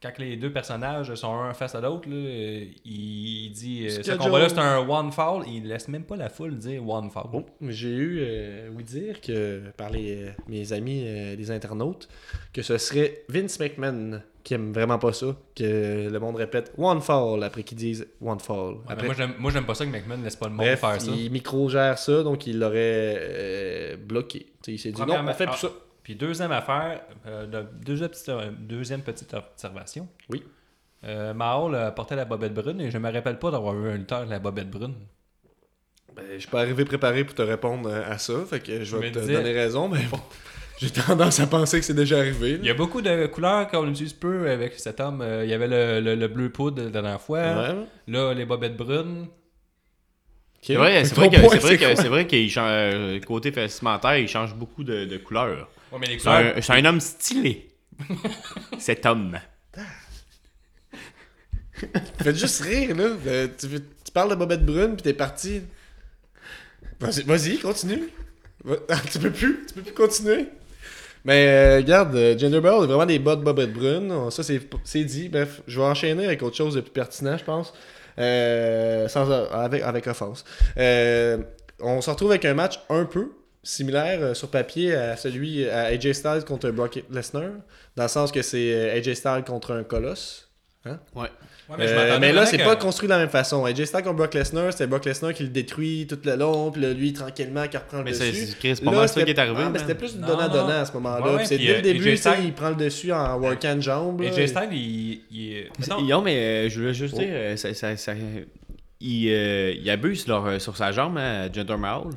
D: quand que les deux personnages sont un face à l'autre, là, euh, il dit euh, ce
C: Schedule.
D: combat-là, c'est un one fall. Il laisse même pas la foule dire one fall.
C: Bon, j'ai eu euh, oui dire que par les, euh, mes amis euh, les internautes que ce serait Vince McMahon qui aime vraiment pas ça que le monde répète one fall après qu'ils disent one fall.
D: Ouais, mais
C: Après,
D: moi, j'aime- moi, j'aime pas ça que McMahon laisse pas le monde
C: bref,
D: faire ça.
C: il micro gère ça donc il l'aurait euh, bloqué. Tu sais, il s'est dit non,
D: Premièrement-
C: on fait plus
D: ah,
C: ça.
D: Puis deuxième affaire, euh, de- deuxième, petite, euh, deuxième petite observation.
C: Oui.
D: Euh, Mahal euh, portait la bobette brune et je me rappelle pas d'avoir eu un lutteur de la bobette
C: Mm.
D: brune.
C: Ben, je suis pas arrivé préparé pour te répondre euh, à ça, fait que je
D: Je
C: vais
D: me
C: te
D: disais-
C: donner raison mais bon, j'ai tendance à penser que c'est déjà arrivé. là.
D: Il y a beaucoup de couleurs qu'on utilise peu avec cet homme. Euh, Il y avait le, le- le bleu poudre la dernière fois.
C: Ouais.
D: Là, les bobettes brunes.
B: C'est vrai, c'est vrai
C: Ton
B: que-
C: point,
B: c'est vrai
C: c'est
B: que
C: quoi?
B: c'est vrai qu'il change euh, côté vestimentaire, il change beaucoup de, de couleurs.
D: Ouais, mais les
B: C'est un, c'est un homme stylé. Cet homme.
C: Faites juste rire, là. Euh, tu, tu parles de Bobette Brune, puis t'es parti. Vas-y, vas-y, continue. Va- Ah, tu peux plus, tu peux plus continuer. Mais euh, regarde, euh, Gender Barrel est vraiment des bas de Bobette Brune. On- Ça, c'est c'est dit. Bref, je vais enchaîner avec autre chose de plus pertinent, je pense. Euh, sans, avec, avec offense. Euh, on se retrouve avec un match un peu similaire euh, sur papier à celui à AJ Styles contre Brock Lesnar. Dans le sens que c'est euh, AJ Styles contre un colosse.
B: Ouais.
D: je
C: Euh,
D: m'attendais
C: mais là,
D: vraiment
C: c'est
D: que-
C: pas construit de la même façon. AJ Styles contre Brock Lesnar, c'était Brock Lesnar qui le détruit tout le long, puis là, lui, tranquillement, qui reprend le
B: Mais c'est
C: dessus.
B: c'est- Chris, c'est pas
C: Là,
B: mal ça
C: c'était-
B: qui est arrivé.
C: ah,
B: man.
C: mais c'était plus du
D: Non,
C: donnant-donnant
D: non.
C: à ce moment-là.
D: Ouais, ouais,
C: Puis c'est
D: puis,
C: dès
D: euh,
C: le début,
D: AJ
C: tu sais,
D: Styles-
C: il prend le dessus en work and jambe. là.
D: AJ Styles, il. il est- Mettons,
B: Non, mais euh, je voulais juste
C: Oh.
B: dire, euh, ça, ça- ça- il, euh, il abuse leur- euh, sur sa jambe, hein, Gender Mahal.
D: Ouais,
C: ben,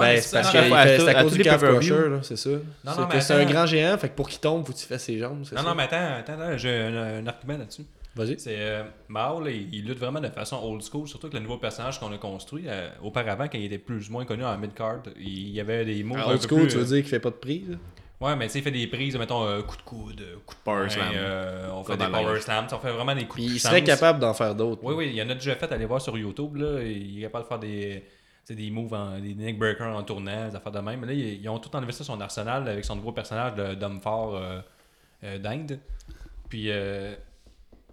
D: mais
C: c'est
D: c'est
C: parce
D: ça,
C: que
D: non,
B: mais-
C: fait- c'est
B: à tous
C: à cause du
B: les
C: calf
B: pay-per-view.
C: crusher, là, c'est ça.
D: non,
C: C'est
D: mais
C: que c'est un
D: attends.
C: grand géant, fait que pour qu'il tombe, faut que tu fasses ses jambes, c'est
D: Non,
C: ça?
D: non, mais attends, attends, attends, j'ai un, un argument là-dessus.
C: Vas-y.
D: C'est euh, Mao, là, il il lutte vraiment de façon old school, surtout que le nouveau personnage qu'on a construit euh, auparavant, quand il était plus ou moins connu en mid-card, il y avait des mots.
C: En Ah, old school, tu veux dire qu'il fait pas de prise?
D: euh, Ouais, mais tu sais, il fait des prises, mettons, euh, coup de coude, euh, coup de
B: Power
D: poing,
B: slam.
D: euh, on fait
B: Comme
D: des
B: à la
D: power
B: ligne.
D: slams, on fait vraiment des coups
C: Puis
D: de
C: il
D: puissance.
C: serait capable d'en faire d'autres.
D: Oui, oui, il y en a déjà fait, allez voir sur YouTube, là, il est capable de faire des, tu sais, des moves, en, des neck breakers en tournant, des affaires de même. Mais là, ils, ils ont tout enlevé ça son arsenal avec son nouveau personnage de- d'homme fort euh, euh, d'Inde. Puis, euh,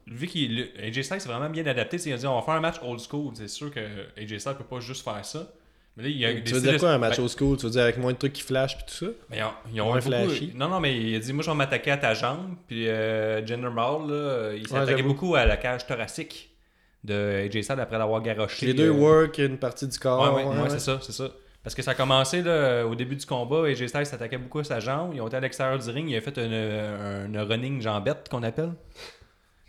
D: vu qu'il le- AJ Styles est vraiment bien adapté, tu sais, il a dit on va faire un match old school. C'est sûr que AJ Styles peut pas juste faire ça. Mais là, il y a
C: Tu veux
D: décidé
C: dire
D: de-
C: quoi, un match
D: Ben,
C: old school? Tu veux dire avec moins de trucs qui flashent puis tout ça?
D: mais ils ont, ils ont
C: Moins
D: eu beaucoup- euh,
C: flashy.
D: Non, non, mais il a dit Moi, je vais m'attaquer à ta jambe. Puis euh, Jinder Mahal, là, il s'est
C: Ouais,
D: attaqué
C: j'avoue.
D: beaucoup à la cage thoracique de AJ Styles après l'avoir garoché.
C: Les deux
D: euh,
C: work, une partie du
D: Ouais,
C: corps.
D: ouais,
C: ouais,
D: ouais,
C: ouais.
D: c'est ça, c'est ça. Parce que ça a commencé là, au début du combat. AJ Styles s'attaquait beaucoup à sa jambe. Ils ont été à l'extérieur du ring. Il a fait une, une running jambette qu'on appelle.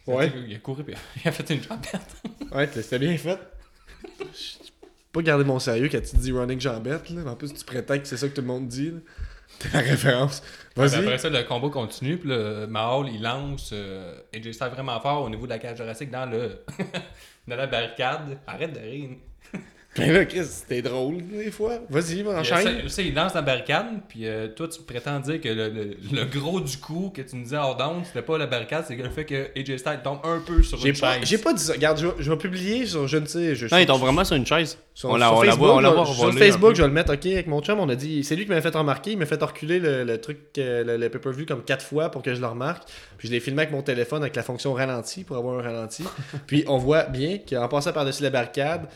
C: Ouais.
D: Il a couru puis il a fait une jambette.
C: Ouais, t- c'était bien fait. J'ai pas garder mon sérieux quand tu dis running jambette, là. En plus, tu prétends que c'est ça que tout le monde dit, là. T'es la référence.
D: Puis
C: Vas-y.
D: ben, Après ça, le combat continue. Puis le Mahal, il lance euh, AJ Styles vraiment fort au niveau de la cage thoracique dans, le... dans la barricade. Arrête de rire.
C: Mais Ben là, Chris, c'était drôle, des fois. Vas-y,
D: Puis, euh,
C: enchaîne.
D: ça- ça, il lance la barricade, puis euh, toi, tu prétends dire que le, le- le gros du coup que tu nous disais hors d'onde, c'était pas la barricade, c'est que le fait que AJ Styles tombe un peu sur
C: J'ai
D: une
C: pas,
D: chaise.
C: j'ai pas dit ça. Regarde, je vais, je vais publier sur, je ne sais, je
B: Non,
C: sur-
B: ils tombent vraiment sur une chaise.
C: sur-
B: on la,
C: sur
B: on la
C: Facebook,
B: voit, on la voit.
C: je-
B: on va
C: Sur
B: lire un
C: Facebook,
B: peu.
C: je vais le mettre, ok, avec mon chum, on a dit, c'est lui qui m'a fait remarquer, il m'a fait reculer le, le truc, euh, le, le pay-per-view comme quatre fois pour que je le remarque. Puis je l'ai filmé avec mon téléphone avec la fonction ralenti pour avoir un ralenti. Puis on voit bien qu'en passant par-dessus la barricade,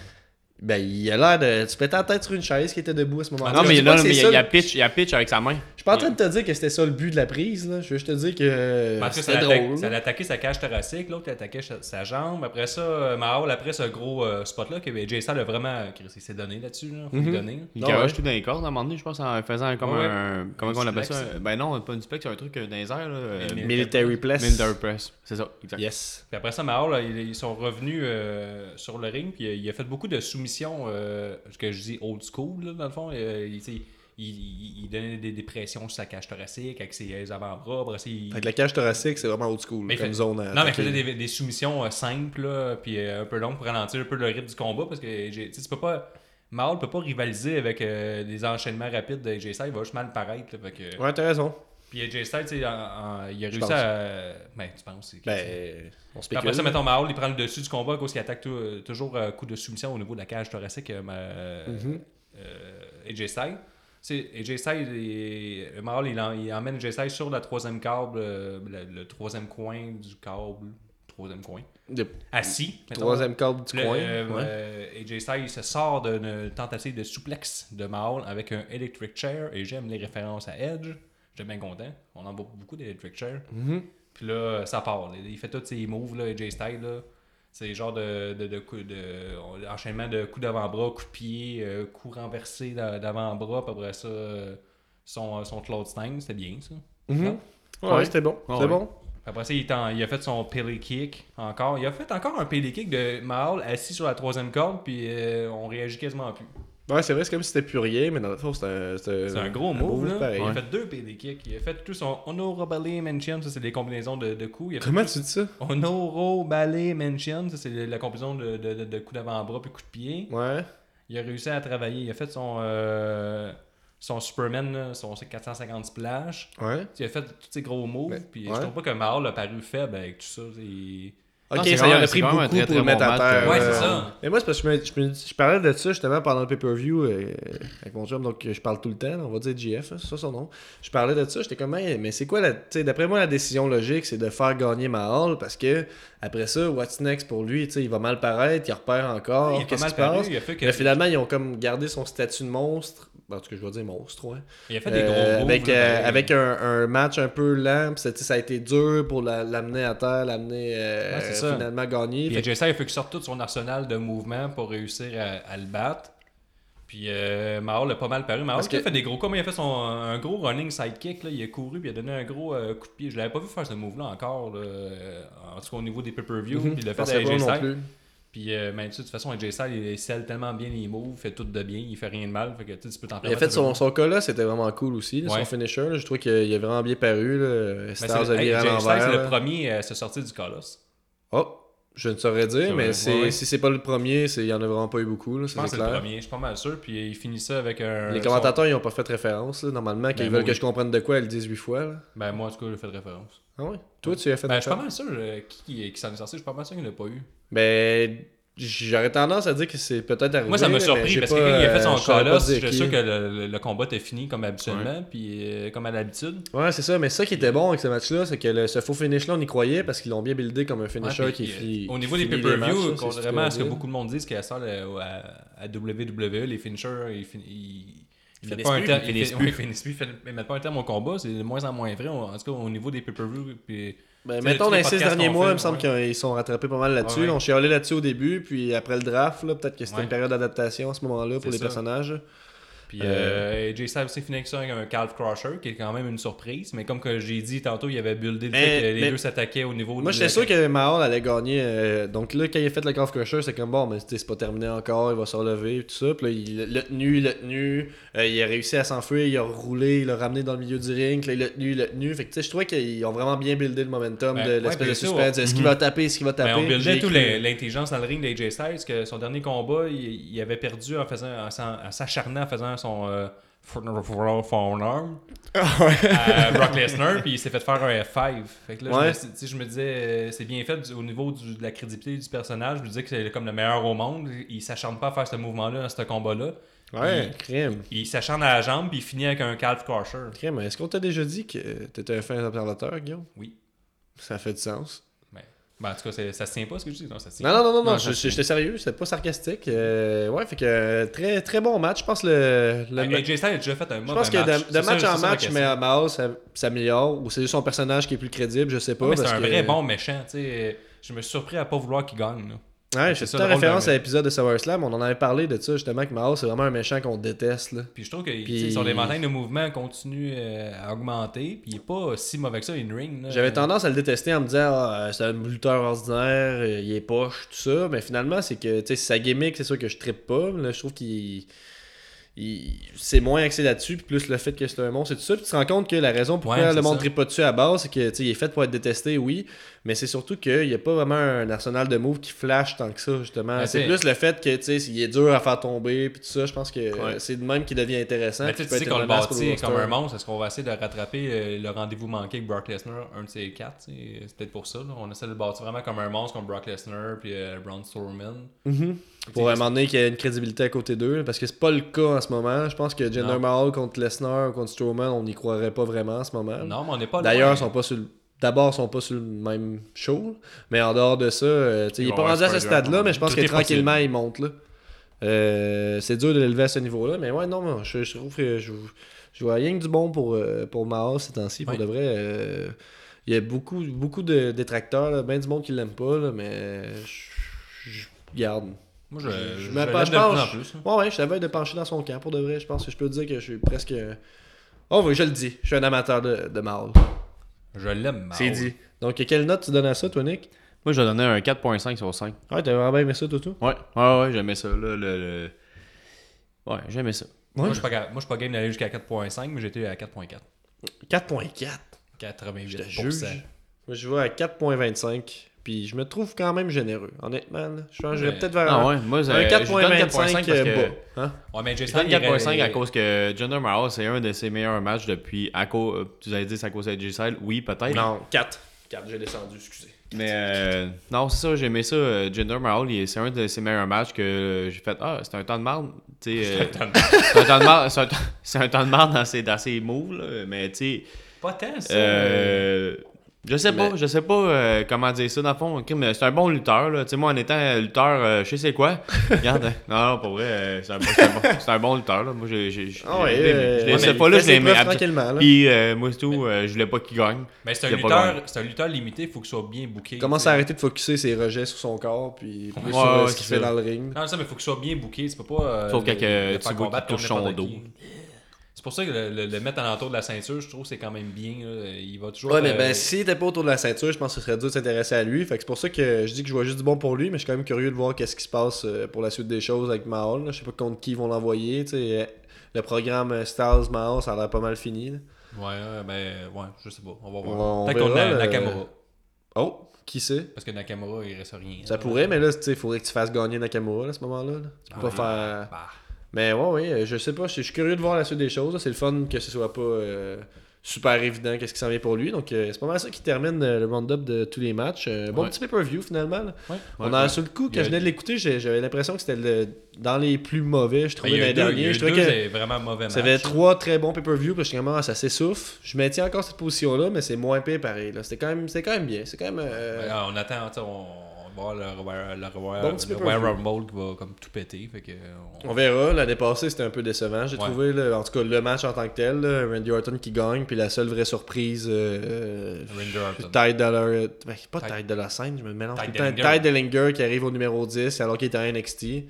C: ben il a l'air de se péter la tête sur une chaise qui était debout à ce moment-là.
B: Non, mais
C: Je dis
B: là,
C: pas que
B: mais il y
C: c'est ça
B: a- il y a
C: le-
B: pitch- il y a pitch avec sa main.
C: Je suis pas en train de te dire que c'était ça le but de la prise, là. Je veux juste te dire que euh,
D: Ben, en tout cas, ça
C: c'était
D: l'attaque-
C: drôle.
D: ça l'a attaqué sa cage thoracique, l'autre il attaquait sa, sa jambe. Après ça, euh, Mahal, après ce gros euh, spot-là, que AJ Styles a vraiment. euh, Chris, il s'est donné là-dessus, là. Faut lui
C: Mhm.
D: donner. là.
B: Il
C: Non,
B: garoche
C: ouais.
B: tout dans les cordes à un moment donné, je pense, en faisant comme
D: Ouais, ouais.
B: un. Comment
D: Un
B: on appelle ça
D: suplex.
B: Ben non, pas une spec, c'est un truc euh, dans les airs. Là, euh,
D: Mais-
C: Military Place.
B: Minder Press. C'est ça, exact.
C: Yes.
D: Puis après ça, Mahal, là, il- ils sont revenus euh, sur le ring, puis euh, il a fait beaucoup de soumissions, euh, ce que je dis old school, là, dans le fond. Euh, il, tu sais, il- il- il donnait des, des pressions sur sa cage thoracique, avec ses avant-bras. Après, ça, il-
C: Fait que la cage thoracique, c'est vraiment old school,
D: Mais il
C: comme
D: fait-
C: zone euh, à
D: Non, mais il
C: attaquer.
D: faisait des, des soumissions euh, simples, là, puis euh, un peu longues pour ralentir un peu le rythme du combat, parce que j'ai- tu sais, tu peux pas... Mahal peut pas rivaliser avec euh, les enchaînements rapides de AJ Styles, il va juste mal paraître. là, fait que-
C: Ouais, t'as raison.
D: Puis AJ Styles, tu sais, en- en- il a réussi
C: pense.
D: à... Ben, tu penses? c'est-
C: Ben, on
D: Puis
C: spécule.
D: après ça, mettons, Mahal, il prend le dessus du combat, à cause qu'il attaque tou- euh, toujours euh, coup de soumission au niveau de la cage thoracique. euh, ma- euh, euh, AJ Styles. Tu sais, AJ Styles, il- Mahal, il, en- il emmène AJ Styles sur la troisième câble, euh, le, le troisième coin du câble. Troisième coin.
C: Le
D: Assis. mettons.
C: troisième câble du
D: Le,
C: coin.
D: euh,
C: ouais.
D: euh, AJ Styles se sort d'une tentative de souplex de Mahal avec un electric chair et j'aime les références à Edge. J'étais bien content. On en voit beaucoup d'electric chair.
C: Mm-hmm.
D: Puis là, ça part. Il fait tous ses moves, là, AJ Styles. là. C'est genre de, de, de, coup- de- on- enchaînement de coups d'avant-bras, coups de pied, euh, coups renversés d'a- d'avant-bras. Puis après ça, euh, son, son Cloud Stein, c'était bien ça.
C: Mhm.
D: Non?
C: Ouais,
B: Ouais.
C: c'était bon.
B: Ouais,
C: c'était
B: ouais.
C: bon.
D: Après ça, il, est en- il a fait son Pele kick encore. Il a fait encore un Pele kick de Mahal assis sur la troisième corde, puis euh, on réagit quasiment plus.
C: Ouais, c'est vrai, c'est comme si c'était plus rien, mais dans le fond, c'était Euh, un,
D: C'est un gros move, là.
C: pareil.
D: Il a fait deux Pele kicks. Il a fait tout son Honoro Ballet Mention, ça c'est des combinaisons de, de coups. Il a fait
C: Comment tu dis ça?
D: Honoro Ballet Mention, ça c'est la combinaison de, de, de- de coups d'avant-bras puis coups de pied.
C: Ouais.
D: Il a réussi à travailler. Il a fait son, euh, son Superman, là, son 450 splash.
C: Ouais.
D: Il a fait tous ces gros moves,
C: Mais-
D: puis
C: ouais.
D: je trouve pas que Mahal a paru faible avec tout ça. Il-
C: Ok,
B: c'est
C: ça y en
B: vraiment-
C: a
B: c'est
C: pris
B: vraiment
C: beaucoup
B: un très,
C: pour
B: très
C: le mettre
B: bon
C: à
B: match,
C: terre.
B: euh,
D: Ouais,
C: euh,
D: c'est ça.
C: Mais moi, c'est parce que je, me- je me- je parlais de ça justement pendant le pay-per-view euh, avec mon chum, donc euh, je parle tout le temps, on va dire GF, hein, c'est ça son nom. Je parlais de ça, j'étais comme, Hey, mais c'est quoi la. tu sais, D'après moi, la décision logique, c'est de faire gagner Mahal parce que après ça, what's next pour lui, tu sais, il va mal paraître, il repère encore,
D: il a pas
C: Ah, qu'est-ce qui
D: mal
C: se passe.
D: paru. Il a fait, que-
C: Mais finalement, ils ont comme gardé son statut de monstre. ben, En tout cas, je vais dire monstre, ouais.
D: il a fait des gros
C: Euh,
D: moves.
C: avec,
D: là,
C: euh,
D: ben,
C: avec un, un match un peu lent, pis ça, tu sais, ça a été dur pour la- l'amener à terre, l'amener euh,
D: Ouais, c'est ça.
C: finalement gagner.
D: Puis
C: Fait que-
D: AJ Styles, il a fait qu'il sorte tout son arsenal de mouvements pour réussir à, à le battre. Puis euh, Mahal a pas mal paru. Mahal,
C: Parce
D: il a
C: que-
D: fait des gros coups. mais Il a fait son, un gros running sidekick. Là. Il a couru, puis il a donné un gros euh, coup de pied. Je l'avais pas vu faire ce move-là encore. là, euh, En tout cas, au niveau des pay-per-views.
C: Mhm.
D: Puis le
C: Je
D: fait
C: pensais
D: d'AJ
C: pas non
D: Styles.
C: plus.
D: Puis, euh, ben, tu sais, de toute façon, AJ Styles, il scelle tellement bien les moves, il fait tout de bien, il fait rien de mal. Fait que tu sais, tu peux t'en
C: Il a
D: permettre
C: fait
D: un peu
C: son, son cas là, c'était vraiment cool aussi, là,
D: Ouais.
C: son finisher. là. je trouve qu'il il a vraiment bien paru. Là.
D: Mais
C: Stars
D: c'est-
C: a
D: hey,
C: viré à
D: Jay Styles,
C: l'envers.
D: c'est le
C: là.
D: premier à se sortir du Colossus.
C: Oh, je ne saurais
B: C'est
C: dire,
B: vrai.
C: mais c'est-
B: Ouais, ouais.
C: si c'est pas le premier, c'est- il y en a vraiment pas eu beaucoup. Là,
D: Je
C: ça,
D: pense que
C: c'est
D: c'est le
C: clair.
D: premier, je suis pas mal sûr. Puis il finit ça avec un.
C: Les
D: son-
C: commentateurs, ils ont pas fait référence. là. Normalement, quand
D: Ben,
C: ils
D: moi,
C: veulent que
D: oui.
C: je comprenne de quoi, ils le disent huit fois. là.
D: Ben, moi, en tout cas, j'ai fait référence.
C: Ah ouais? Toi, tu as fait
D: Ben, je suis pas
C: référence?
D: mal sûr euh, qui, qui, qui s'en est sorti, je suis pas mal sûr qu'il l'a pas eu.
C: Ben, j'aurais tendance à dire que c'est peut-être arrivé.
D: Moi, ça m'a
C: Euh, mais
D: surpris
C: j'ai
D: parce
C: pas,
D: que quand il a fait
C: euh,
D: son
C: je saurais pas
D: Colossus,
C: dire
D: je suis
C: qui.
D: sûr que le, le- le combat était fini comme habituellement, puis euh, comme à l'habitude.
C: Ouais, c'est ça. Mais ça qui était bon avec ce match-là, c'est que le- ce faux finish-là, on y croyait parce qu'ils l'ont bien buildé comme un finisher
D: Ouais,
C: qui
D: puis, euh,
C: finit.
D: Au
C: qui
D: niveau des
C: finit les matchs,
D: pay-per-views,
C: là, c'est
D: contrairement à ce que
C: stupide.
D: beaucoup de monde disent qu'à ça, le- à, à WWE, les finishers, ils, fin- ils, ils mettent
B: finissent
D: pas un
B: plus,
D: terme-
B: ils
D: ils
B: finissent
D: fin-
B: plus.
D: ouais, ils finissent plus, ils fin- ils mettent pas un terme au combat, c'est de moins en moins vrai, en en tout cas au niveau des pay-per-views. puis-
C: Ben,
D: C'est
C: mettons,
D: le
C: dans les
D: tous les
C: six
D: podcasts
C: derniers
D: qu'on
C: mois,
D: fait,
C: il me semble qu'ils sont rattrapés pas mal là-dessus.
D: Ouais, ouais.
C: On chialait là-dessus au début, puis après le draft, là, peut-être que c'était
D: Ouais.
C: une période d'adaptation à ce moment-là
D: C'est
C: pour les
D: ça.
C: personnages.
D: Puis
C: Euh,
D: euh, AJ Styles aussi finit avec ça avec un Calf Crusher, qui est quand même une surprise, mais comme que j'ai dit tantôt, il avait buildé le
C: Mais-
D: fait que les
C: mais-
D: deux s'attaquaient au niveau
C: Moi,
D: de-
C: j'étais sûr que Mahal allait gagner. euh, donc là, quand il a fait le Calf Crusher, c'est comme bon, mais tu sais, c'est pas terminé encore, il va se relever, et tout ça. Puis là, il l'a tenu, il l'a tenu. euh, il a réussi à s'enfuir, il a roulé, il l'a ramené dans le milieu du ring. puis là, il l'a tenu, il l'a tenu. Fait que tu sais, je trouvais qu'ils ont vraiment bien buildé le momentum
D: Ben,
C: de
D: ouais,
C: l'espèce
D: puis
C: de
D: ça,
C: suspense.
D: on-
C: Est-ce qu'il va taper, est-ce qu'il va taper
D: Ben, on buildait
C: J'ai
D: tout
C: cru.
D: le- l'intelligence dans le ring d'AJ Styles, que son dernier combat, il, il avait perdu en, faisant, en, s'en- en s'acharnant en faisant son euh, forearm
C: Ah,
D: à Brock Lesnar, puis il s'est fait faire un F5. Fait que là,
C: Ouais.
D: je, me, suis- tu sais, je me disais, euh, c'est bien fait du- au niveau du- de la crédibilité du personnage. Je me disais que c'est comme le meilleur au monde. Il s'acharne pas à faire ce mouvement-là dans ce combat-là.
C: Ouais, crime.
D: Il s'acharne à la jambe, puis il finit avec un calf crusher.
C: Crème, est-ce qu'on t'a déjà dit que t'étais un fin observateur, Guillaume
D: Oui.
C: Ça fait du sens.
D: Ben, ben, en tout cas, c'est- ça se tient pas ce que je dis. Non, ça se tient.
C: Non, non, non, non, non,
D: Non,
C: je-
D: ça se
C: j'étais sérieux, c'était pas sarcastique. Euh, ouais, fait que euh, très, très bon match. Je pense le. le
D: Ben, AJ Styles a déjà fait
C: je
D: un
C: pense
D: mauvais
C: que
D: ben, match.
C: de, de
D: C'est ça-
C: match
D: c'est ça
C: en
D: ma
C: match,
D: question.
C: mais à Mahal ça- s'améliore, ou c'est juste son personnage qui est plus crédible, je sais pas.
D: Ouais, mais c'est
C: parce
D: un
C: que-
D: vrai bon méchant, tu sais. Je me suis surpris à pas vouloir qu'il gagne. là.
C: Ouais,
D: C'est
C: j'ai
D: ça,
C: tout en
D: le rôle
C: référence
D: d'un-
C: à l'épisode de SummerSlam, on en avait parlé de ça justement, que Mahal c'est vraiment un méchant qu'on déteste. Là.
D: Puis je trouve que tu
C: Puis-
D: sais, son éventail de mouvement continue euh, à augmenter. Puis il est pas si mauvais que ça, in ring. là.
C: J'avais tendance à le détester en me disant Ah, euh, c'est un lutteur ordinaire, euh, il est poche, tout ça. Mais finalement, c'est que tu sais, sa gimmick, c'est sûr que je trippe pas. mais Là, je trouve qu'il. il- C'est moins axé là-dessus, puis plus le fait que c'est un monstre et tout ça. Puis tu te rends compte que la raison pourquoi
D: Ouais, c'est
C: le monde
D: ça.
C: trippe pas dessus à base, c'est que tu sais, il est fait pour être détesté, oui, mais c'est surtout qu'il n'y a pas vraiment un arsenal de moves qui flash tant que ça, justement.
D: Ben,
C: c'est
D: c'est-
C: plus le fait que tu sais, il est dur à faire tomber, puis tout ça. Je pense que
B: Ouais.
C: euh, c'est de même qui devient intéressant.
D: Mais
C: puis
D: tu
C: peut
D: sais
C: être
D: qu'on
C: une
D: le
C: menace pour le
D: bâtit comme
C: roster.
D: un monstre. Est-ce qu'on va essayer de rattraper euh, le rendez-vous manqué avec Brock Lesnar, un de ces quatre tu sais, C'est peut-être pour ça. là. On essaie de le bâtir vraiment comme un monstre, comme Brock Lesnar, puis euh, Braun Strowman.
C: Mhm. Pour
D: T'sais,
C: un moment donné qu'il y ait une crédibilité à côté d'eux, parce que c'est pas le cas en ce moment. Je pense que Jinder
D: Non.
C: Mahal contre Lesnar ou contre Strowman, on n'y croirait pas vraiment en ce moment.
D: Non, mais on n'est pas
C: D'ailleurs, ils
D: loin.
C: sont pas sur le- D'abord, ils sont pas sur le même show, mais en dehors de ça, euh, t'sais,
B: Ils
C: il est
B: vont
C: pas
B: avoir
C: rendu à ce
B: Spider,
C: stade-là,
B: ouais.
C: mais je pense
D: Tout
C: que
D: est possible.
C: tranquillement, il monte. Là. Euh, c'est dur de l'élever à ce niveau-là, mais ouais, non, moi, je, je trouve que je, je vois rien que du bon pour, euh, pour Mahal ces temps-ci, pour
D: Ouais.
C: de vrai. euh, il y a beaucoup, beaucoup de détracteurs, là, ben du monde qui l'aime pas, là, mais je, je garde.
D: Moi, je,
C: Je- je
D: je
C: me
D: l'aime
C: penche-
D: de plus en
C: penche.
D: plus, hein. là.
C: Ouais, ouais, je t'avais de pencher dans son camp pour de vrai. Je pense que je peux dire que je suis presque. Oh, oui, je le dis. Je suis un amateur de, de Marl.
B: Ah,
D: Je l'aime, mal.
C: C'est dit. Donc, quelle note tu donnes à ça, toi, Nick
B: Moi, je vais donner un 4.5 sur 5.
C: Ouais, t'as vraiment bien aimé ça, Toto
B: Ouais, ouais, ouais, j'aimais ça. Là, le, le- Ouais, j'aimais ça.
D: Moi, je suis pas ga- moi, je suis pas game d'aller jusqu'à 4.5, mais j'étais à 4.4.
C: 4.4. Je te
D: 88%.
C: juge. Moi, je vois à 4.25. Puis, je me trouve quand même généreux. Honnêtement, là. je pense que je vais
D: Mais-
C: peut-être vers
B: Ah
C: un-
B: ouais, moi,
C: un
B: euh, je donne parce
C: 4.25
B: que-
C: euh, bas. Hein?
D: Ouais, mais Jay
B: Je donne
D: Styles, il aurait-
B: 4.5 à cause que Jinder Mahal, c'est un de ses meilleurs matchs depuis. À cause, euh, tu avais dit c'est à cause de AJ Styles. Oui, peut-être.
C: Non, 4. 4, j'ai descendu, excusez.
B: Mais euh, non, c'est ça, j'aimais ça. euh, Jinder Mahal, il- c'est un de ses meilleurs matchs que euh, j'ai fait. Ah, c'est un temps de marde. Tu sais, euh, c'est un temps de marde. c'est un temps- C'est un temps de marde dans ses, dans ses moves, là, mais tu sais.
D: Pas tant, ça.
B: Euh, je sais pas, je sais pas euh, comment dire ça dans le fond. Ok, mais c'est un bon lutteur, là. Tu sais, moi, en étant euh, lutteur, euh, je sais c'est quoi. Regarde, euh, non, non, pour vrai, euh, c'est un, bon- c'est un bon, c'est un bon lutteur, là. Moi, j'ai. j'ai- j'ai-
C: Ah ouais,
B: je l'ai aimé.
C: euh,
B: Je
C: ouais,
B: l'ai-
C: mais
B: cette
C: il
B: fois-là,
C: fait
B: je
C: ses
B: l'aimais.
C: preuves tranquillement, là.
B: Puis, euh, moi, c'est tout, euh, je voulais pas qu'il gagne.
D: Mais c'est un
B: Il a pas
D: lutteur,
B: gagné.
D: c'est un lutteur limité, il faut qu'il soit bien booké.
C: Il commence
D: tu
C: à
D: sais.
C: arrêter de focuser ses rejets sur son corps, puis plus
B: Ouais,
C: sur euh,
B: ouais,
C: ce qu'il
B: c'est
C: fait
B: ça.
C: dans le ring.
D: Non, ça, mais il faut qu'il soit bien booké, tu peux pas. euh,
B: Sauf quand
D: le-
B: que tu
D: le faire
B: vois qu'il
D: combattre
B: touche
D: contre
B: son
D: n'importe
B: dos.
D: qui. C'est pour ça que le, le- le mettre à l'entour de la ceinture, je trouve que c'est quand même bien. là. Il va toujours.
C: Ouais, mais
D: euh,
C: ben, s'il était pas autour de la ceinture, je pense que ce serait dur de s'intéresser à lui. Fait que c'est pour ça que je dis que je vois juste du bon pour lui, mais je suis quand même curieux de voir qu'est-ce qui se passe euh, pour la suite des choses avec Mahal. là. Je sais pas contre qui ils vont l'envoyer. tu sais, euh, Le programme euh, Stars Mahal, ça a l'air pas mal fini. là.
D: Ouais, euh, ben, ouais, je sais pas. On va
C: On
D: voir. Peut-être qu'on
C: verra,
D: a
C: le-
D: Nakamura.
C: Oh, qui sait
D: Parce que Nakamura, il reste rien.
C: Ça pourrait, mais là, tu sais, faudrait que tu fasses gagner Nakamura là, à ce moment-là. là. Tu peux
D: Ah,
C: pas faire.
D: Bah,
C: Mais ouais, ouais, euh, je sais pas. Je je suis curieux de voir la suite des choses. là. C'est le fun que ce soit pas euh, super évident qu'est-ce qui s'en vient pour lui. Donc euh, c'est pas mal ça qui termine euh, le round-up de tous les matchs. Euh, bon
B: Ouais.
C: petit pay-per-view finalement. là.
D: ouais.
C: On
B: Ouais,
C: a
B: ouais.
C: sur le coup,
D: Il y
C: quand
D: a-
C: je venais de l'écouter, j'ai- j'avais l'impression que c'était le- dans les plus mauvais. Je
D: Ben, il
C: trouvais
D: y a
C: l'année
D: eu deux, il y a
C: dernière.
D: eu
C: Je trouvais
D: deux,
C: que
D: c'est vraiment mauvais match.
C: ça avait trois très bons pay-per-view. Puis je commence ça s'essouffle. Je maintiens encore cette position-là, mais c'est moins pire pareil. là. C'était quand, même- c'était quand même bien. C'est quand même. euh,
D: Ben, on attend, tu sais, on, on va voir le, Royal- le, Royal-
C: Bon petit
D: le
C: pay-per-view.
D: Royal Rumble qui va comme tout péter. Fait que, euh, on-
C: On verra, l'année passée c'était un peu décevant, j'ai
D: Ouais.
C: trouvé, là, en tout cas le match en tant que tel, là, Randy Orton qui gagne, puis la seule vraie surprise, euh,
D: Randy Orton.
C: Tide de la... ben, pas
D: Ty-
C: Tide de la scène, je me mélange
D: Ty
C: tout le temps, Ty
D: Dillinger.
C: Dillinger qui arrive au numéro 10 alors qu'il était à NXT,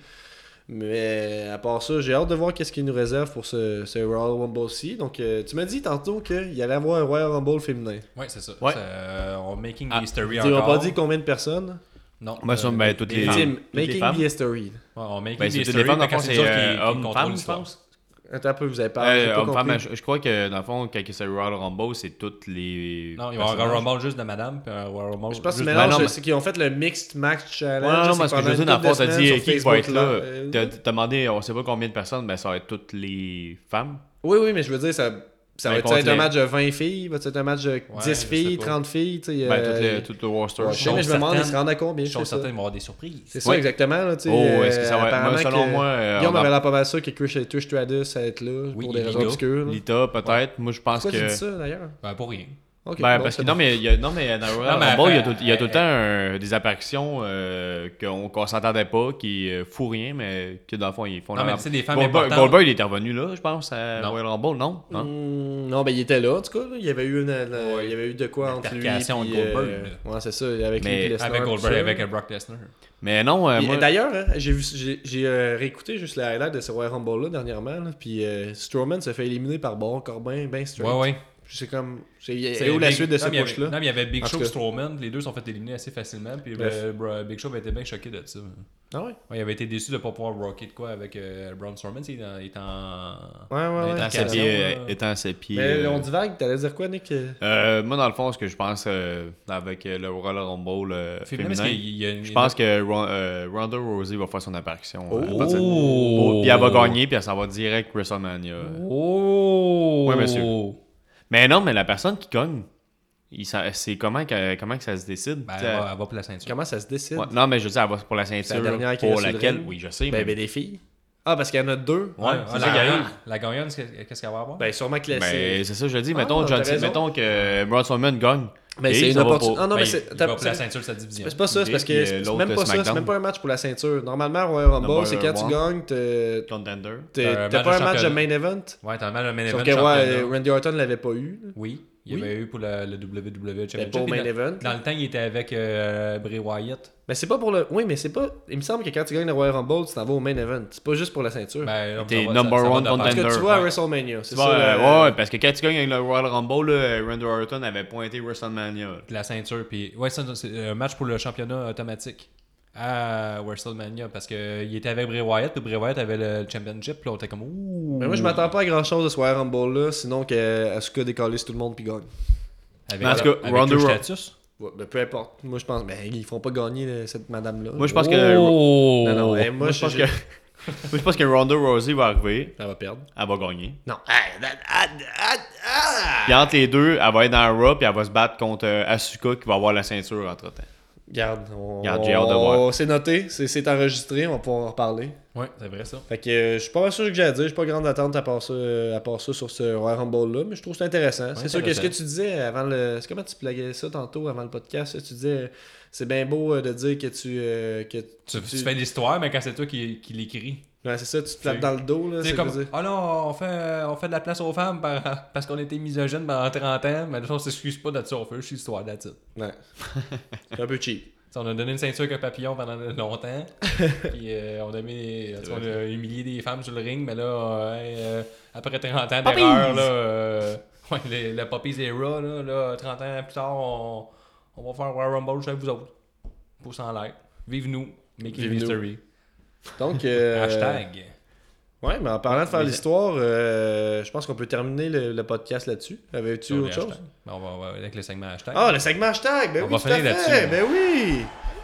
C: mais à part ça, j'ai hâte de voir qu'est-ce qu'il nous réserve pour ce, ce Royal Rumble-ci, donc euh, tu m'as dit tantôt qu'il y allait avoir un Royal Rumble féminin,
D: Ouais, c'est ça.
B: Ouais.
D: C'est, euh, on making
B: Ah,
D: history
C: tu
D: encore.
C: n'as pas dit combien de personnes,
D: Non.
C: Ah,
B: Moi, ça,
D: euh,
B: ben, toutes
D: des
B: les-
D: femmes.
B: femmes.
C: Tim,
B: Toutes les
C: making
B: femmes.
C: the history,
D: Ouais, on making
B: Ben, c'est
D: history,
B: toutes les femmes,
D: fait
B: dans le
D: que
B: fond,
D: c'est
B: c'est
D: eux qui-
B: euh,
D: qui
B: homme,
D: contrôlent
B: femme, je
D: l'histoire.
B: pense.
C: attends un peu, vous avez parlé, j'ai
B: Euh,
C: pas
B: homme, femme,
C: compris.
B: je, je crois que dans le fond, quand c'est le Royal Rumble, c'est toutes les.
D: Non, il va y avoir un
B: personnages.
D: Rumble juste de madame, puis un Royal Rumble.
C: Je pense que
D: juste
C: le
D: de-
B: Ben
C: mélange,
B: non, mais-
C: c'est qu'ils ont fait le Mixed Match Challenge.
B: Ouais,
C: c'est
B: non, parce que
C: pendant
B: je veux
C: une
B: dire, dans le
C: couple de
B: fond, t'as
C: semaines
B: dit euh,
C: sur
B: qui va être
C: Facebook euh,
B: là.
C: Live.
B: T'as t'as demandé, on sait pas combien de personnes, mais ça va être toutes les femmes.
C: Oui, oui, mais je veux dire, ça, ça
B: Ben,
C: va être,
B: contre
C: être un
B: les-
C: match de 20 filles, va être un match de 10
D: je
C: filles,
D: sais pas.
C: 30 filles. tu sais,
B: Ben,
C: euh,
B: toutes les- toutes les roster.
C: ouais, je sais,
D: Sont
C: mais je me demande, ils se
D: certaines-
C: rendent à combien.
D: Je
C: c'est
D: suis
C: ça.
D: certain qu'ils vont avoir des surprises.
C: C'est ça,
B: Oui.
C: exactement. Là, tu sais,
B: Oh, est-ce que
C: euh,
B: ça va être.
C: apparemment
B: Moi, selon
C: que
B: moi, euh,
C: Guillaume
B: on en-
C: avait l'air pas mal sûr que Chris et Trish Stratus, ça va être là,
D: Oui,
C: pour
D: et
C: des raisons
D: Lita.
C: obscures. là.
B: Lita, peut-être. Moi, je pense
C: Pourquoi tu
B: que.
C: dis ça, d'ailleurs?
D: Ben, pour rien.
C: Ok,
B: ben,
C: bon,
B: parce que
C: c'est
B: non,
C: bon.
B: mais il y a, non, mais dans Royal
D: Non, mais
B: Rumble, il y a
D: après,
B: tout, il y a tout le
D: euh,
B: temps un- des apparitions euh, qu'on qu'on s'entendait pas, qui euh, fout rien, mais que dans le fond, ils font
D: Non,
B: leur-
D: mais tu sais, des femmes
B: Goldberg,
D: importantes.
B: Goldberg, il était revenu là, je pense, à
D: Non.
B: Royal Rumble, non? Hein?
C: Hmm, Non, ben il était là, en tout cas. là. Il y avait eu, une, la- il y avait eu de quoi entre lui et
D: L'altercation avec Goldberg,
C: Ouais, c'est ça, avec
B: Mais
C: lui et Lesnar,
D: Avec
C: tout
D: Goldberg,
C: ça.
D: avec euh, Brock Lesnar.
B: Mais non, euh,
C: Puis,
B: moi,
C: euh, D'ailleurs, hein, j'ai vu- j'ai- j'ai, euh, réécouté juste la highlight de ce Royal Rumble là dernièrement. là, puis euh, Strowman se fait éliminer par Baron Corbin, ben straight.
D: Ouais, ouais.
C: Puis C'est comme. C'est et où la
D: Big-
C: suite de ce
D: non, mais il y avait-
C: push là
D: Non, mais il y avait Big
C: En tout
D: Show
C: cas.
D: et Strowman. Les deux sont fait éliminer assez facilement. Puis
C: Bref.
D: euh, bro- Big Show avait été bien choqué de ça. Ouais,
C: Ah ouais.
D: il avait été déçu de ne pas pouvoir rocker de quoi avec euh, Braun Strowman. Il est en- il est en.
C: Ouais, ouais,
D: Mais
C: ouais.
D: dans
B: étant
D: cette
B: ses
C: c'est
B: pieds.
D: occasion,
C: vrai.
B: euh,
D: euh,
B: étant ses pieds,
C: Mais
B: euh,
C: on divague, t'allais dire quoi, Nick
B: euh, moi, dans le fond, ce que je pense euh, avec euh, le Royal Rumble euh,
D: Féminin,
B: féminin,
D: parce qu'il y a une-
B: je pense que Ron- euh, Ronda Rousey va faire son apparition. euh, à partir de-
D: Oh!
B: Puis elle va gagner, puis elle s'en va direct WrestleMania.
D: Oh!
B: Ouais, monsieur. Mais non, mais la personne qui gagne, il s'en- c'est comment que, comment que ça se décide?
D: Ben,
B: tu
D: elle
B: sais,
D: va, elle va pour la ceinture.
C: Comment ça se décide
B: ouais, non, mais je veux dire, elle va pour la ceinture,
C: dernière qui
B: pour
C: reste sur le
B: laquelle,
C: ring.
B: oui, je sais,
C: Ben,
B: mais...
C: ben des filles. Ah, parce qu'il y en a deux.
B: ouais,
D: Ah,
B: c'est
D: la,
B: ça qui arrive.
D: la gagnante, qu'est- qu'est-ce qu'elle va avoir?
C: Ben sûrement que la-
B: Ben,
C: c'est-
B: c'est ça que je dis.
C: Ah,
B: Mettons,
C: t'as
B: John Cena-
C: raison.
B: mettons que euh, Braun Strowman gagne.
C: Mais
B: Et
C: c'est une
B: ça va
C: opportunité.
B: pour-
C: Ah non,
D: Ben,
C: mais
D: il
C: c'est.
D: va pour la
C: t'as-
D: ceinture de sa division.
C: Mais C'est pas ça, c'est parce que
B: Puis,
C: c'est
B: l'autre,
C: même pas ça, c'est
B: SmackDown.
C: même pas un match pour la ceinture. Normalement, Royal Rumble,
B: Number
C: c'est quand tu
B: one.
C: gagnes, t'es-
B: Contender.
D: T'as
C: t'es- t'as
D: un match
C: pas un
D: de
C: match de
D: championnat.
C: main event.
D: Ouais, t'as un match de main
C: Sauf
D: event
C: que ouais,
D: championnat.
C: Randy Orton l'avait pas eu. là.
D: Oui, il y
C: Oui.
D: avait eu pour le, le WWE Championship.
C: pas au
D: Puis
C: main
D: dans-
C: event.
D: Dans le temps, il était avec euh, Bray Wyatt.
C: Mais c'est pas pour le. Oui, mais c'est pas. Il me semble que quand tu gagnes le Royal Rumble, tu t'en vas au main event. C'est pas juste pour la ceinture.
D: Ben, là,
B: T'es
D: ça va-
B: number
D: ça- ça va
B: one
D: de pair.
B: contender.
C: Parce que tu
B: Thunder,
C: vois à
B: ouais.
C: WrestleMania, c'est
B: Ouais,
C: ça. euh, le-
B: euh, ouais, parce que quand tu gagnes avec le Royal Rumble, là, Randy Orton avait pointé WrestleMania.
D: La ceinture, puis. Ouais, ça, c'est euh, un match pour le championnat automatique à WrestleMania parce qu'il était avec Bray Wyatt, puis Bray Wyatt avait le championship, puis là, on était comme. Ouh!
C: Mais moi, je m'attends pas à grand chose de ce Royal Rumble là, sinon que Asuka décalisse tout le monde puis gagne.
D: Avec,
B: Mais en tout cas,
D: avec
B: Ronda
D: Trish
B: Ro-
D: Stratus.
C: Ouais, ben, peu importe. Moi, je pense, ben, ils feront pas gagner euh, cette madame là.
B: Moi, je pense que.
D: Oh!
C: Non, non, ouais,
B: Moi, je pense que.
C: j'ai-
B: Moi, je pense que Ronda Rousey va arriver.
C: Elle va perdre.
B: Elle va gagner.
C: Non. Hey, that- ah, ah, ah!
B: Puis entre les deux, elle va être dans Raw, puis elle va se battre contre euh, Asuka qui va avoir la ceinture entre temps.
C: Garde, on...
B: Garde, j'ai hâte de voir.
C: C'est noté, c'est- c'est enregistré, on va pouvoir en reparler.
D: Ouais, c'est vrai ça.
C: Fait que euh, je suis pas mal sûr que j'ai à dire, j'ai pas grande attente à part ça, euh, à part ça sur ce Royal Rumble là, mais je trouve ça intéressant. c'est sûr que ce que
D: intéressant.
C: tu disais avant le. C'est comment tu plaguais ça tantôt avant le podcast? Tu disais euh, c'est bien beau euh, de dire que tu. euh, que
D: Tu, tu fais l'histoire, mais quand c'est toi qui, qui l'écris.
C: Ouais, c'est ça, tu te tapes dans le dos là.
D: C'est
C: C'est
D: comme,
C: dire-
D: ah non, on fait, on fait de la place aux femmes par- parce qu'on était misogynes pendant 30 ans, mais là, on s'excuse pas d'être sur feu, je suis histoire d'être
C: Ouais. c'est un peu cheap.
D: T'sais, on a donné une ceinture avec un papillon pendant longtemps. puis euh, on, a mis- on a humilié des femmes sur le ring, mais là, euh, hey, euh, après 30 ans d'erreur, là, euh, ouais, le, le Poppies Era, là, là, 30 ans plus tard, on, on va faire War Rumble avec vous autres. Pouce en l'air. Vive nous. Making
C: Vive nous.
D: history.
C: Donc, euh,
D: Hashtag.
C: Ouais, mais en parlant de faire
D: Mais-
C: l'histoire, euh, je pense qu'on peut terminer le, le podcast là-dessus. Avais-tu
D: Sur les
C: autre chose?
D: hashtags. Ben, on va, on va avec le segment hashtag.
C: Ah, le segment hashtag! Ben
D: On
C: oui,
D: va
C: tout à
D: finir
C: fait!
D: là-dessus.
C: Ben oui!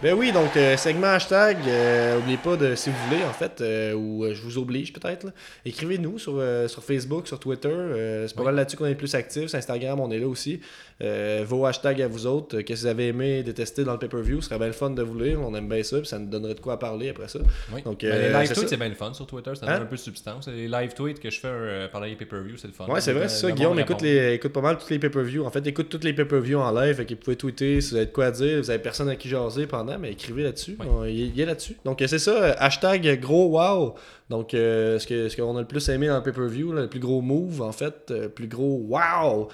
C: Ben oui, donc, euh, segment hashtag, euh, oubliez pas de, si vous voulez, en fait, euh, ou euh, je vous oblige peut-être, là, écrivez-nous sur, euh, sur Facebook, sur Twitter, euh, c'est pas
D: Oui.
C: mal là-dessus qu'on est le plus actif, sur Instagram, on est là aussi. Euh, vos hashtags à vous autres, euh, qu'est-ce que vous avez aimé, détesté dans le pay-per-view, ce serait bien le fun de vous lire, on aime bien ça, puis ça nous donnerait de quoi parler après ça.
D: Oui.
C: Donc,
D: Ben,
C: euh,
D: les live
C: c'est
D: tweets,
C: ça.
D: c'est bien le fun sur Twitter, ça
C: Hein?
D: donne un peu de substance. Les live tweets que je fais euh, pendant les pay-per-view, c'est le fun.
C: Ouais, c'est vrai,
D: Le-
C: c'est ça.
D: le
C: Guillaume
D: monde
C: écoute,
D: répond.
C: les, écoute pas mal toutes les pay-per-views. En fait, écoute toutes les pay-per-views en live. Fait que vous pouvez tweeter si vous avez de quoi dire. Vous avez personne à qui jaser pendant, mais écrivez là-dessus.
D: Ouais.
C: On- Il il est là-dessus. Donc, euh, c'est ça. euh, Hashtag gros wow. Donc, euh, ce que- ce qu'on a le plus aimé dans le pay-per-view, là, le plus gros move, en fait, euh, le plus gros wow.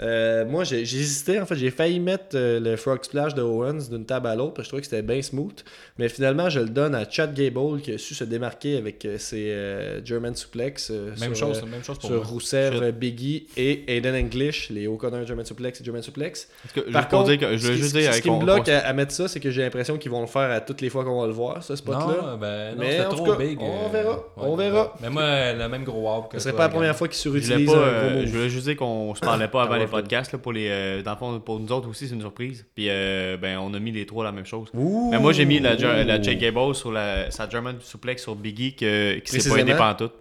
C: Euh, moi, j'ai j'ai hésité. En fait, j'ai failli mettre euh, le Frog Splash de Owens d'une table à l'autre parce que je trouvais que c'était bien smooth. Mais finalement, je le donne à Chad Gable qui a su se démarquer avec euh, ses euh, German Suplex. euh,
D: Même
C: sur,
D: chose,
C: euh,
D: même chose pour
C: sur
D: moi.
C: Rousseff,
D: Shit.
C: euh, Biggie et Aiden English, les hauts conneurs German Suplex et German Suplex.
B: Parce que,
C: Par
B: juste pour
C: contre,
B: dire que- je
C: ce
B: veux
C: qui,
B: juste
C: ce qui-
B: dire
C: ce
B: avec
C: qui me bloque à, à mettre ça, c'est que j'ai l'impression qu'ils vont le faire à toutes les fois qu'on va le voir, ce spot-là.
D: Non, ben, non,
C: Mais
D: c'était
C: en
D: trop
C: tout cas,
D: big.
C: on
D: euh,
C: verra, on verra.
D: Mais moi, euh, le même gros wow que
C: Ce serait
D: toi,
C: pas la
D: regarde.
C: première fois qu'ils
B: Je voulais,
C: surutilisent
B: pas,
C: un gros
B: euh,
C: move.
B: je voulais juste dire qu'on se parlait pas avant
C: Ah ouais,
B: les
C: fait.
B: podcasts. Là, pour, les, euh, dans le fond, pour nous autres aussi, c'est une surprise. Puis euh, ben, on a mis les trois la même chose.
C: Ouh!
B: Mais moi, j'ai mis la, Ger- la Jake Gable sur la, sa German suplex sur Biggie que- qui s'est
C: Précisément.
B: pas aidé pantoute.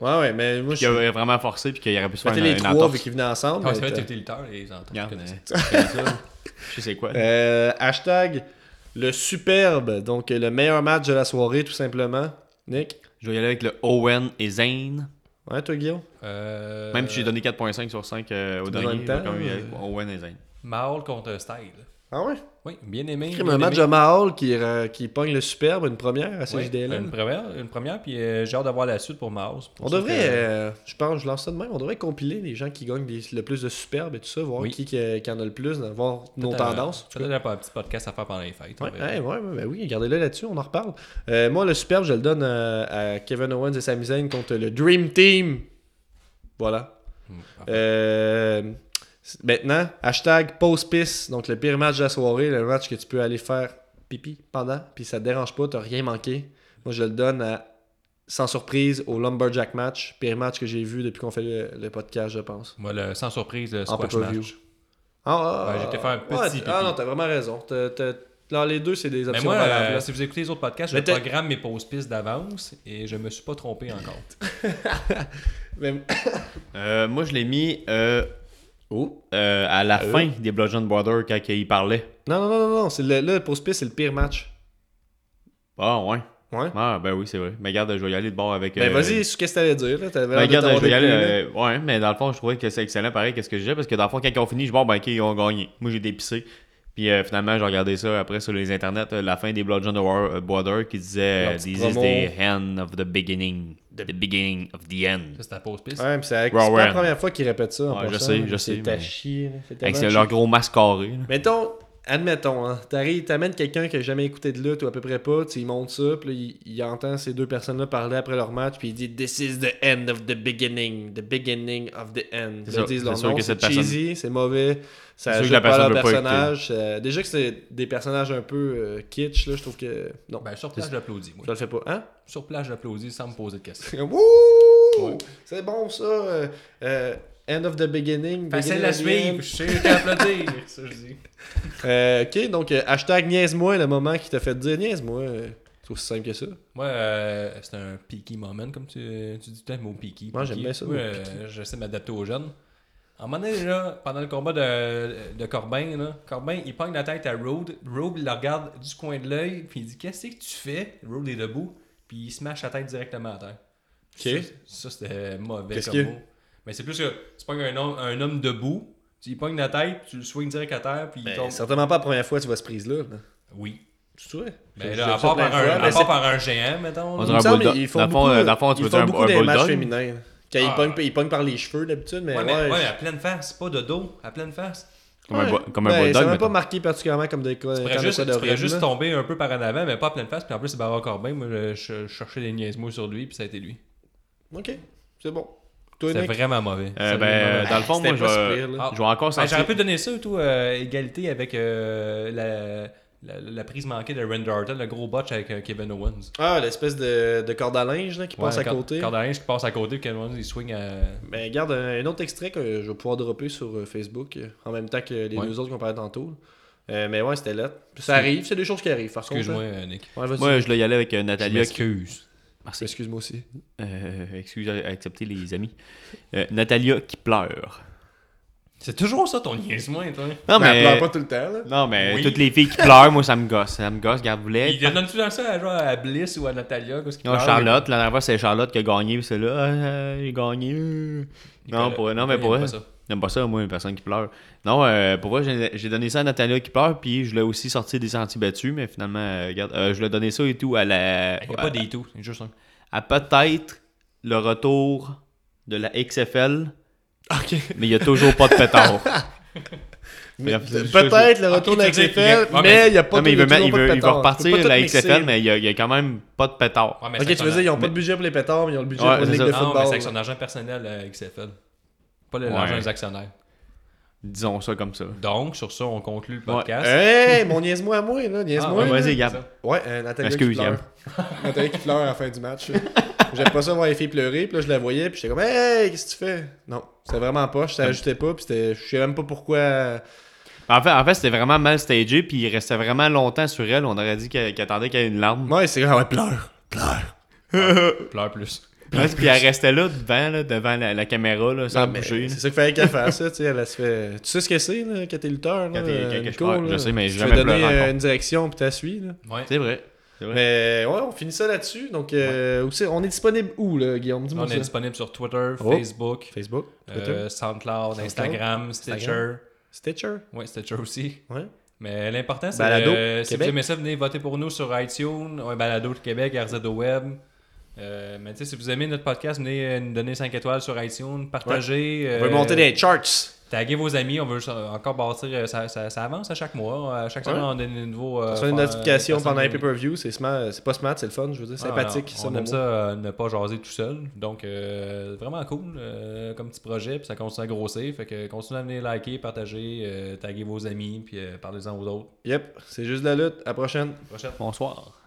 C: Ouais, ouais, mais moi,
B: Qui
C: je
B: a vraiment forcé puis qu'il aurait pu se faire
C: mettais
B: une,
C: les
B: une
C: trois
B: entorse.
C: vu qu'ils venaient ensemble.
D: Ah,
C: mais
D: c'est vrai,
C: t'as-
D: t'es utilitaire, les ententes.
B: Regarde,
D: je connais
B: mais-
D: ça.
B: Je sais quoi.
C: Euh, hashtag le superbe, donc euh, le meilleur match de la soirée, tout simplement. Nick?
B: Je vais y aller avec le Owen et Zane.
C: Ouais, toi, Guillaume?
D: Euh,
B: Même si j'ai donné 4.5 sur 5 euh, au
C: Dans le
B: dernier, je
C: temps,
B: vais quand même y aller
C: euh,
B: avec Owen et Zane.
D: Maul contre Style.
C: Ah ouais?
D: Oui, bien aimé.
C: Crime,
D: bien
C: un match de
D: aimé.
C: Mahal qui, euh, qui pogne le superbe, une première à
D: Ouais,
C: CJDL.
D: une première, une première, puis euh, j'ai hâte d'avoir la suite pour Maul. c'est pour
C: On
D: ça
C: devrait,
D: que-
C: euh, je pense, je lance ça de même, on devrait compiler les gens qui gagnent des- le plus de superbes et tout ça, voir
D: Oui.
C: qui, qui- qui en a le plus, voir nos
D: Peut-être,
C: tendances.
D: euh,
C: en tout cas.
D: Peut-être un petit podcast à faire pendant les fêtes. on
C: Ouais,
D: verra.
C: ouais, ouais, ouais, ben oui, regardez-le là-dessus, on en reparle. Euh, moi, le superbe, je le donne euh, à Kevin Owens et Sami Zayn contre le Dream Team. Voilà.
D: Mm, parfait.
C: Euh, maintenant, hashtag pause-pisse, donc le pire match de la soirée, le match que tu peux aller faire pipi pendant, puis ça te dérange pas, t'as rien manqué. Moi, je le donne à, sans surprise au Lumberjack match, pire match que j'ai vu depuis qu'on fait le, le podcast, je pense.
D: Moi, le- sans surprise, le
C: En
D: squash match.
C: pay-per-view. Ah, ah,
D: Ouais, j'ai été faire un
C: ah,
D: petit
C: ah, ah,
D: pipi.
C: non, t'as vraiment raison. T'as- t'as- là, les deux, c'est des
D: Mais
C: options
D: moi,
C: valables,
D: euh,
C: là.
D: si vous écoutez les autres podcasts, je
C: Mais t'es-
D: programme mes pauses pistes d'avance et je me suis pas trompé encore.
C: Mais-
B: Euh, moi, je l'ai mis euh,
C: Oh.
B: euh, à la fin des Bludgeon Border quand il parlait.
C: Non, non, non, non, non, c'est le, là, le pause-pisse, c'est le pire match.
B: Ah, ouais.
C: Ouais.
B: Ah, ben oui, c'est vrai. Mais regarde, je vais y aller de bord avec.
C: Ben
B: euh,
C: vas-y, sur qu'est-ce que t'allais dire, là? T'avais
B: Ben,
C: l'air de
B: regarde,
C: t'avoir
B: je vais y aller.
C: déprimé, là.
B: euh, ouais, mais dans le fond, je trouvais que c'est excellent pareil qu'est-ce que j'ai parce que dans le fond, quand ils ont fini, je dis bon, ben, ok, ils ont gagné. Moi, j'ai dépissé. Puis euh, finalement, j'ai regardé ça après sur les internets, euh, la fin des Bludgeon War- euh, Border qui disait
C: Leur
B: euh,
C: petite
B: This is
C: promo.
B: the end of the beginning, the beginning of the end.
D: Ça, c'est ta pause piste.
C: Ouais, pis c'est c'est
B: Ouais,
C: pas la
B: ouais.
C: première fois qu'ils répètent ça. En
B: Ouais, je
C: passant,
B: sais,
C: là.
B: je sais,
C: C'est à
B: mais-
C: chier, là. C'est
B: Avec
C: tellement
B: leur
C: chier.
B: gros masque carré. là.
C: Mettons, admettons, hein, t'arrives, t'amènes quelqu'un qui a jamais écouté de lutte ou à peu près pas, tu sais, il monte ça, puis là, il, il entend ces deux personnes-là parler après leur match, puis il dit This is the end of the beginning, the beginning of the end.
B: C'est
C: Là,
B: ça,
C: ils disent
B: c'est
C: leur
B: sûr
C: nom,
B: que
C: c'est
B: cette personne-
C: cheesy, c'est mauvais, ça
B: C'est sûr
C: joue
B: que la
C: pas leur
B: personne veut pas
C: personnage. euh, déjà que c'est des personnages un peu euh, kitsch, là, je trouve que. Non,
D: Ben, sur place, j'applaudis. Moi.
C: je le fais pas. Hein
D: Sur place, j'applaudis sans me poser de questions.
C: Wouh C'est bon ça euh, euh, End of the beginning.
D: Facile
C: beginning
D: à
C: of the end.
D: suivre, je sais qu'applaudir. ça, je dis.
C: Euh, ok, donc euh, hashtag niaise-moi le moment qui t'a fait dire niaise-moi. euh, C'est aussi simple que ça.
D: Moi, euh, c'est un peaky moment, comme tu, tu dis tout le mot peaky.
C: Moi,
D: peaky.
C: j'aime bien ça,
D: Moi,
C: le
D: euh, j'essaie de m'adapter aux jeunes. À un moment donné, là, pendant le combat de, de Corbin, là, Corbin, il pogne la tête à Road. Road, il le regarde du coin de l'œil, puis il dit Qu'est-ce que tu fais Road est debout, puis il se mâche la tête directement à terre.
C: Ok.
D: Ça, ça, c'était mauvais
C: Qu'est-ce
D: comme
C: qu'il y a?
D: mot. Mais c'est plus que tu pognes un homme, un homme debout, tu lui pognes la tête, tu le swings direct à terre, puis il
C: Ben,
D: tombe.
C: certainement pas la première fois que tu vois ce prise-là. là.
D: Oui.
C: Tu te souviens?
D: Mais
C: Je-
D: Ben, là,
C: je
D: à
C: le
D: part,
C: fais plein
D: par
C: de
D: un,
C: fois,
D: à
C: mais
D: part
C: c'est-
D: par un géant, mettons.
B: On
D: là.
C: il me semble,
B: bulldog.
C: ils font
B: Dans le fond,
C: beaucoup,
B: euh, dans le fond, tu
C: ils
B: veux
C: font
B: dire un-
C: beaucoup
B: un
C: des matchs
B: bulldog?
C: féminins. Quand ils
D: Ah.
C: pognent, ils pognent par les cheveux d'habitude, mais
D: Ouais,
C: ouais,
D: mais, ouais,
C: je-
D: à pleine face, pas de dos, à pleine face.
B: Comme un,
C: Ouais.
B: bo- comme un
C: Ben, ça
B: bulldog.
C: m'a pas
B: mettons.
C: marqué particulièrement comme des cas.
D: Tu pourrais juste, tu pourrais juste tomber un peu par en avant, mais pas à pleine face. Puis en plus, c'est Baron Corbin. Moi, je, je cherchais des niaises mots sur lui, puis ça a été lui.
C: Ok, c'est bon. Toi,
D: C'était
C: Nick?
D: vraiment mauvais.
B: Euh, ben,
D: C'est vraiment
B: euh,
D: mauvais.
B: dans le fond,
C: C'était
B: moi, je
C: pas
B: vais,
C: si pire, là.
B: je vais encore
D: Ben, J'aurais
B: sortir.
D: pu donner ça, tout, euh, égalité avec euh, la, la, la prise manquée de Randy Orton, le gros botch avec euh, Kevin Owens.
C: Ah, l'espèce de, de corde à linge là, qui passe à côté.
D: Cordalinge qui passe à côté, puis Kevin Owens, il swing à.
C: Ben, regarde un, un autre extrait que je vais pouvoir dropper sur euh, Facebook euh, en même temps que les
D: Ouais.
C: deux autres qu'on parlait tantôt. Euh, mais ouais, c'était là. Ça arrive, c'est des choses qui arrivent. par contre,
D: Excuse-moi,
C: hein.
D: euh, Nick.
C: Ouais, vas-y.
B: Moi, je l'ai y aller avec euh,
D: Je
B: Natalia. qui-
D: m'excuse.
B: Merci.
C: Excuse-moi aussi.
B: Euh, excuse, acceptez les amis. Euh, Natalia qui pleure.
D: C'est toujours ça ton niaise-moi, toi.
B: Non,
C: Ben, elle
B: mais.
C: pleure pas tout le temps. Là.
B: Non, mais
D: Oui.
B: toutes les filles qui pleurent, moi, ça me gosse. Ça me gosse, regarde, vous voulez.
D: Il donne-tu dans ça à, genre, à Bliss ou à Natalia qu'est-ce qu'il
B: Non,
D: parle?
B: Charlotte, la dernière fois, c'est Charlotte qui a gagné, puis c'est là, euh, j'ai gagné. euh.
D: Nicolas-
B: Non, pour, non, mais
D: Nicolas,
B: pour
D: il aime
B: elle.
D: pas ça. Ben,
B: J'aime pas ça, moi, une personne qui pleure. Non, euh, pour vrai, j'ai j'ai donné ça à Natalia qui pleure, puis je l'ai aussi sorti des sentiers battus, mais finalement, euh, regarde, euh, je l'ai donné ça et tout à la.
D: Il n'y a pas des tout, c'est juste un.
B: à peut-être le retour de la XFL,
C: Ok.
B: mais il n'y a toujours pas de pétard.
C: Mais
B: Bref, c'est-
C: Peut-être le retour
D: Ok,
C: de la
D: tu veux dire
C: XFL,
D: qu'il y a- ouais,
C: mais il n'y a pas
B: non, mais il
C: y a
B: veut, mettre-
C: toujours
B: il
C: pas de
B: veut, il va
C: pétards. Tu
B: repartir
C: peux pas
B: la
C: tout mixer.
B: XFL, mais il n'y a, il y a quand même pas de pétard.
D: Ouais, mais c'est
C: Ok,
D: avec
C: tu
D: son
C: veux dire, ils
D: argent-
C: n'ont pas de budget pour les pétards, mais ils ont le budget
B: Ouais,
C: pour une
B: c'est
C: ligue
B: ça.
C: de
D: Non, mais c'est
C: football.
D: avec son argent personnel, euh, XFL. Pas le-
B: Ouais.
D: l'argent des actionnaires.
B: Disons ça comme ça.
D: Donc, sur ça, on conclut le podcast.
C: Hein? Hey, mon niaise-moi à moi, là,
D: Ah,
C: niaise-moi.
D: ouais,
B: Ouais,
C: là.
B: Vas-y,
D: c'est
B: Gab.
D: ça.
C: Ouais, euh, Natalia qui
B: Excuse,
C: pleure. Natalia qui pleure à la fin du match. là. J'aime pas ça voir les filles pleurer, puis là je la voyais, puis j'étais comme Hey, qu'est-ce que tu fais Non, c'était vraiment pas, je t'ajoutais pas, puis c'était- je sais même pas pourquoi.
B: En fait, en fait c'était vraiment mal stagé, puis il restait vraiment longtemps sur elle. On aurait dit qu'elle qu'elle attendait qu'il y ait une larme.
C: Ouais, c'est ah ouais, pleure, pleure.
D: Pleure plus.
B: Ouais, puis elle restait là, devant, là, devant la, la caméra, là, sans
C: Non, mais
B: bouger. là.
C: C'est ça qu'il fallait qu'elle fasse, ça, tu sais, elle se fait. Tu sais ce que c'est, là, quand t'es lutteur, là.
B: Quand t'es- quand-
C: euh,
B: quand je
C: Nico,
B: pleure, je
C: là.
B: sais, mais
C: Tu
B: j'ai
C: te fais
B: jamais
C: donner,
B: pleuré
C: euh,
B: encore.
C: une direction, puis t'as suis, là.
D: Ouais.
B: C'est vrai. C'est vrai.
C: Mais ouais, on finit ça là-dessus. Donc, euh, aussi, on est disponible où, là, Guillaume Dis-moi
D: On est
C: ça.
D: disponible sur Twitter,
C: Oh.
D: Facebook,
C: Facebook, Twitter,
D: euh, SoundCloud, Instagram, Stitcher.
C: Stitcher.
D: Ouais, Stitcher aussi.
C: Ouais.
D: Mais l'important, c'est
C: Balado,
D: euh, si vous
C: Québec.
D: aimez ça, venez voter pour nous sur iTunes, ouais, Balado de Québec, RZO Web. Euh, mais tu sais, si vous aimez notre podcast, venez euh, nous donner 5 étoiles sur iTunes, partagez. euh,
C: On veut monter des charts.
D: Taguez vos amis, on veut juste, euh, encore bâtir. euh, Ça, ça- ça avance à chaque mois. À chaque
C: Ouais.
D: semaine, on donne euh, une nouveau.
C: On se fait une notification pendant un pay-per-view, c'est smart- c'est pas smart, c'est le fun, je veux dire, sympathique.
D: Ah, on
C: mon
D: aime
C: mot.
D: ça, euh, ne pas jaser tout seul. Donc, euh, vraiment cool euh, comme petit projet. Puis ça continue à grossir. Fait que continuez à venir liker, partager, euh, taguer vos amis, puis euh, parlez-en aux autres.
C: Yep, c'est juste de la lutte. À la prochaine.
D: Prochaine.
B: Bonsoir.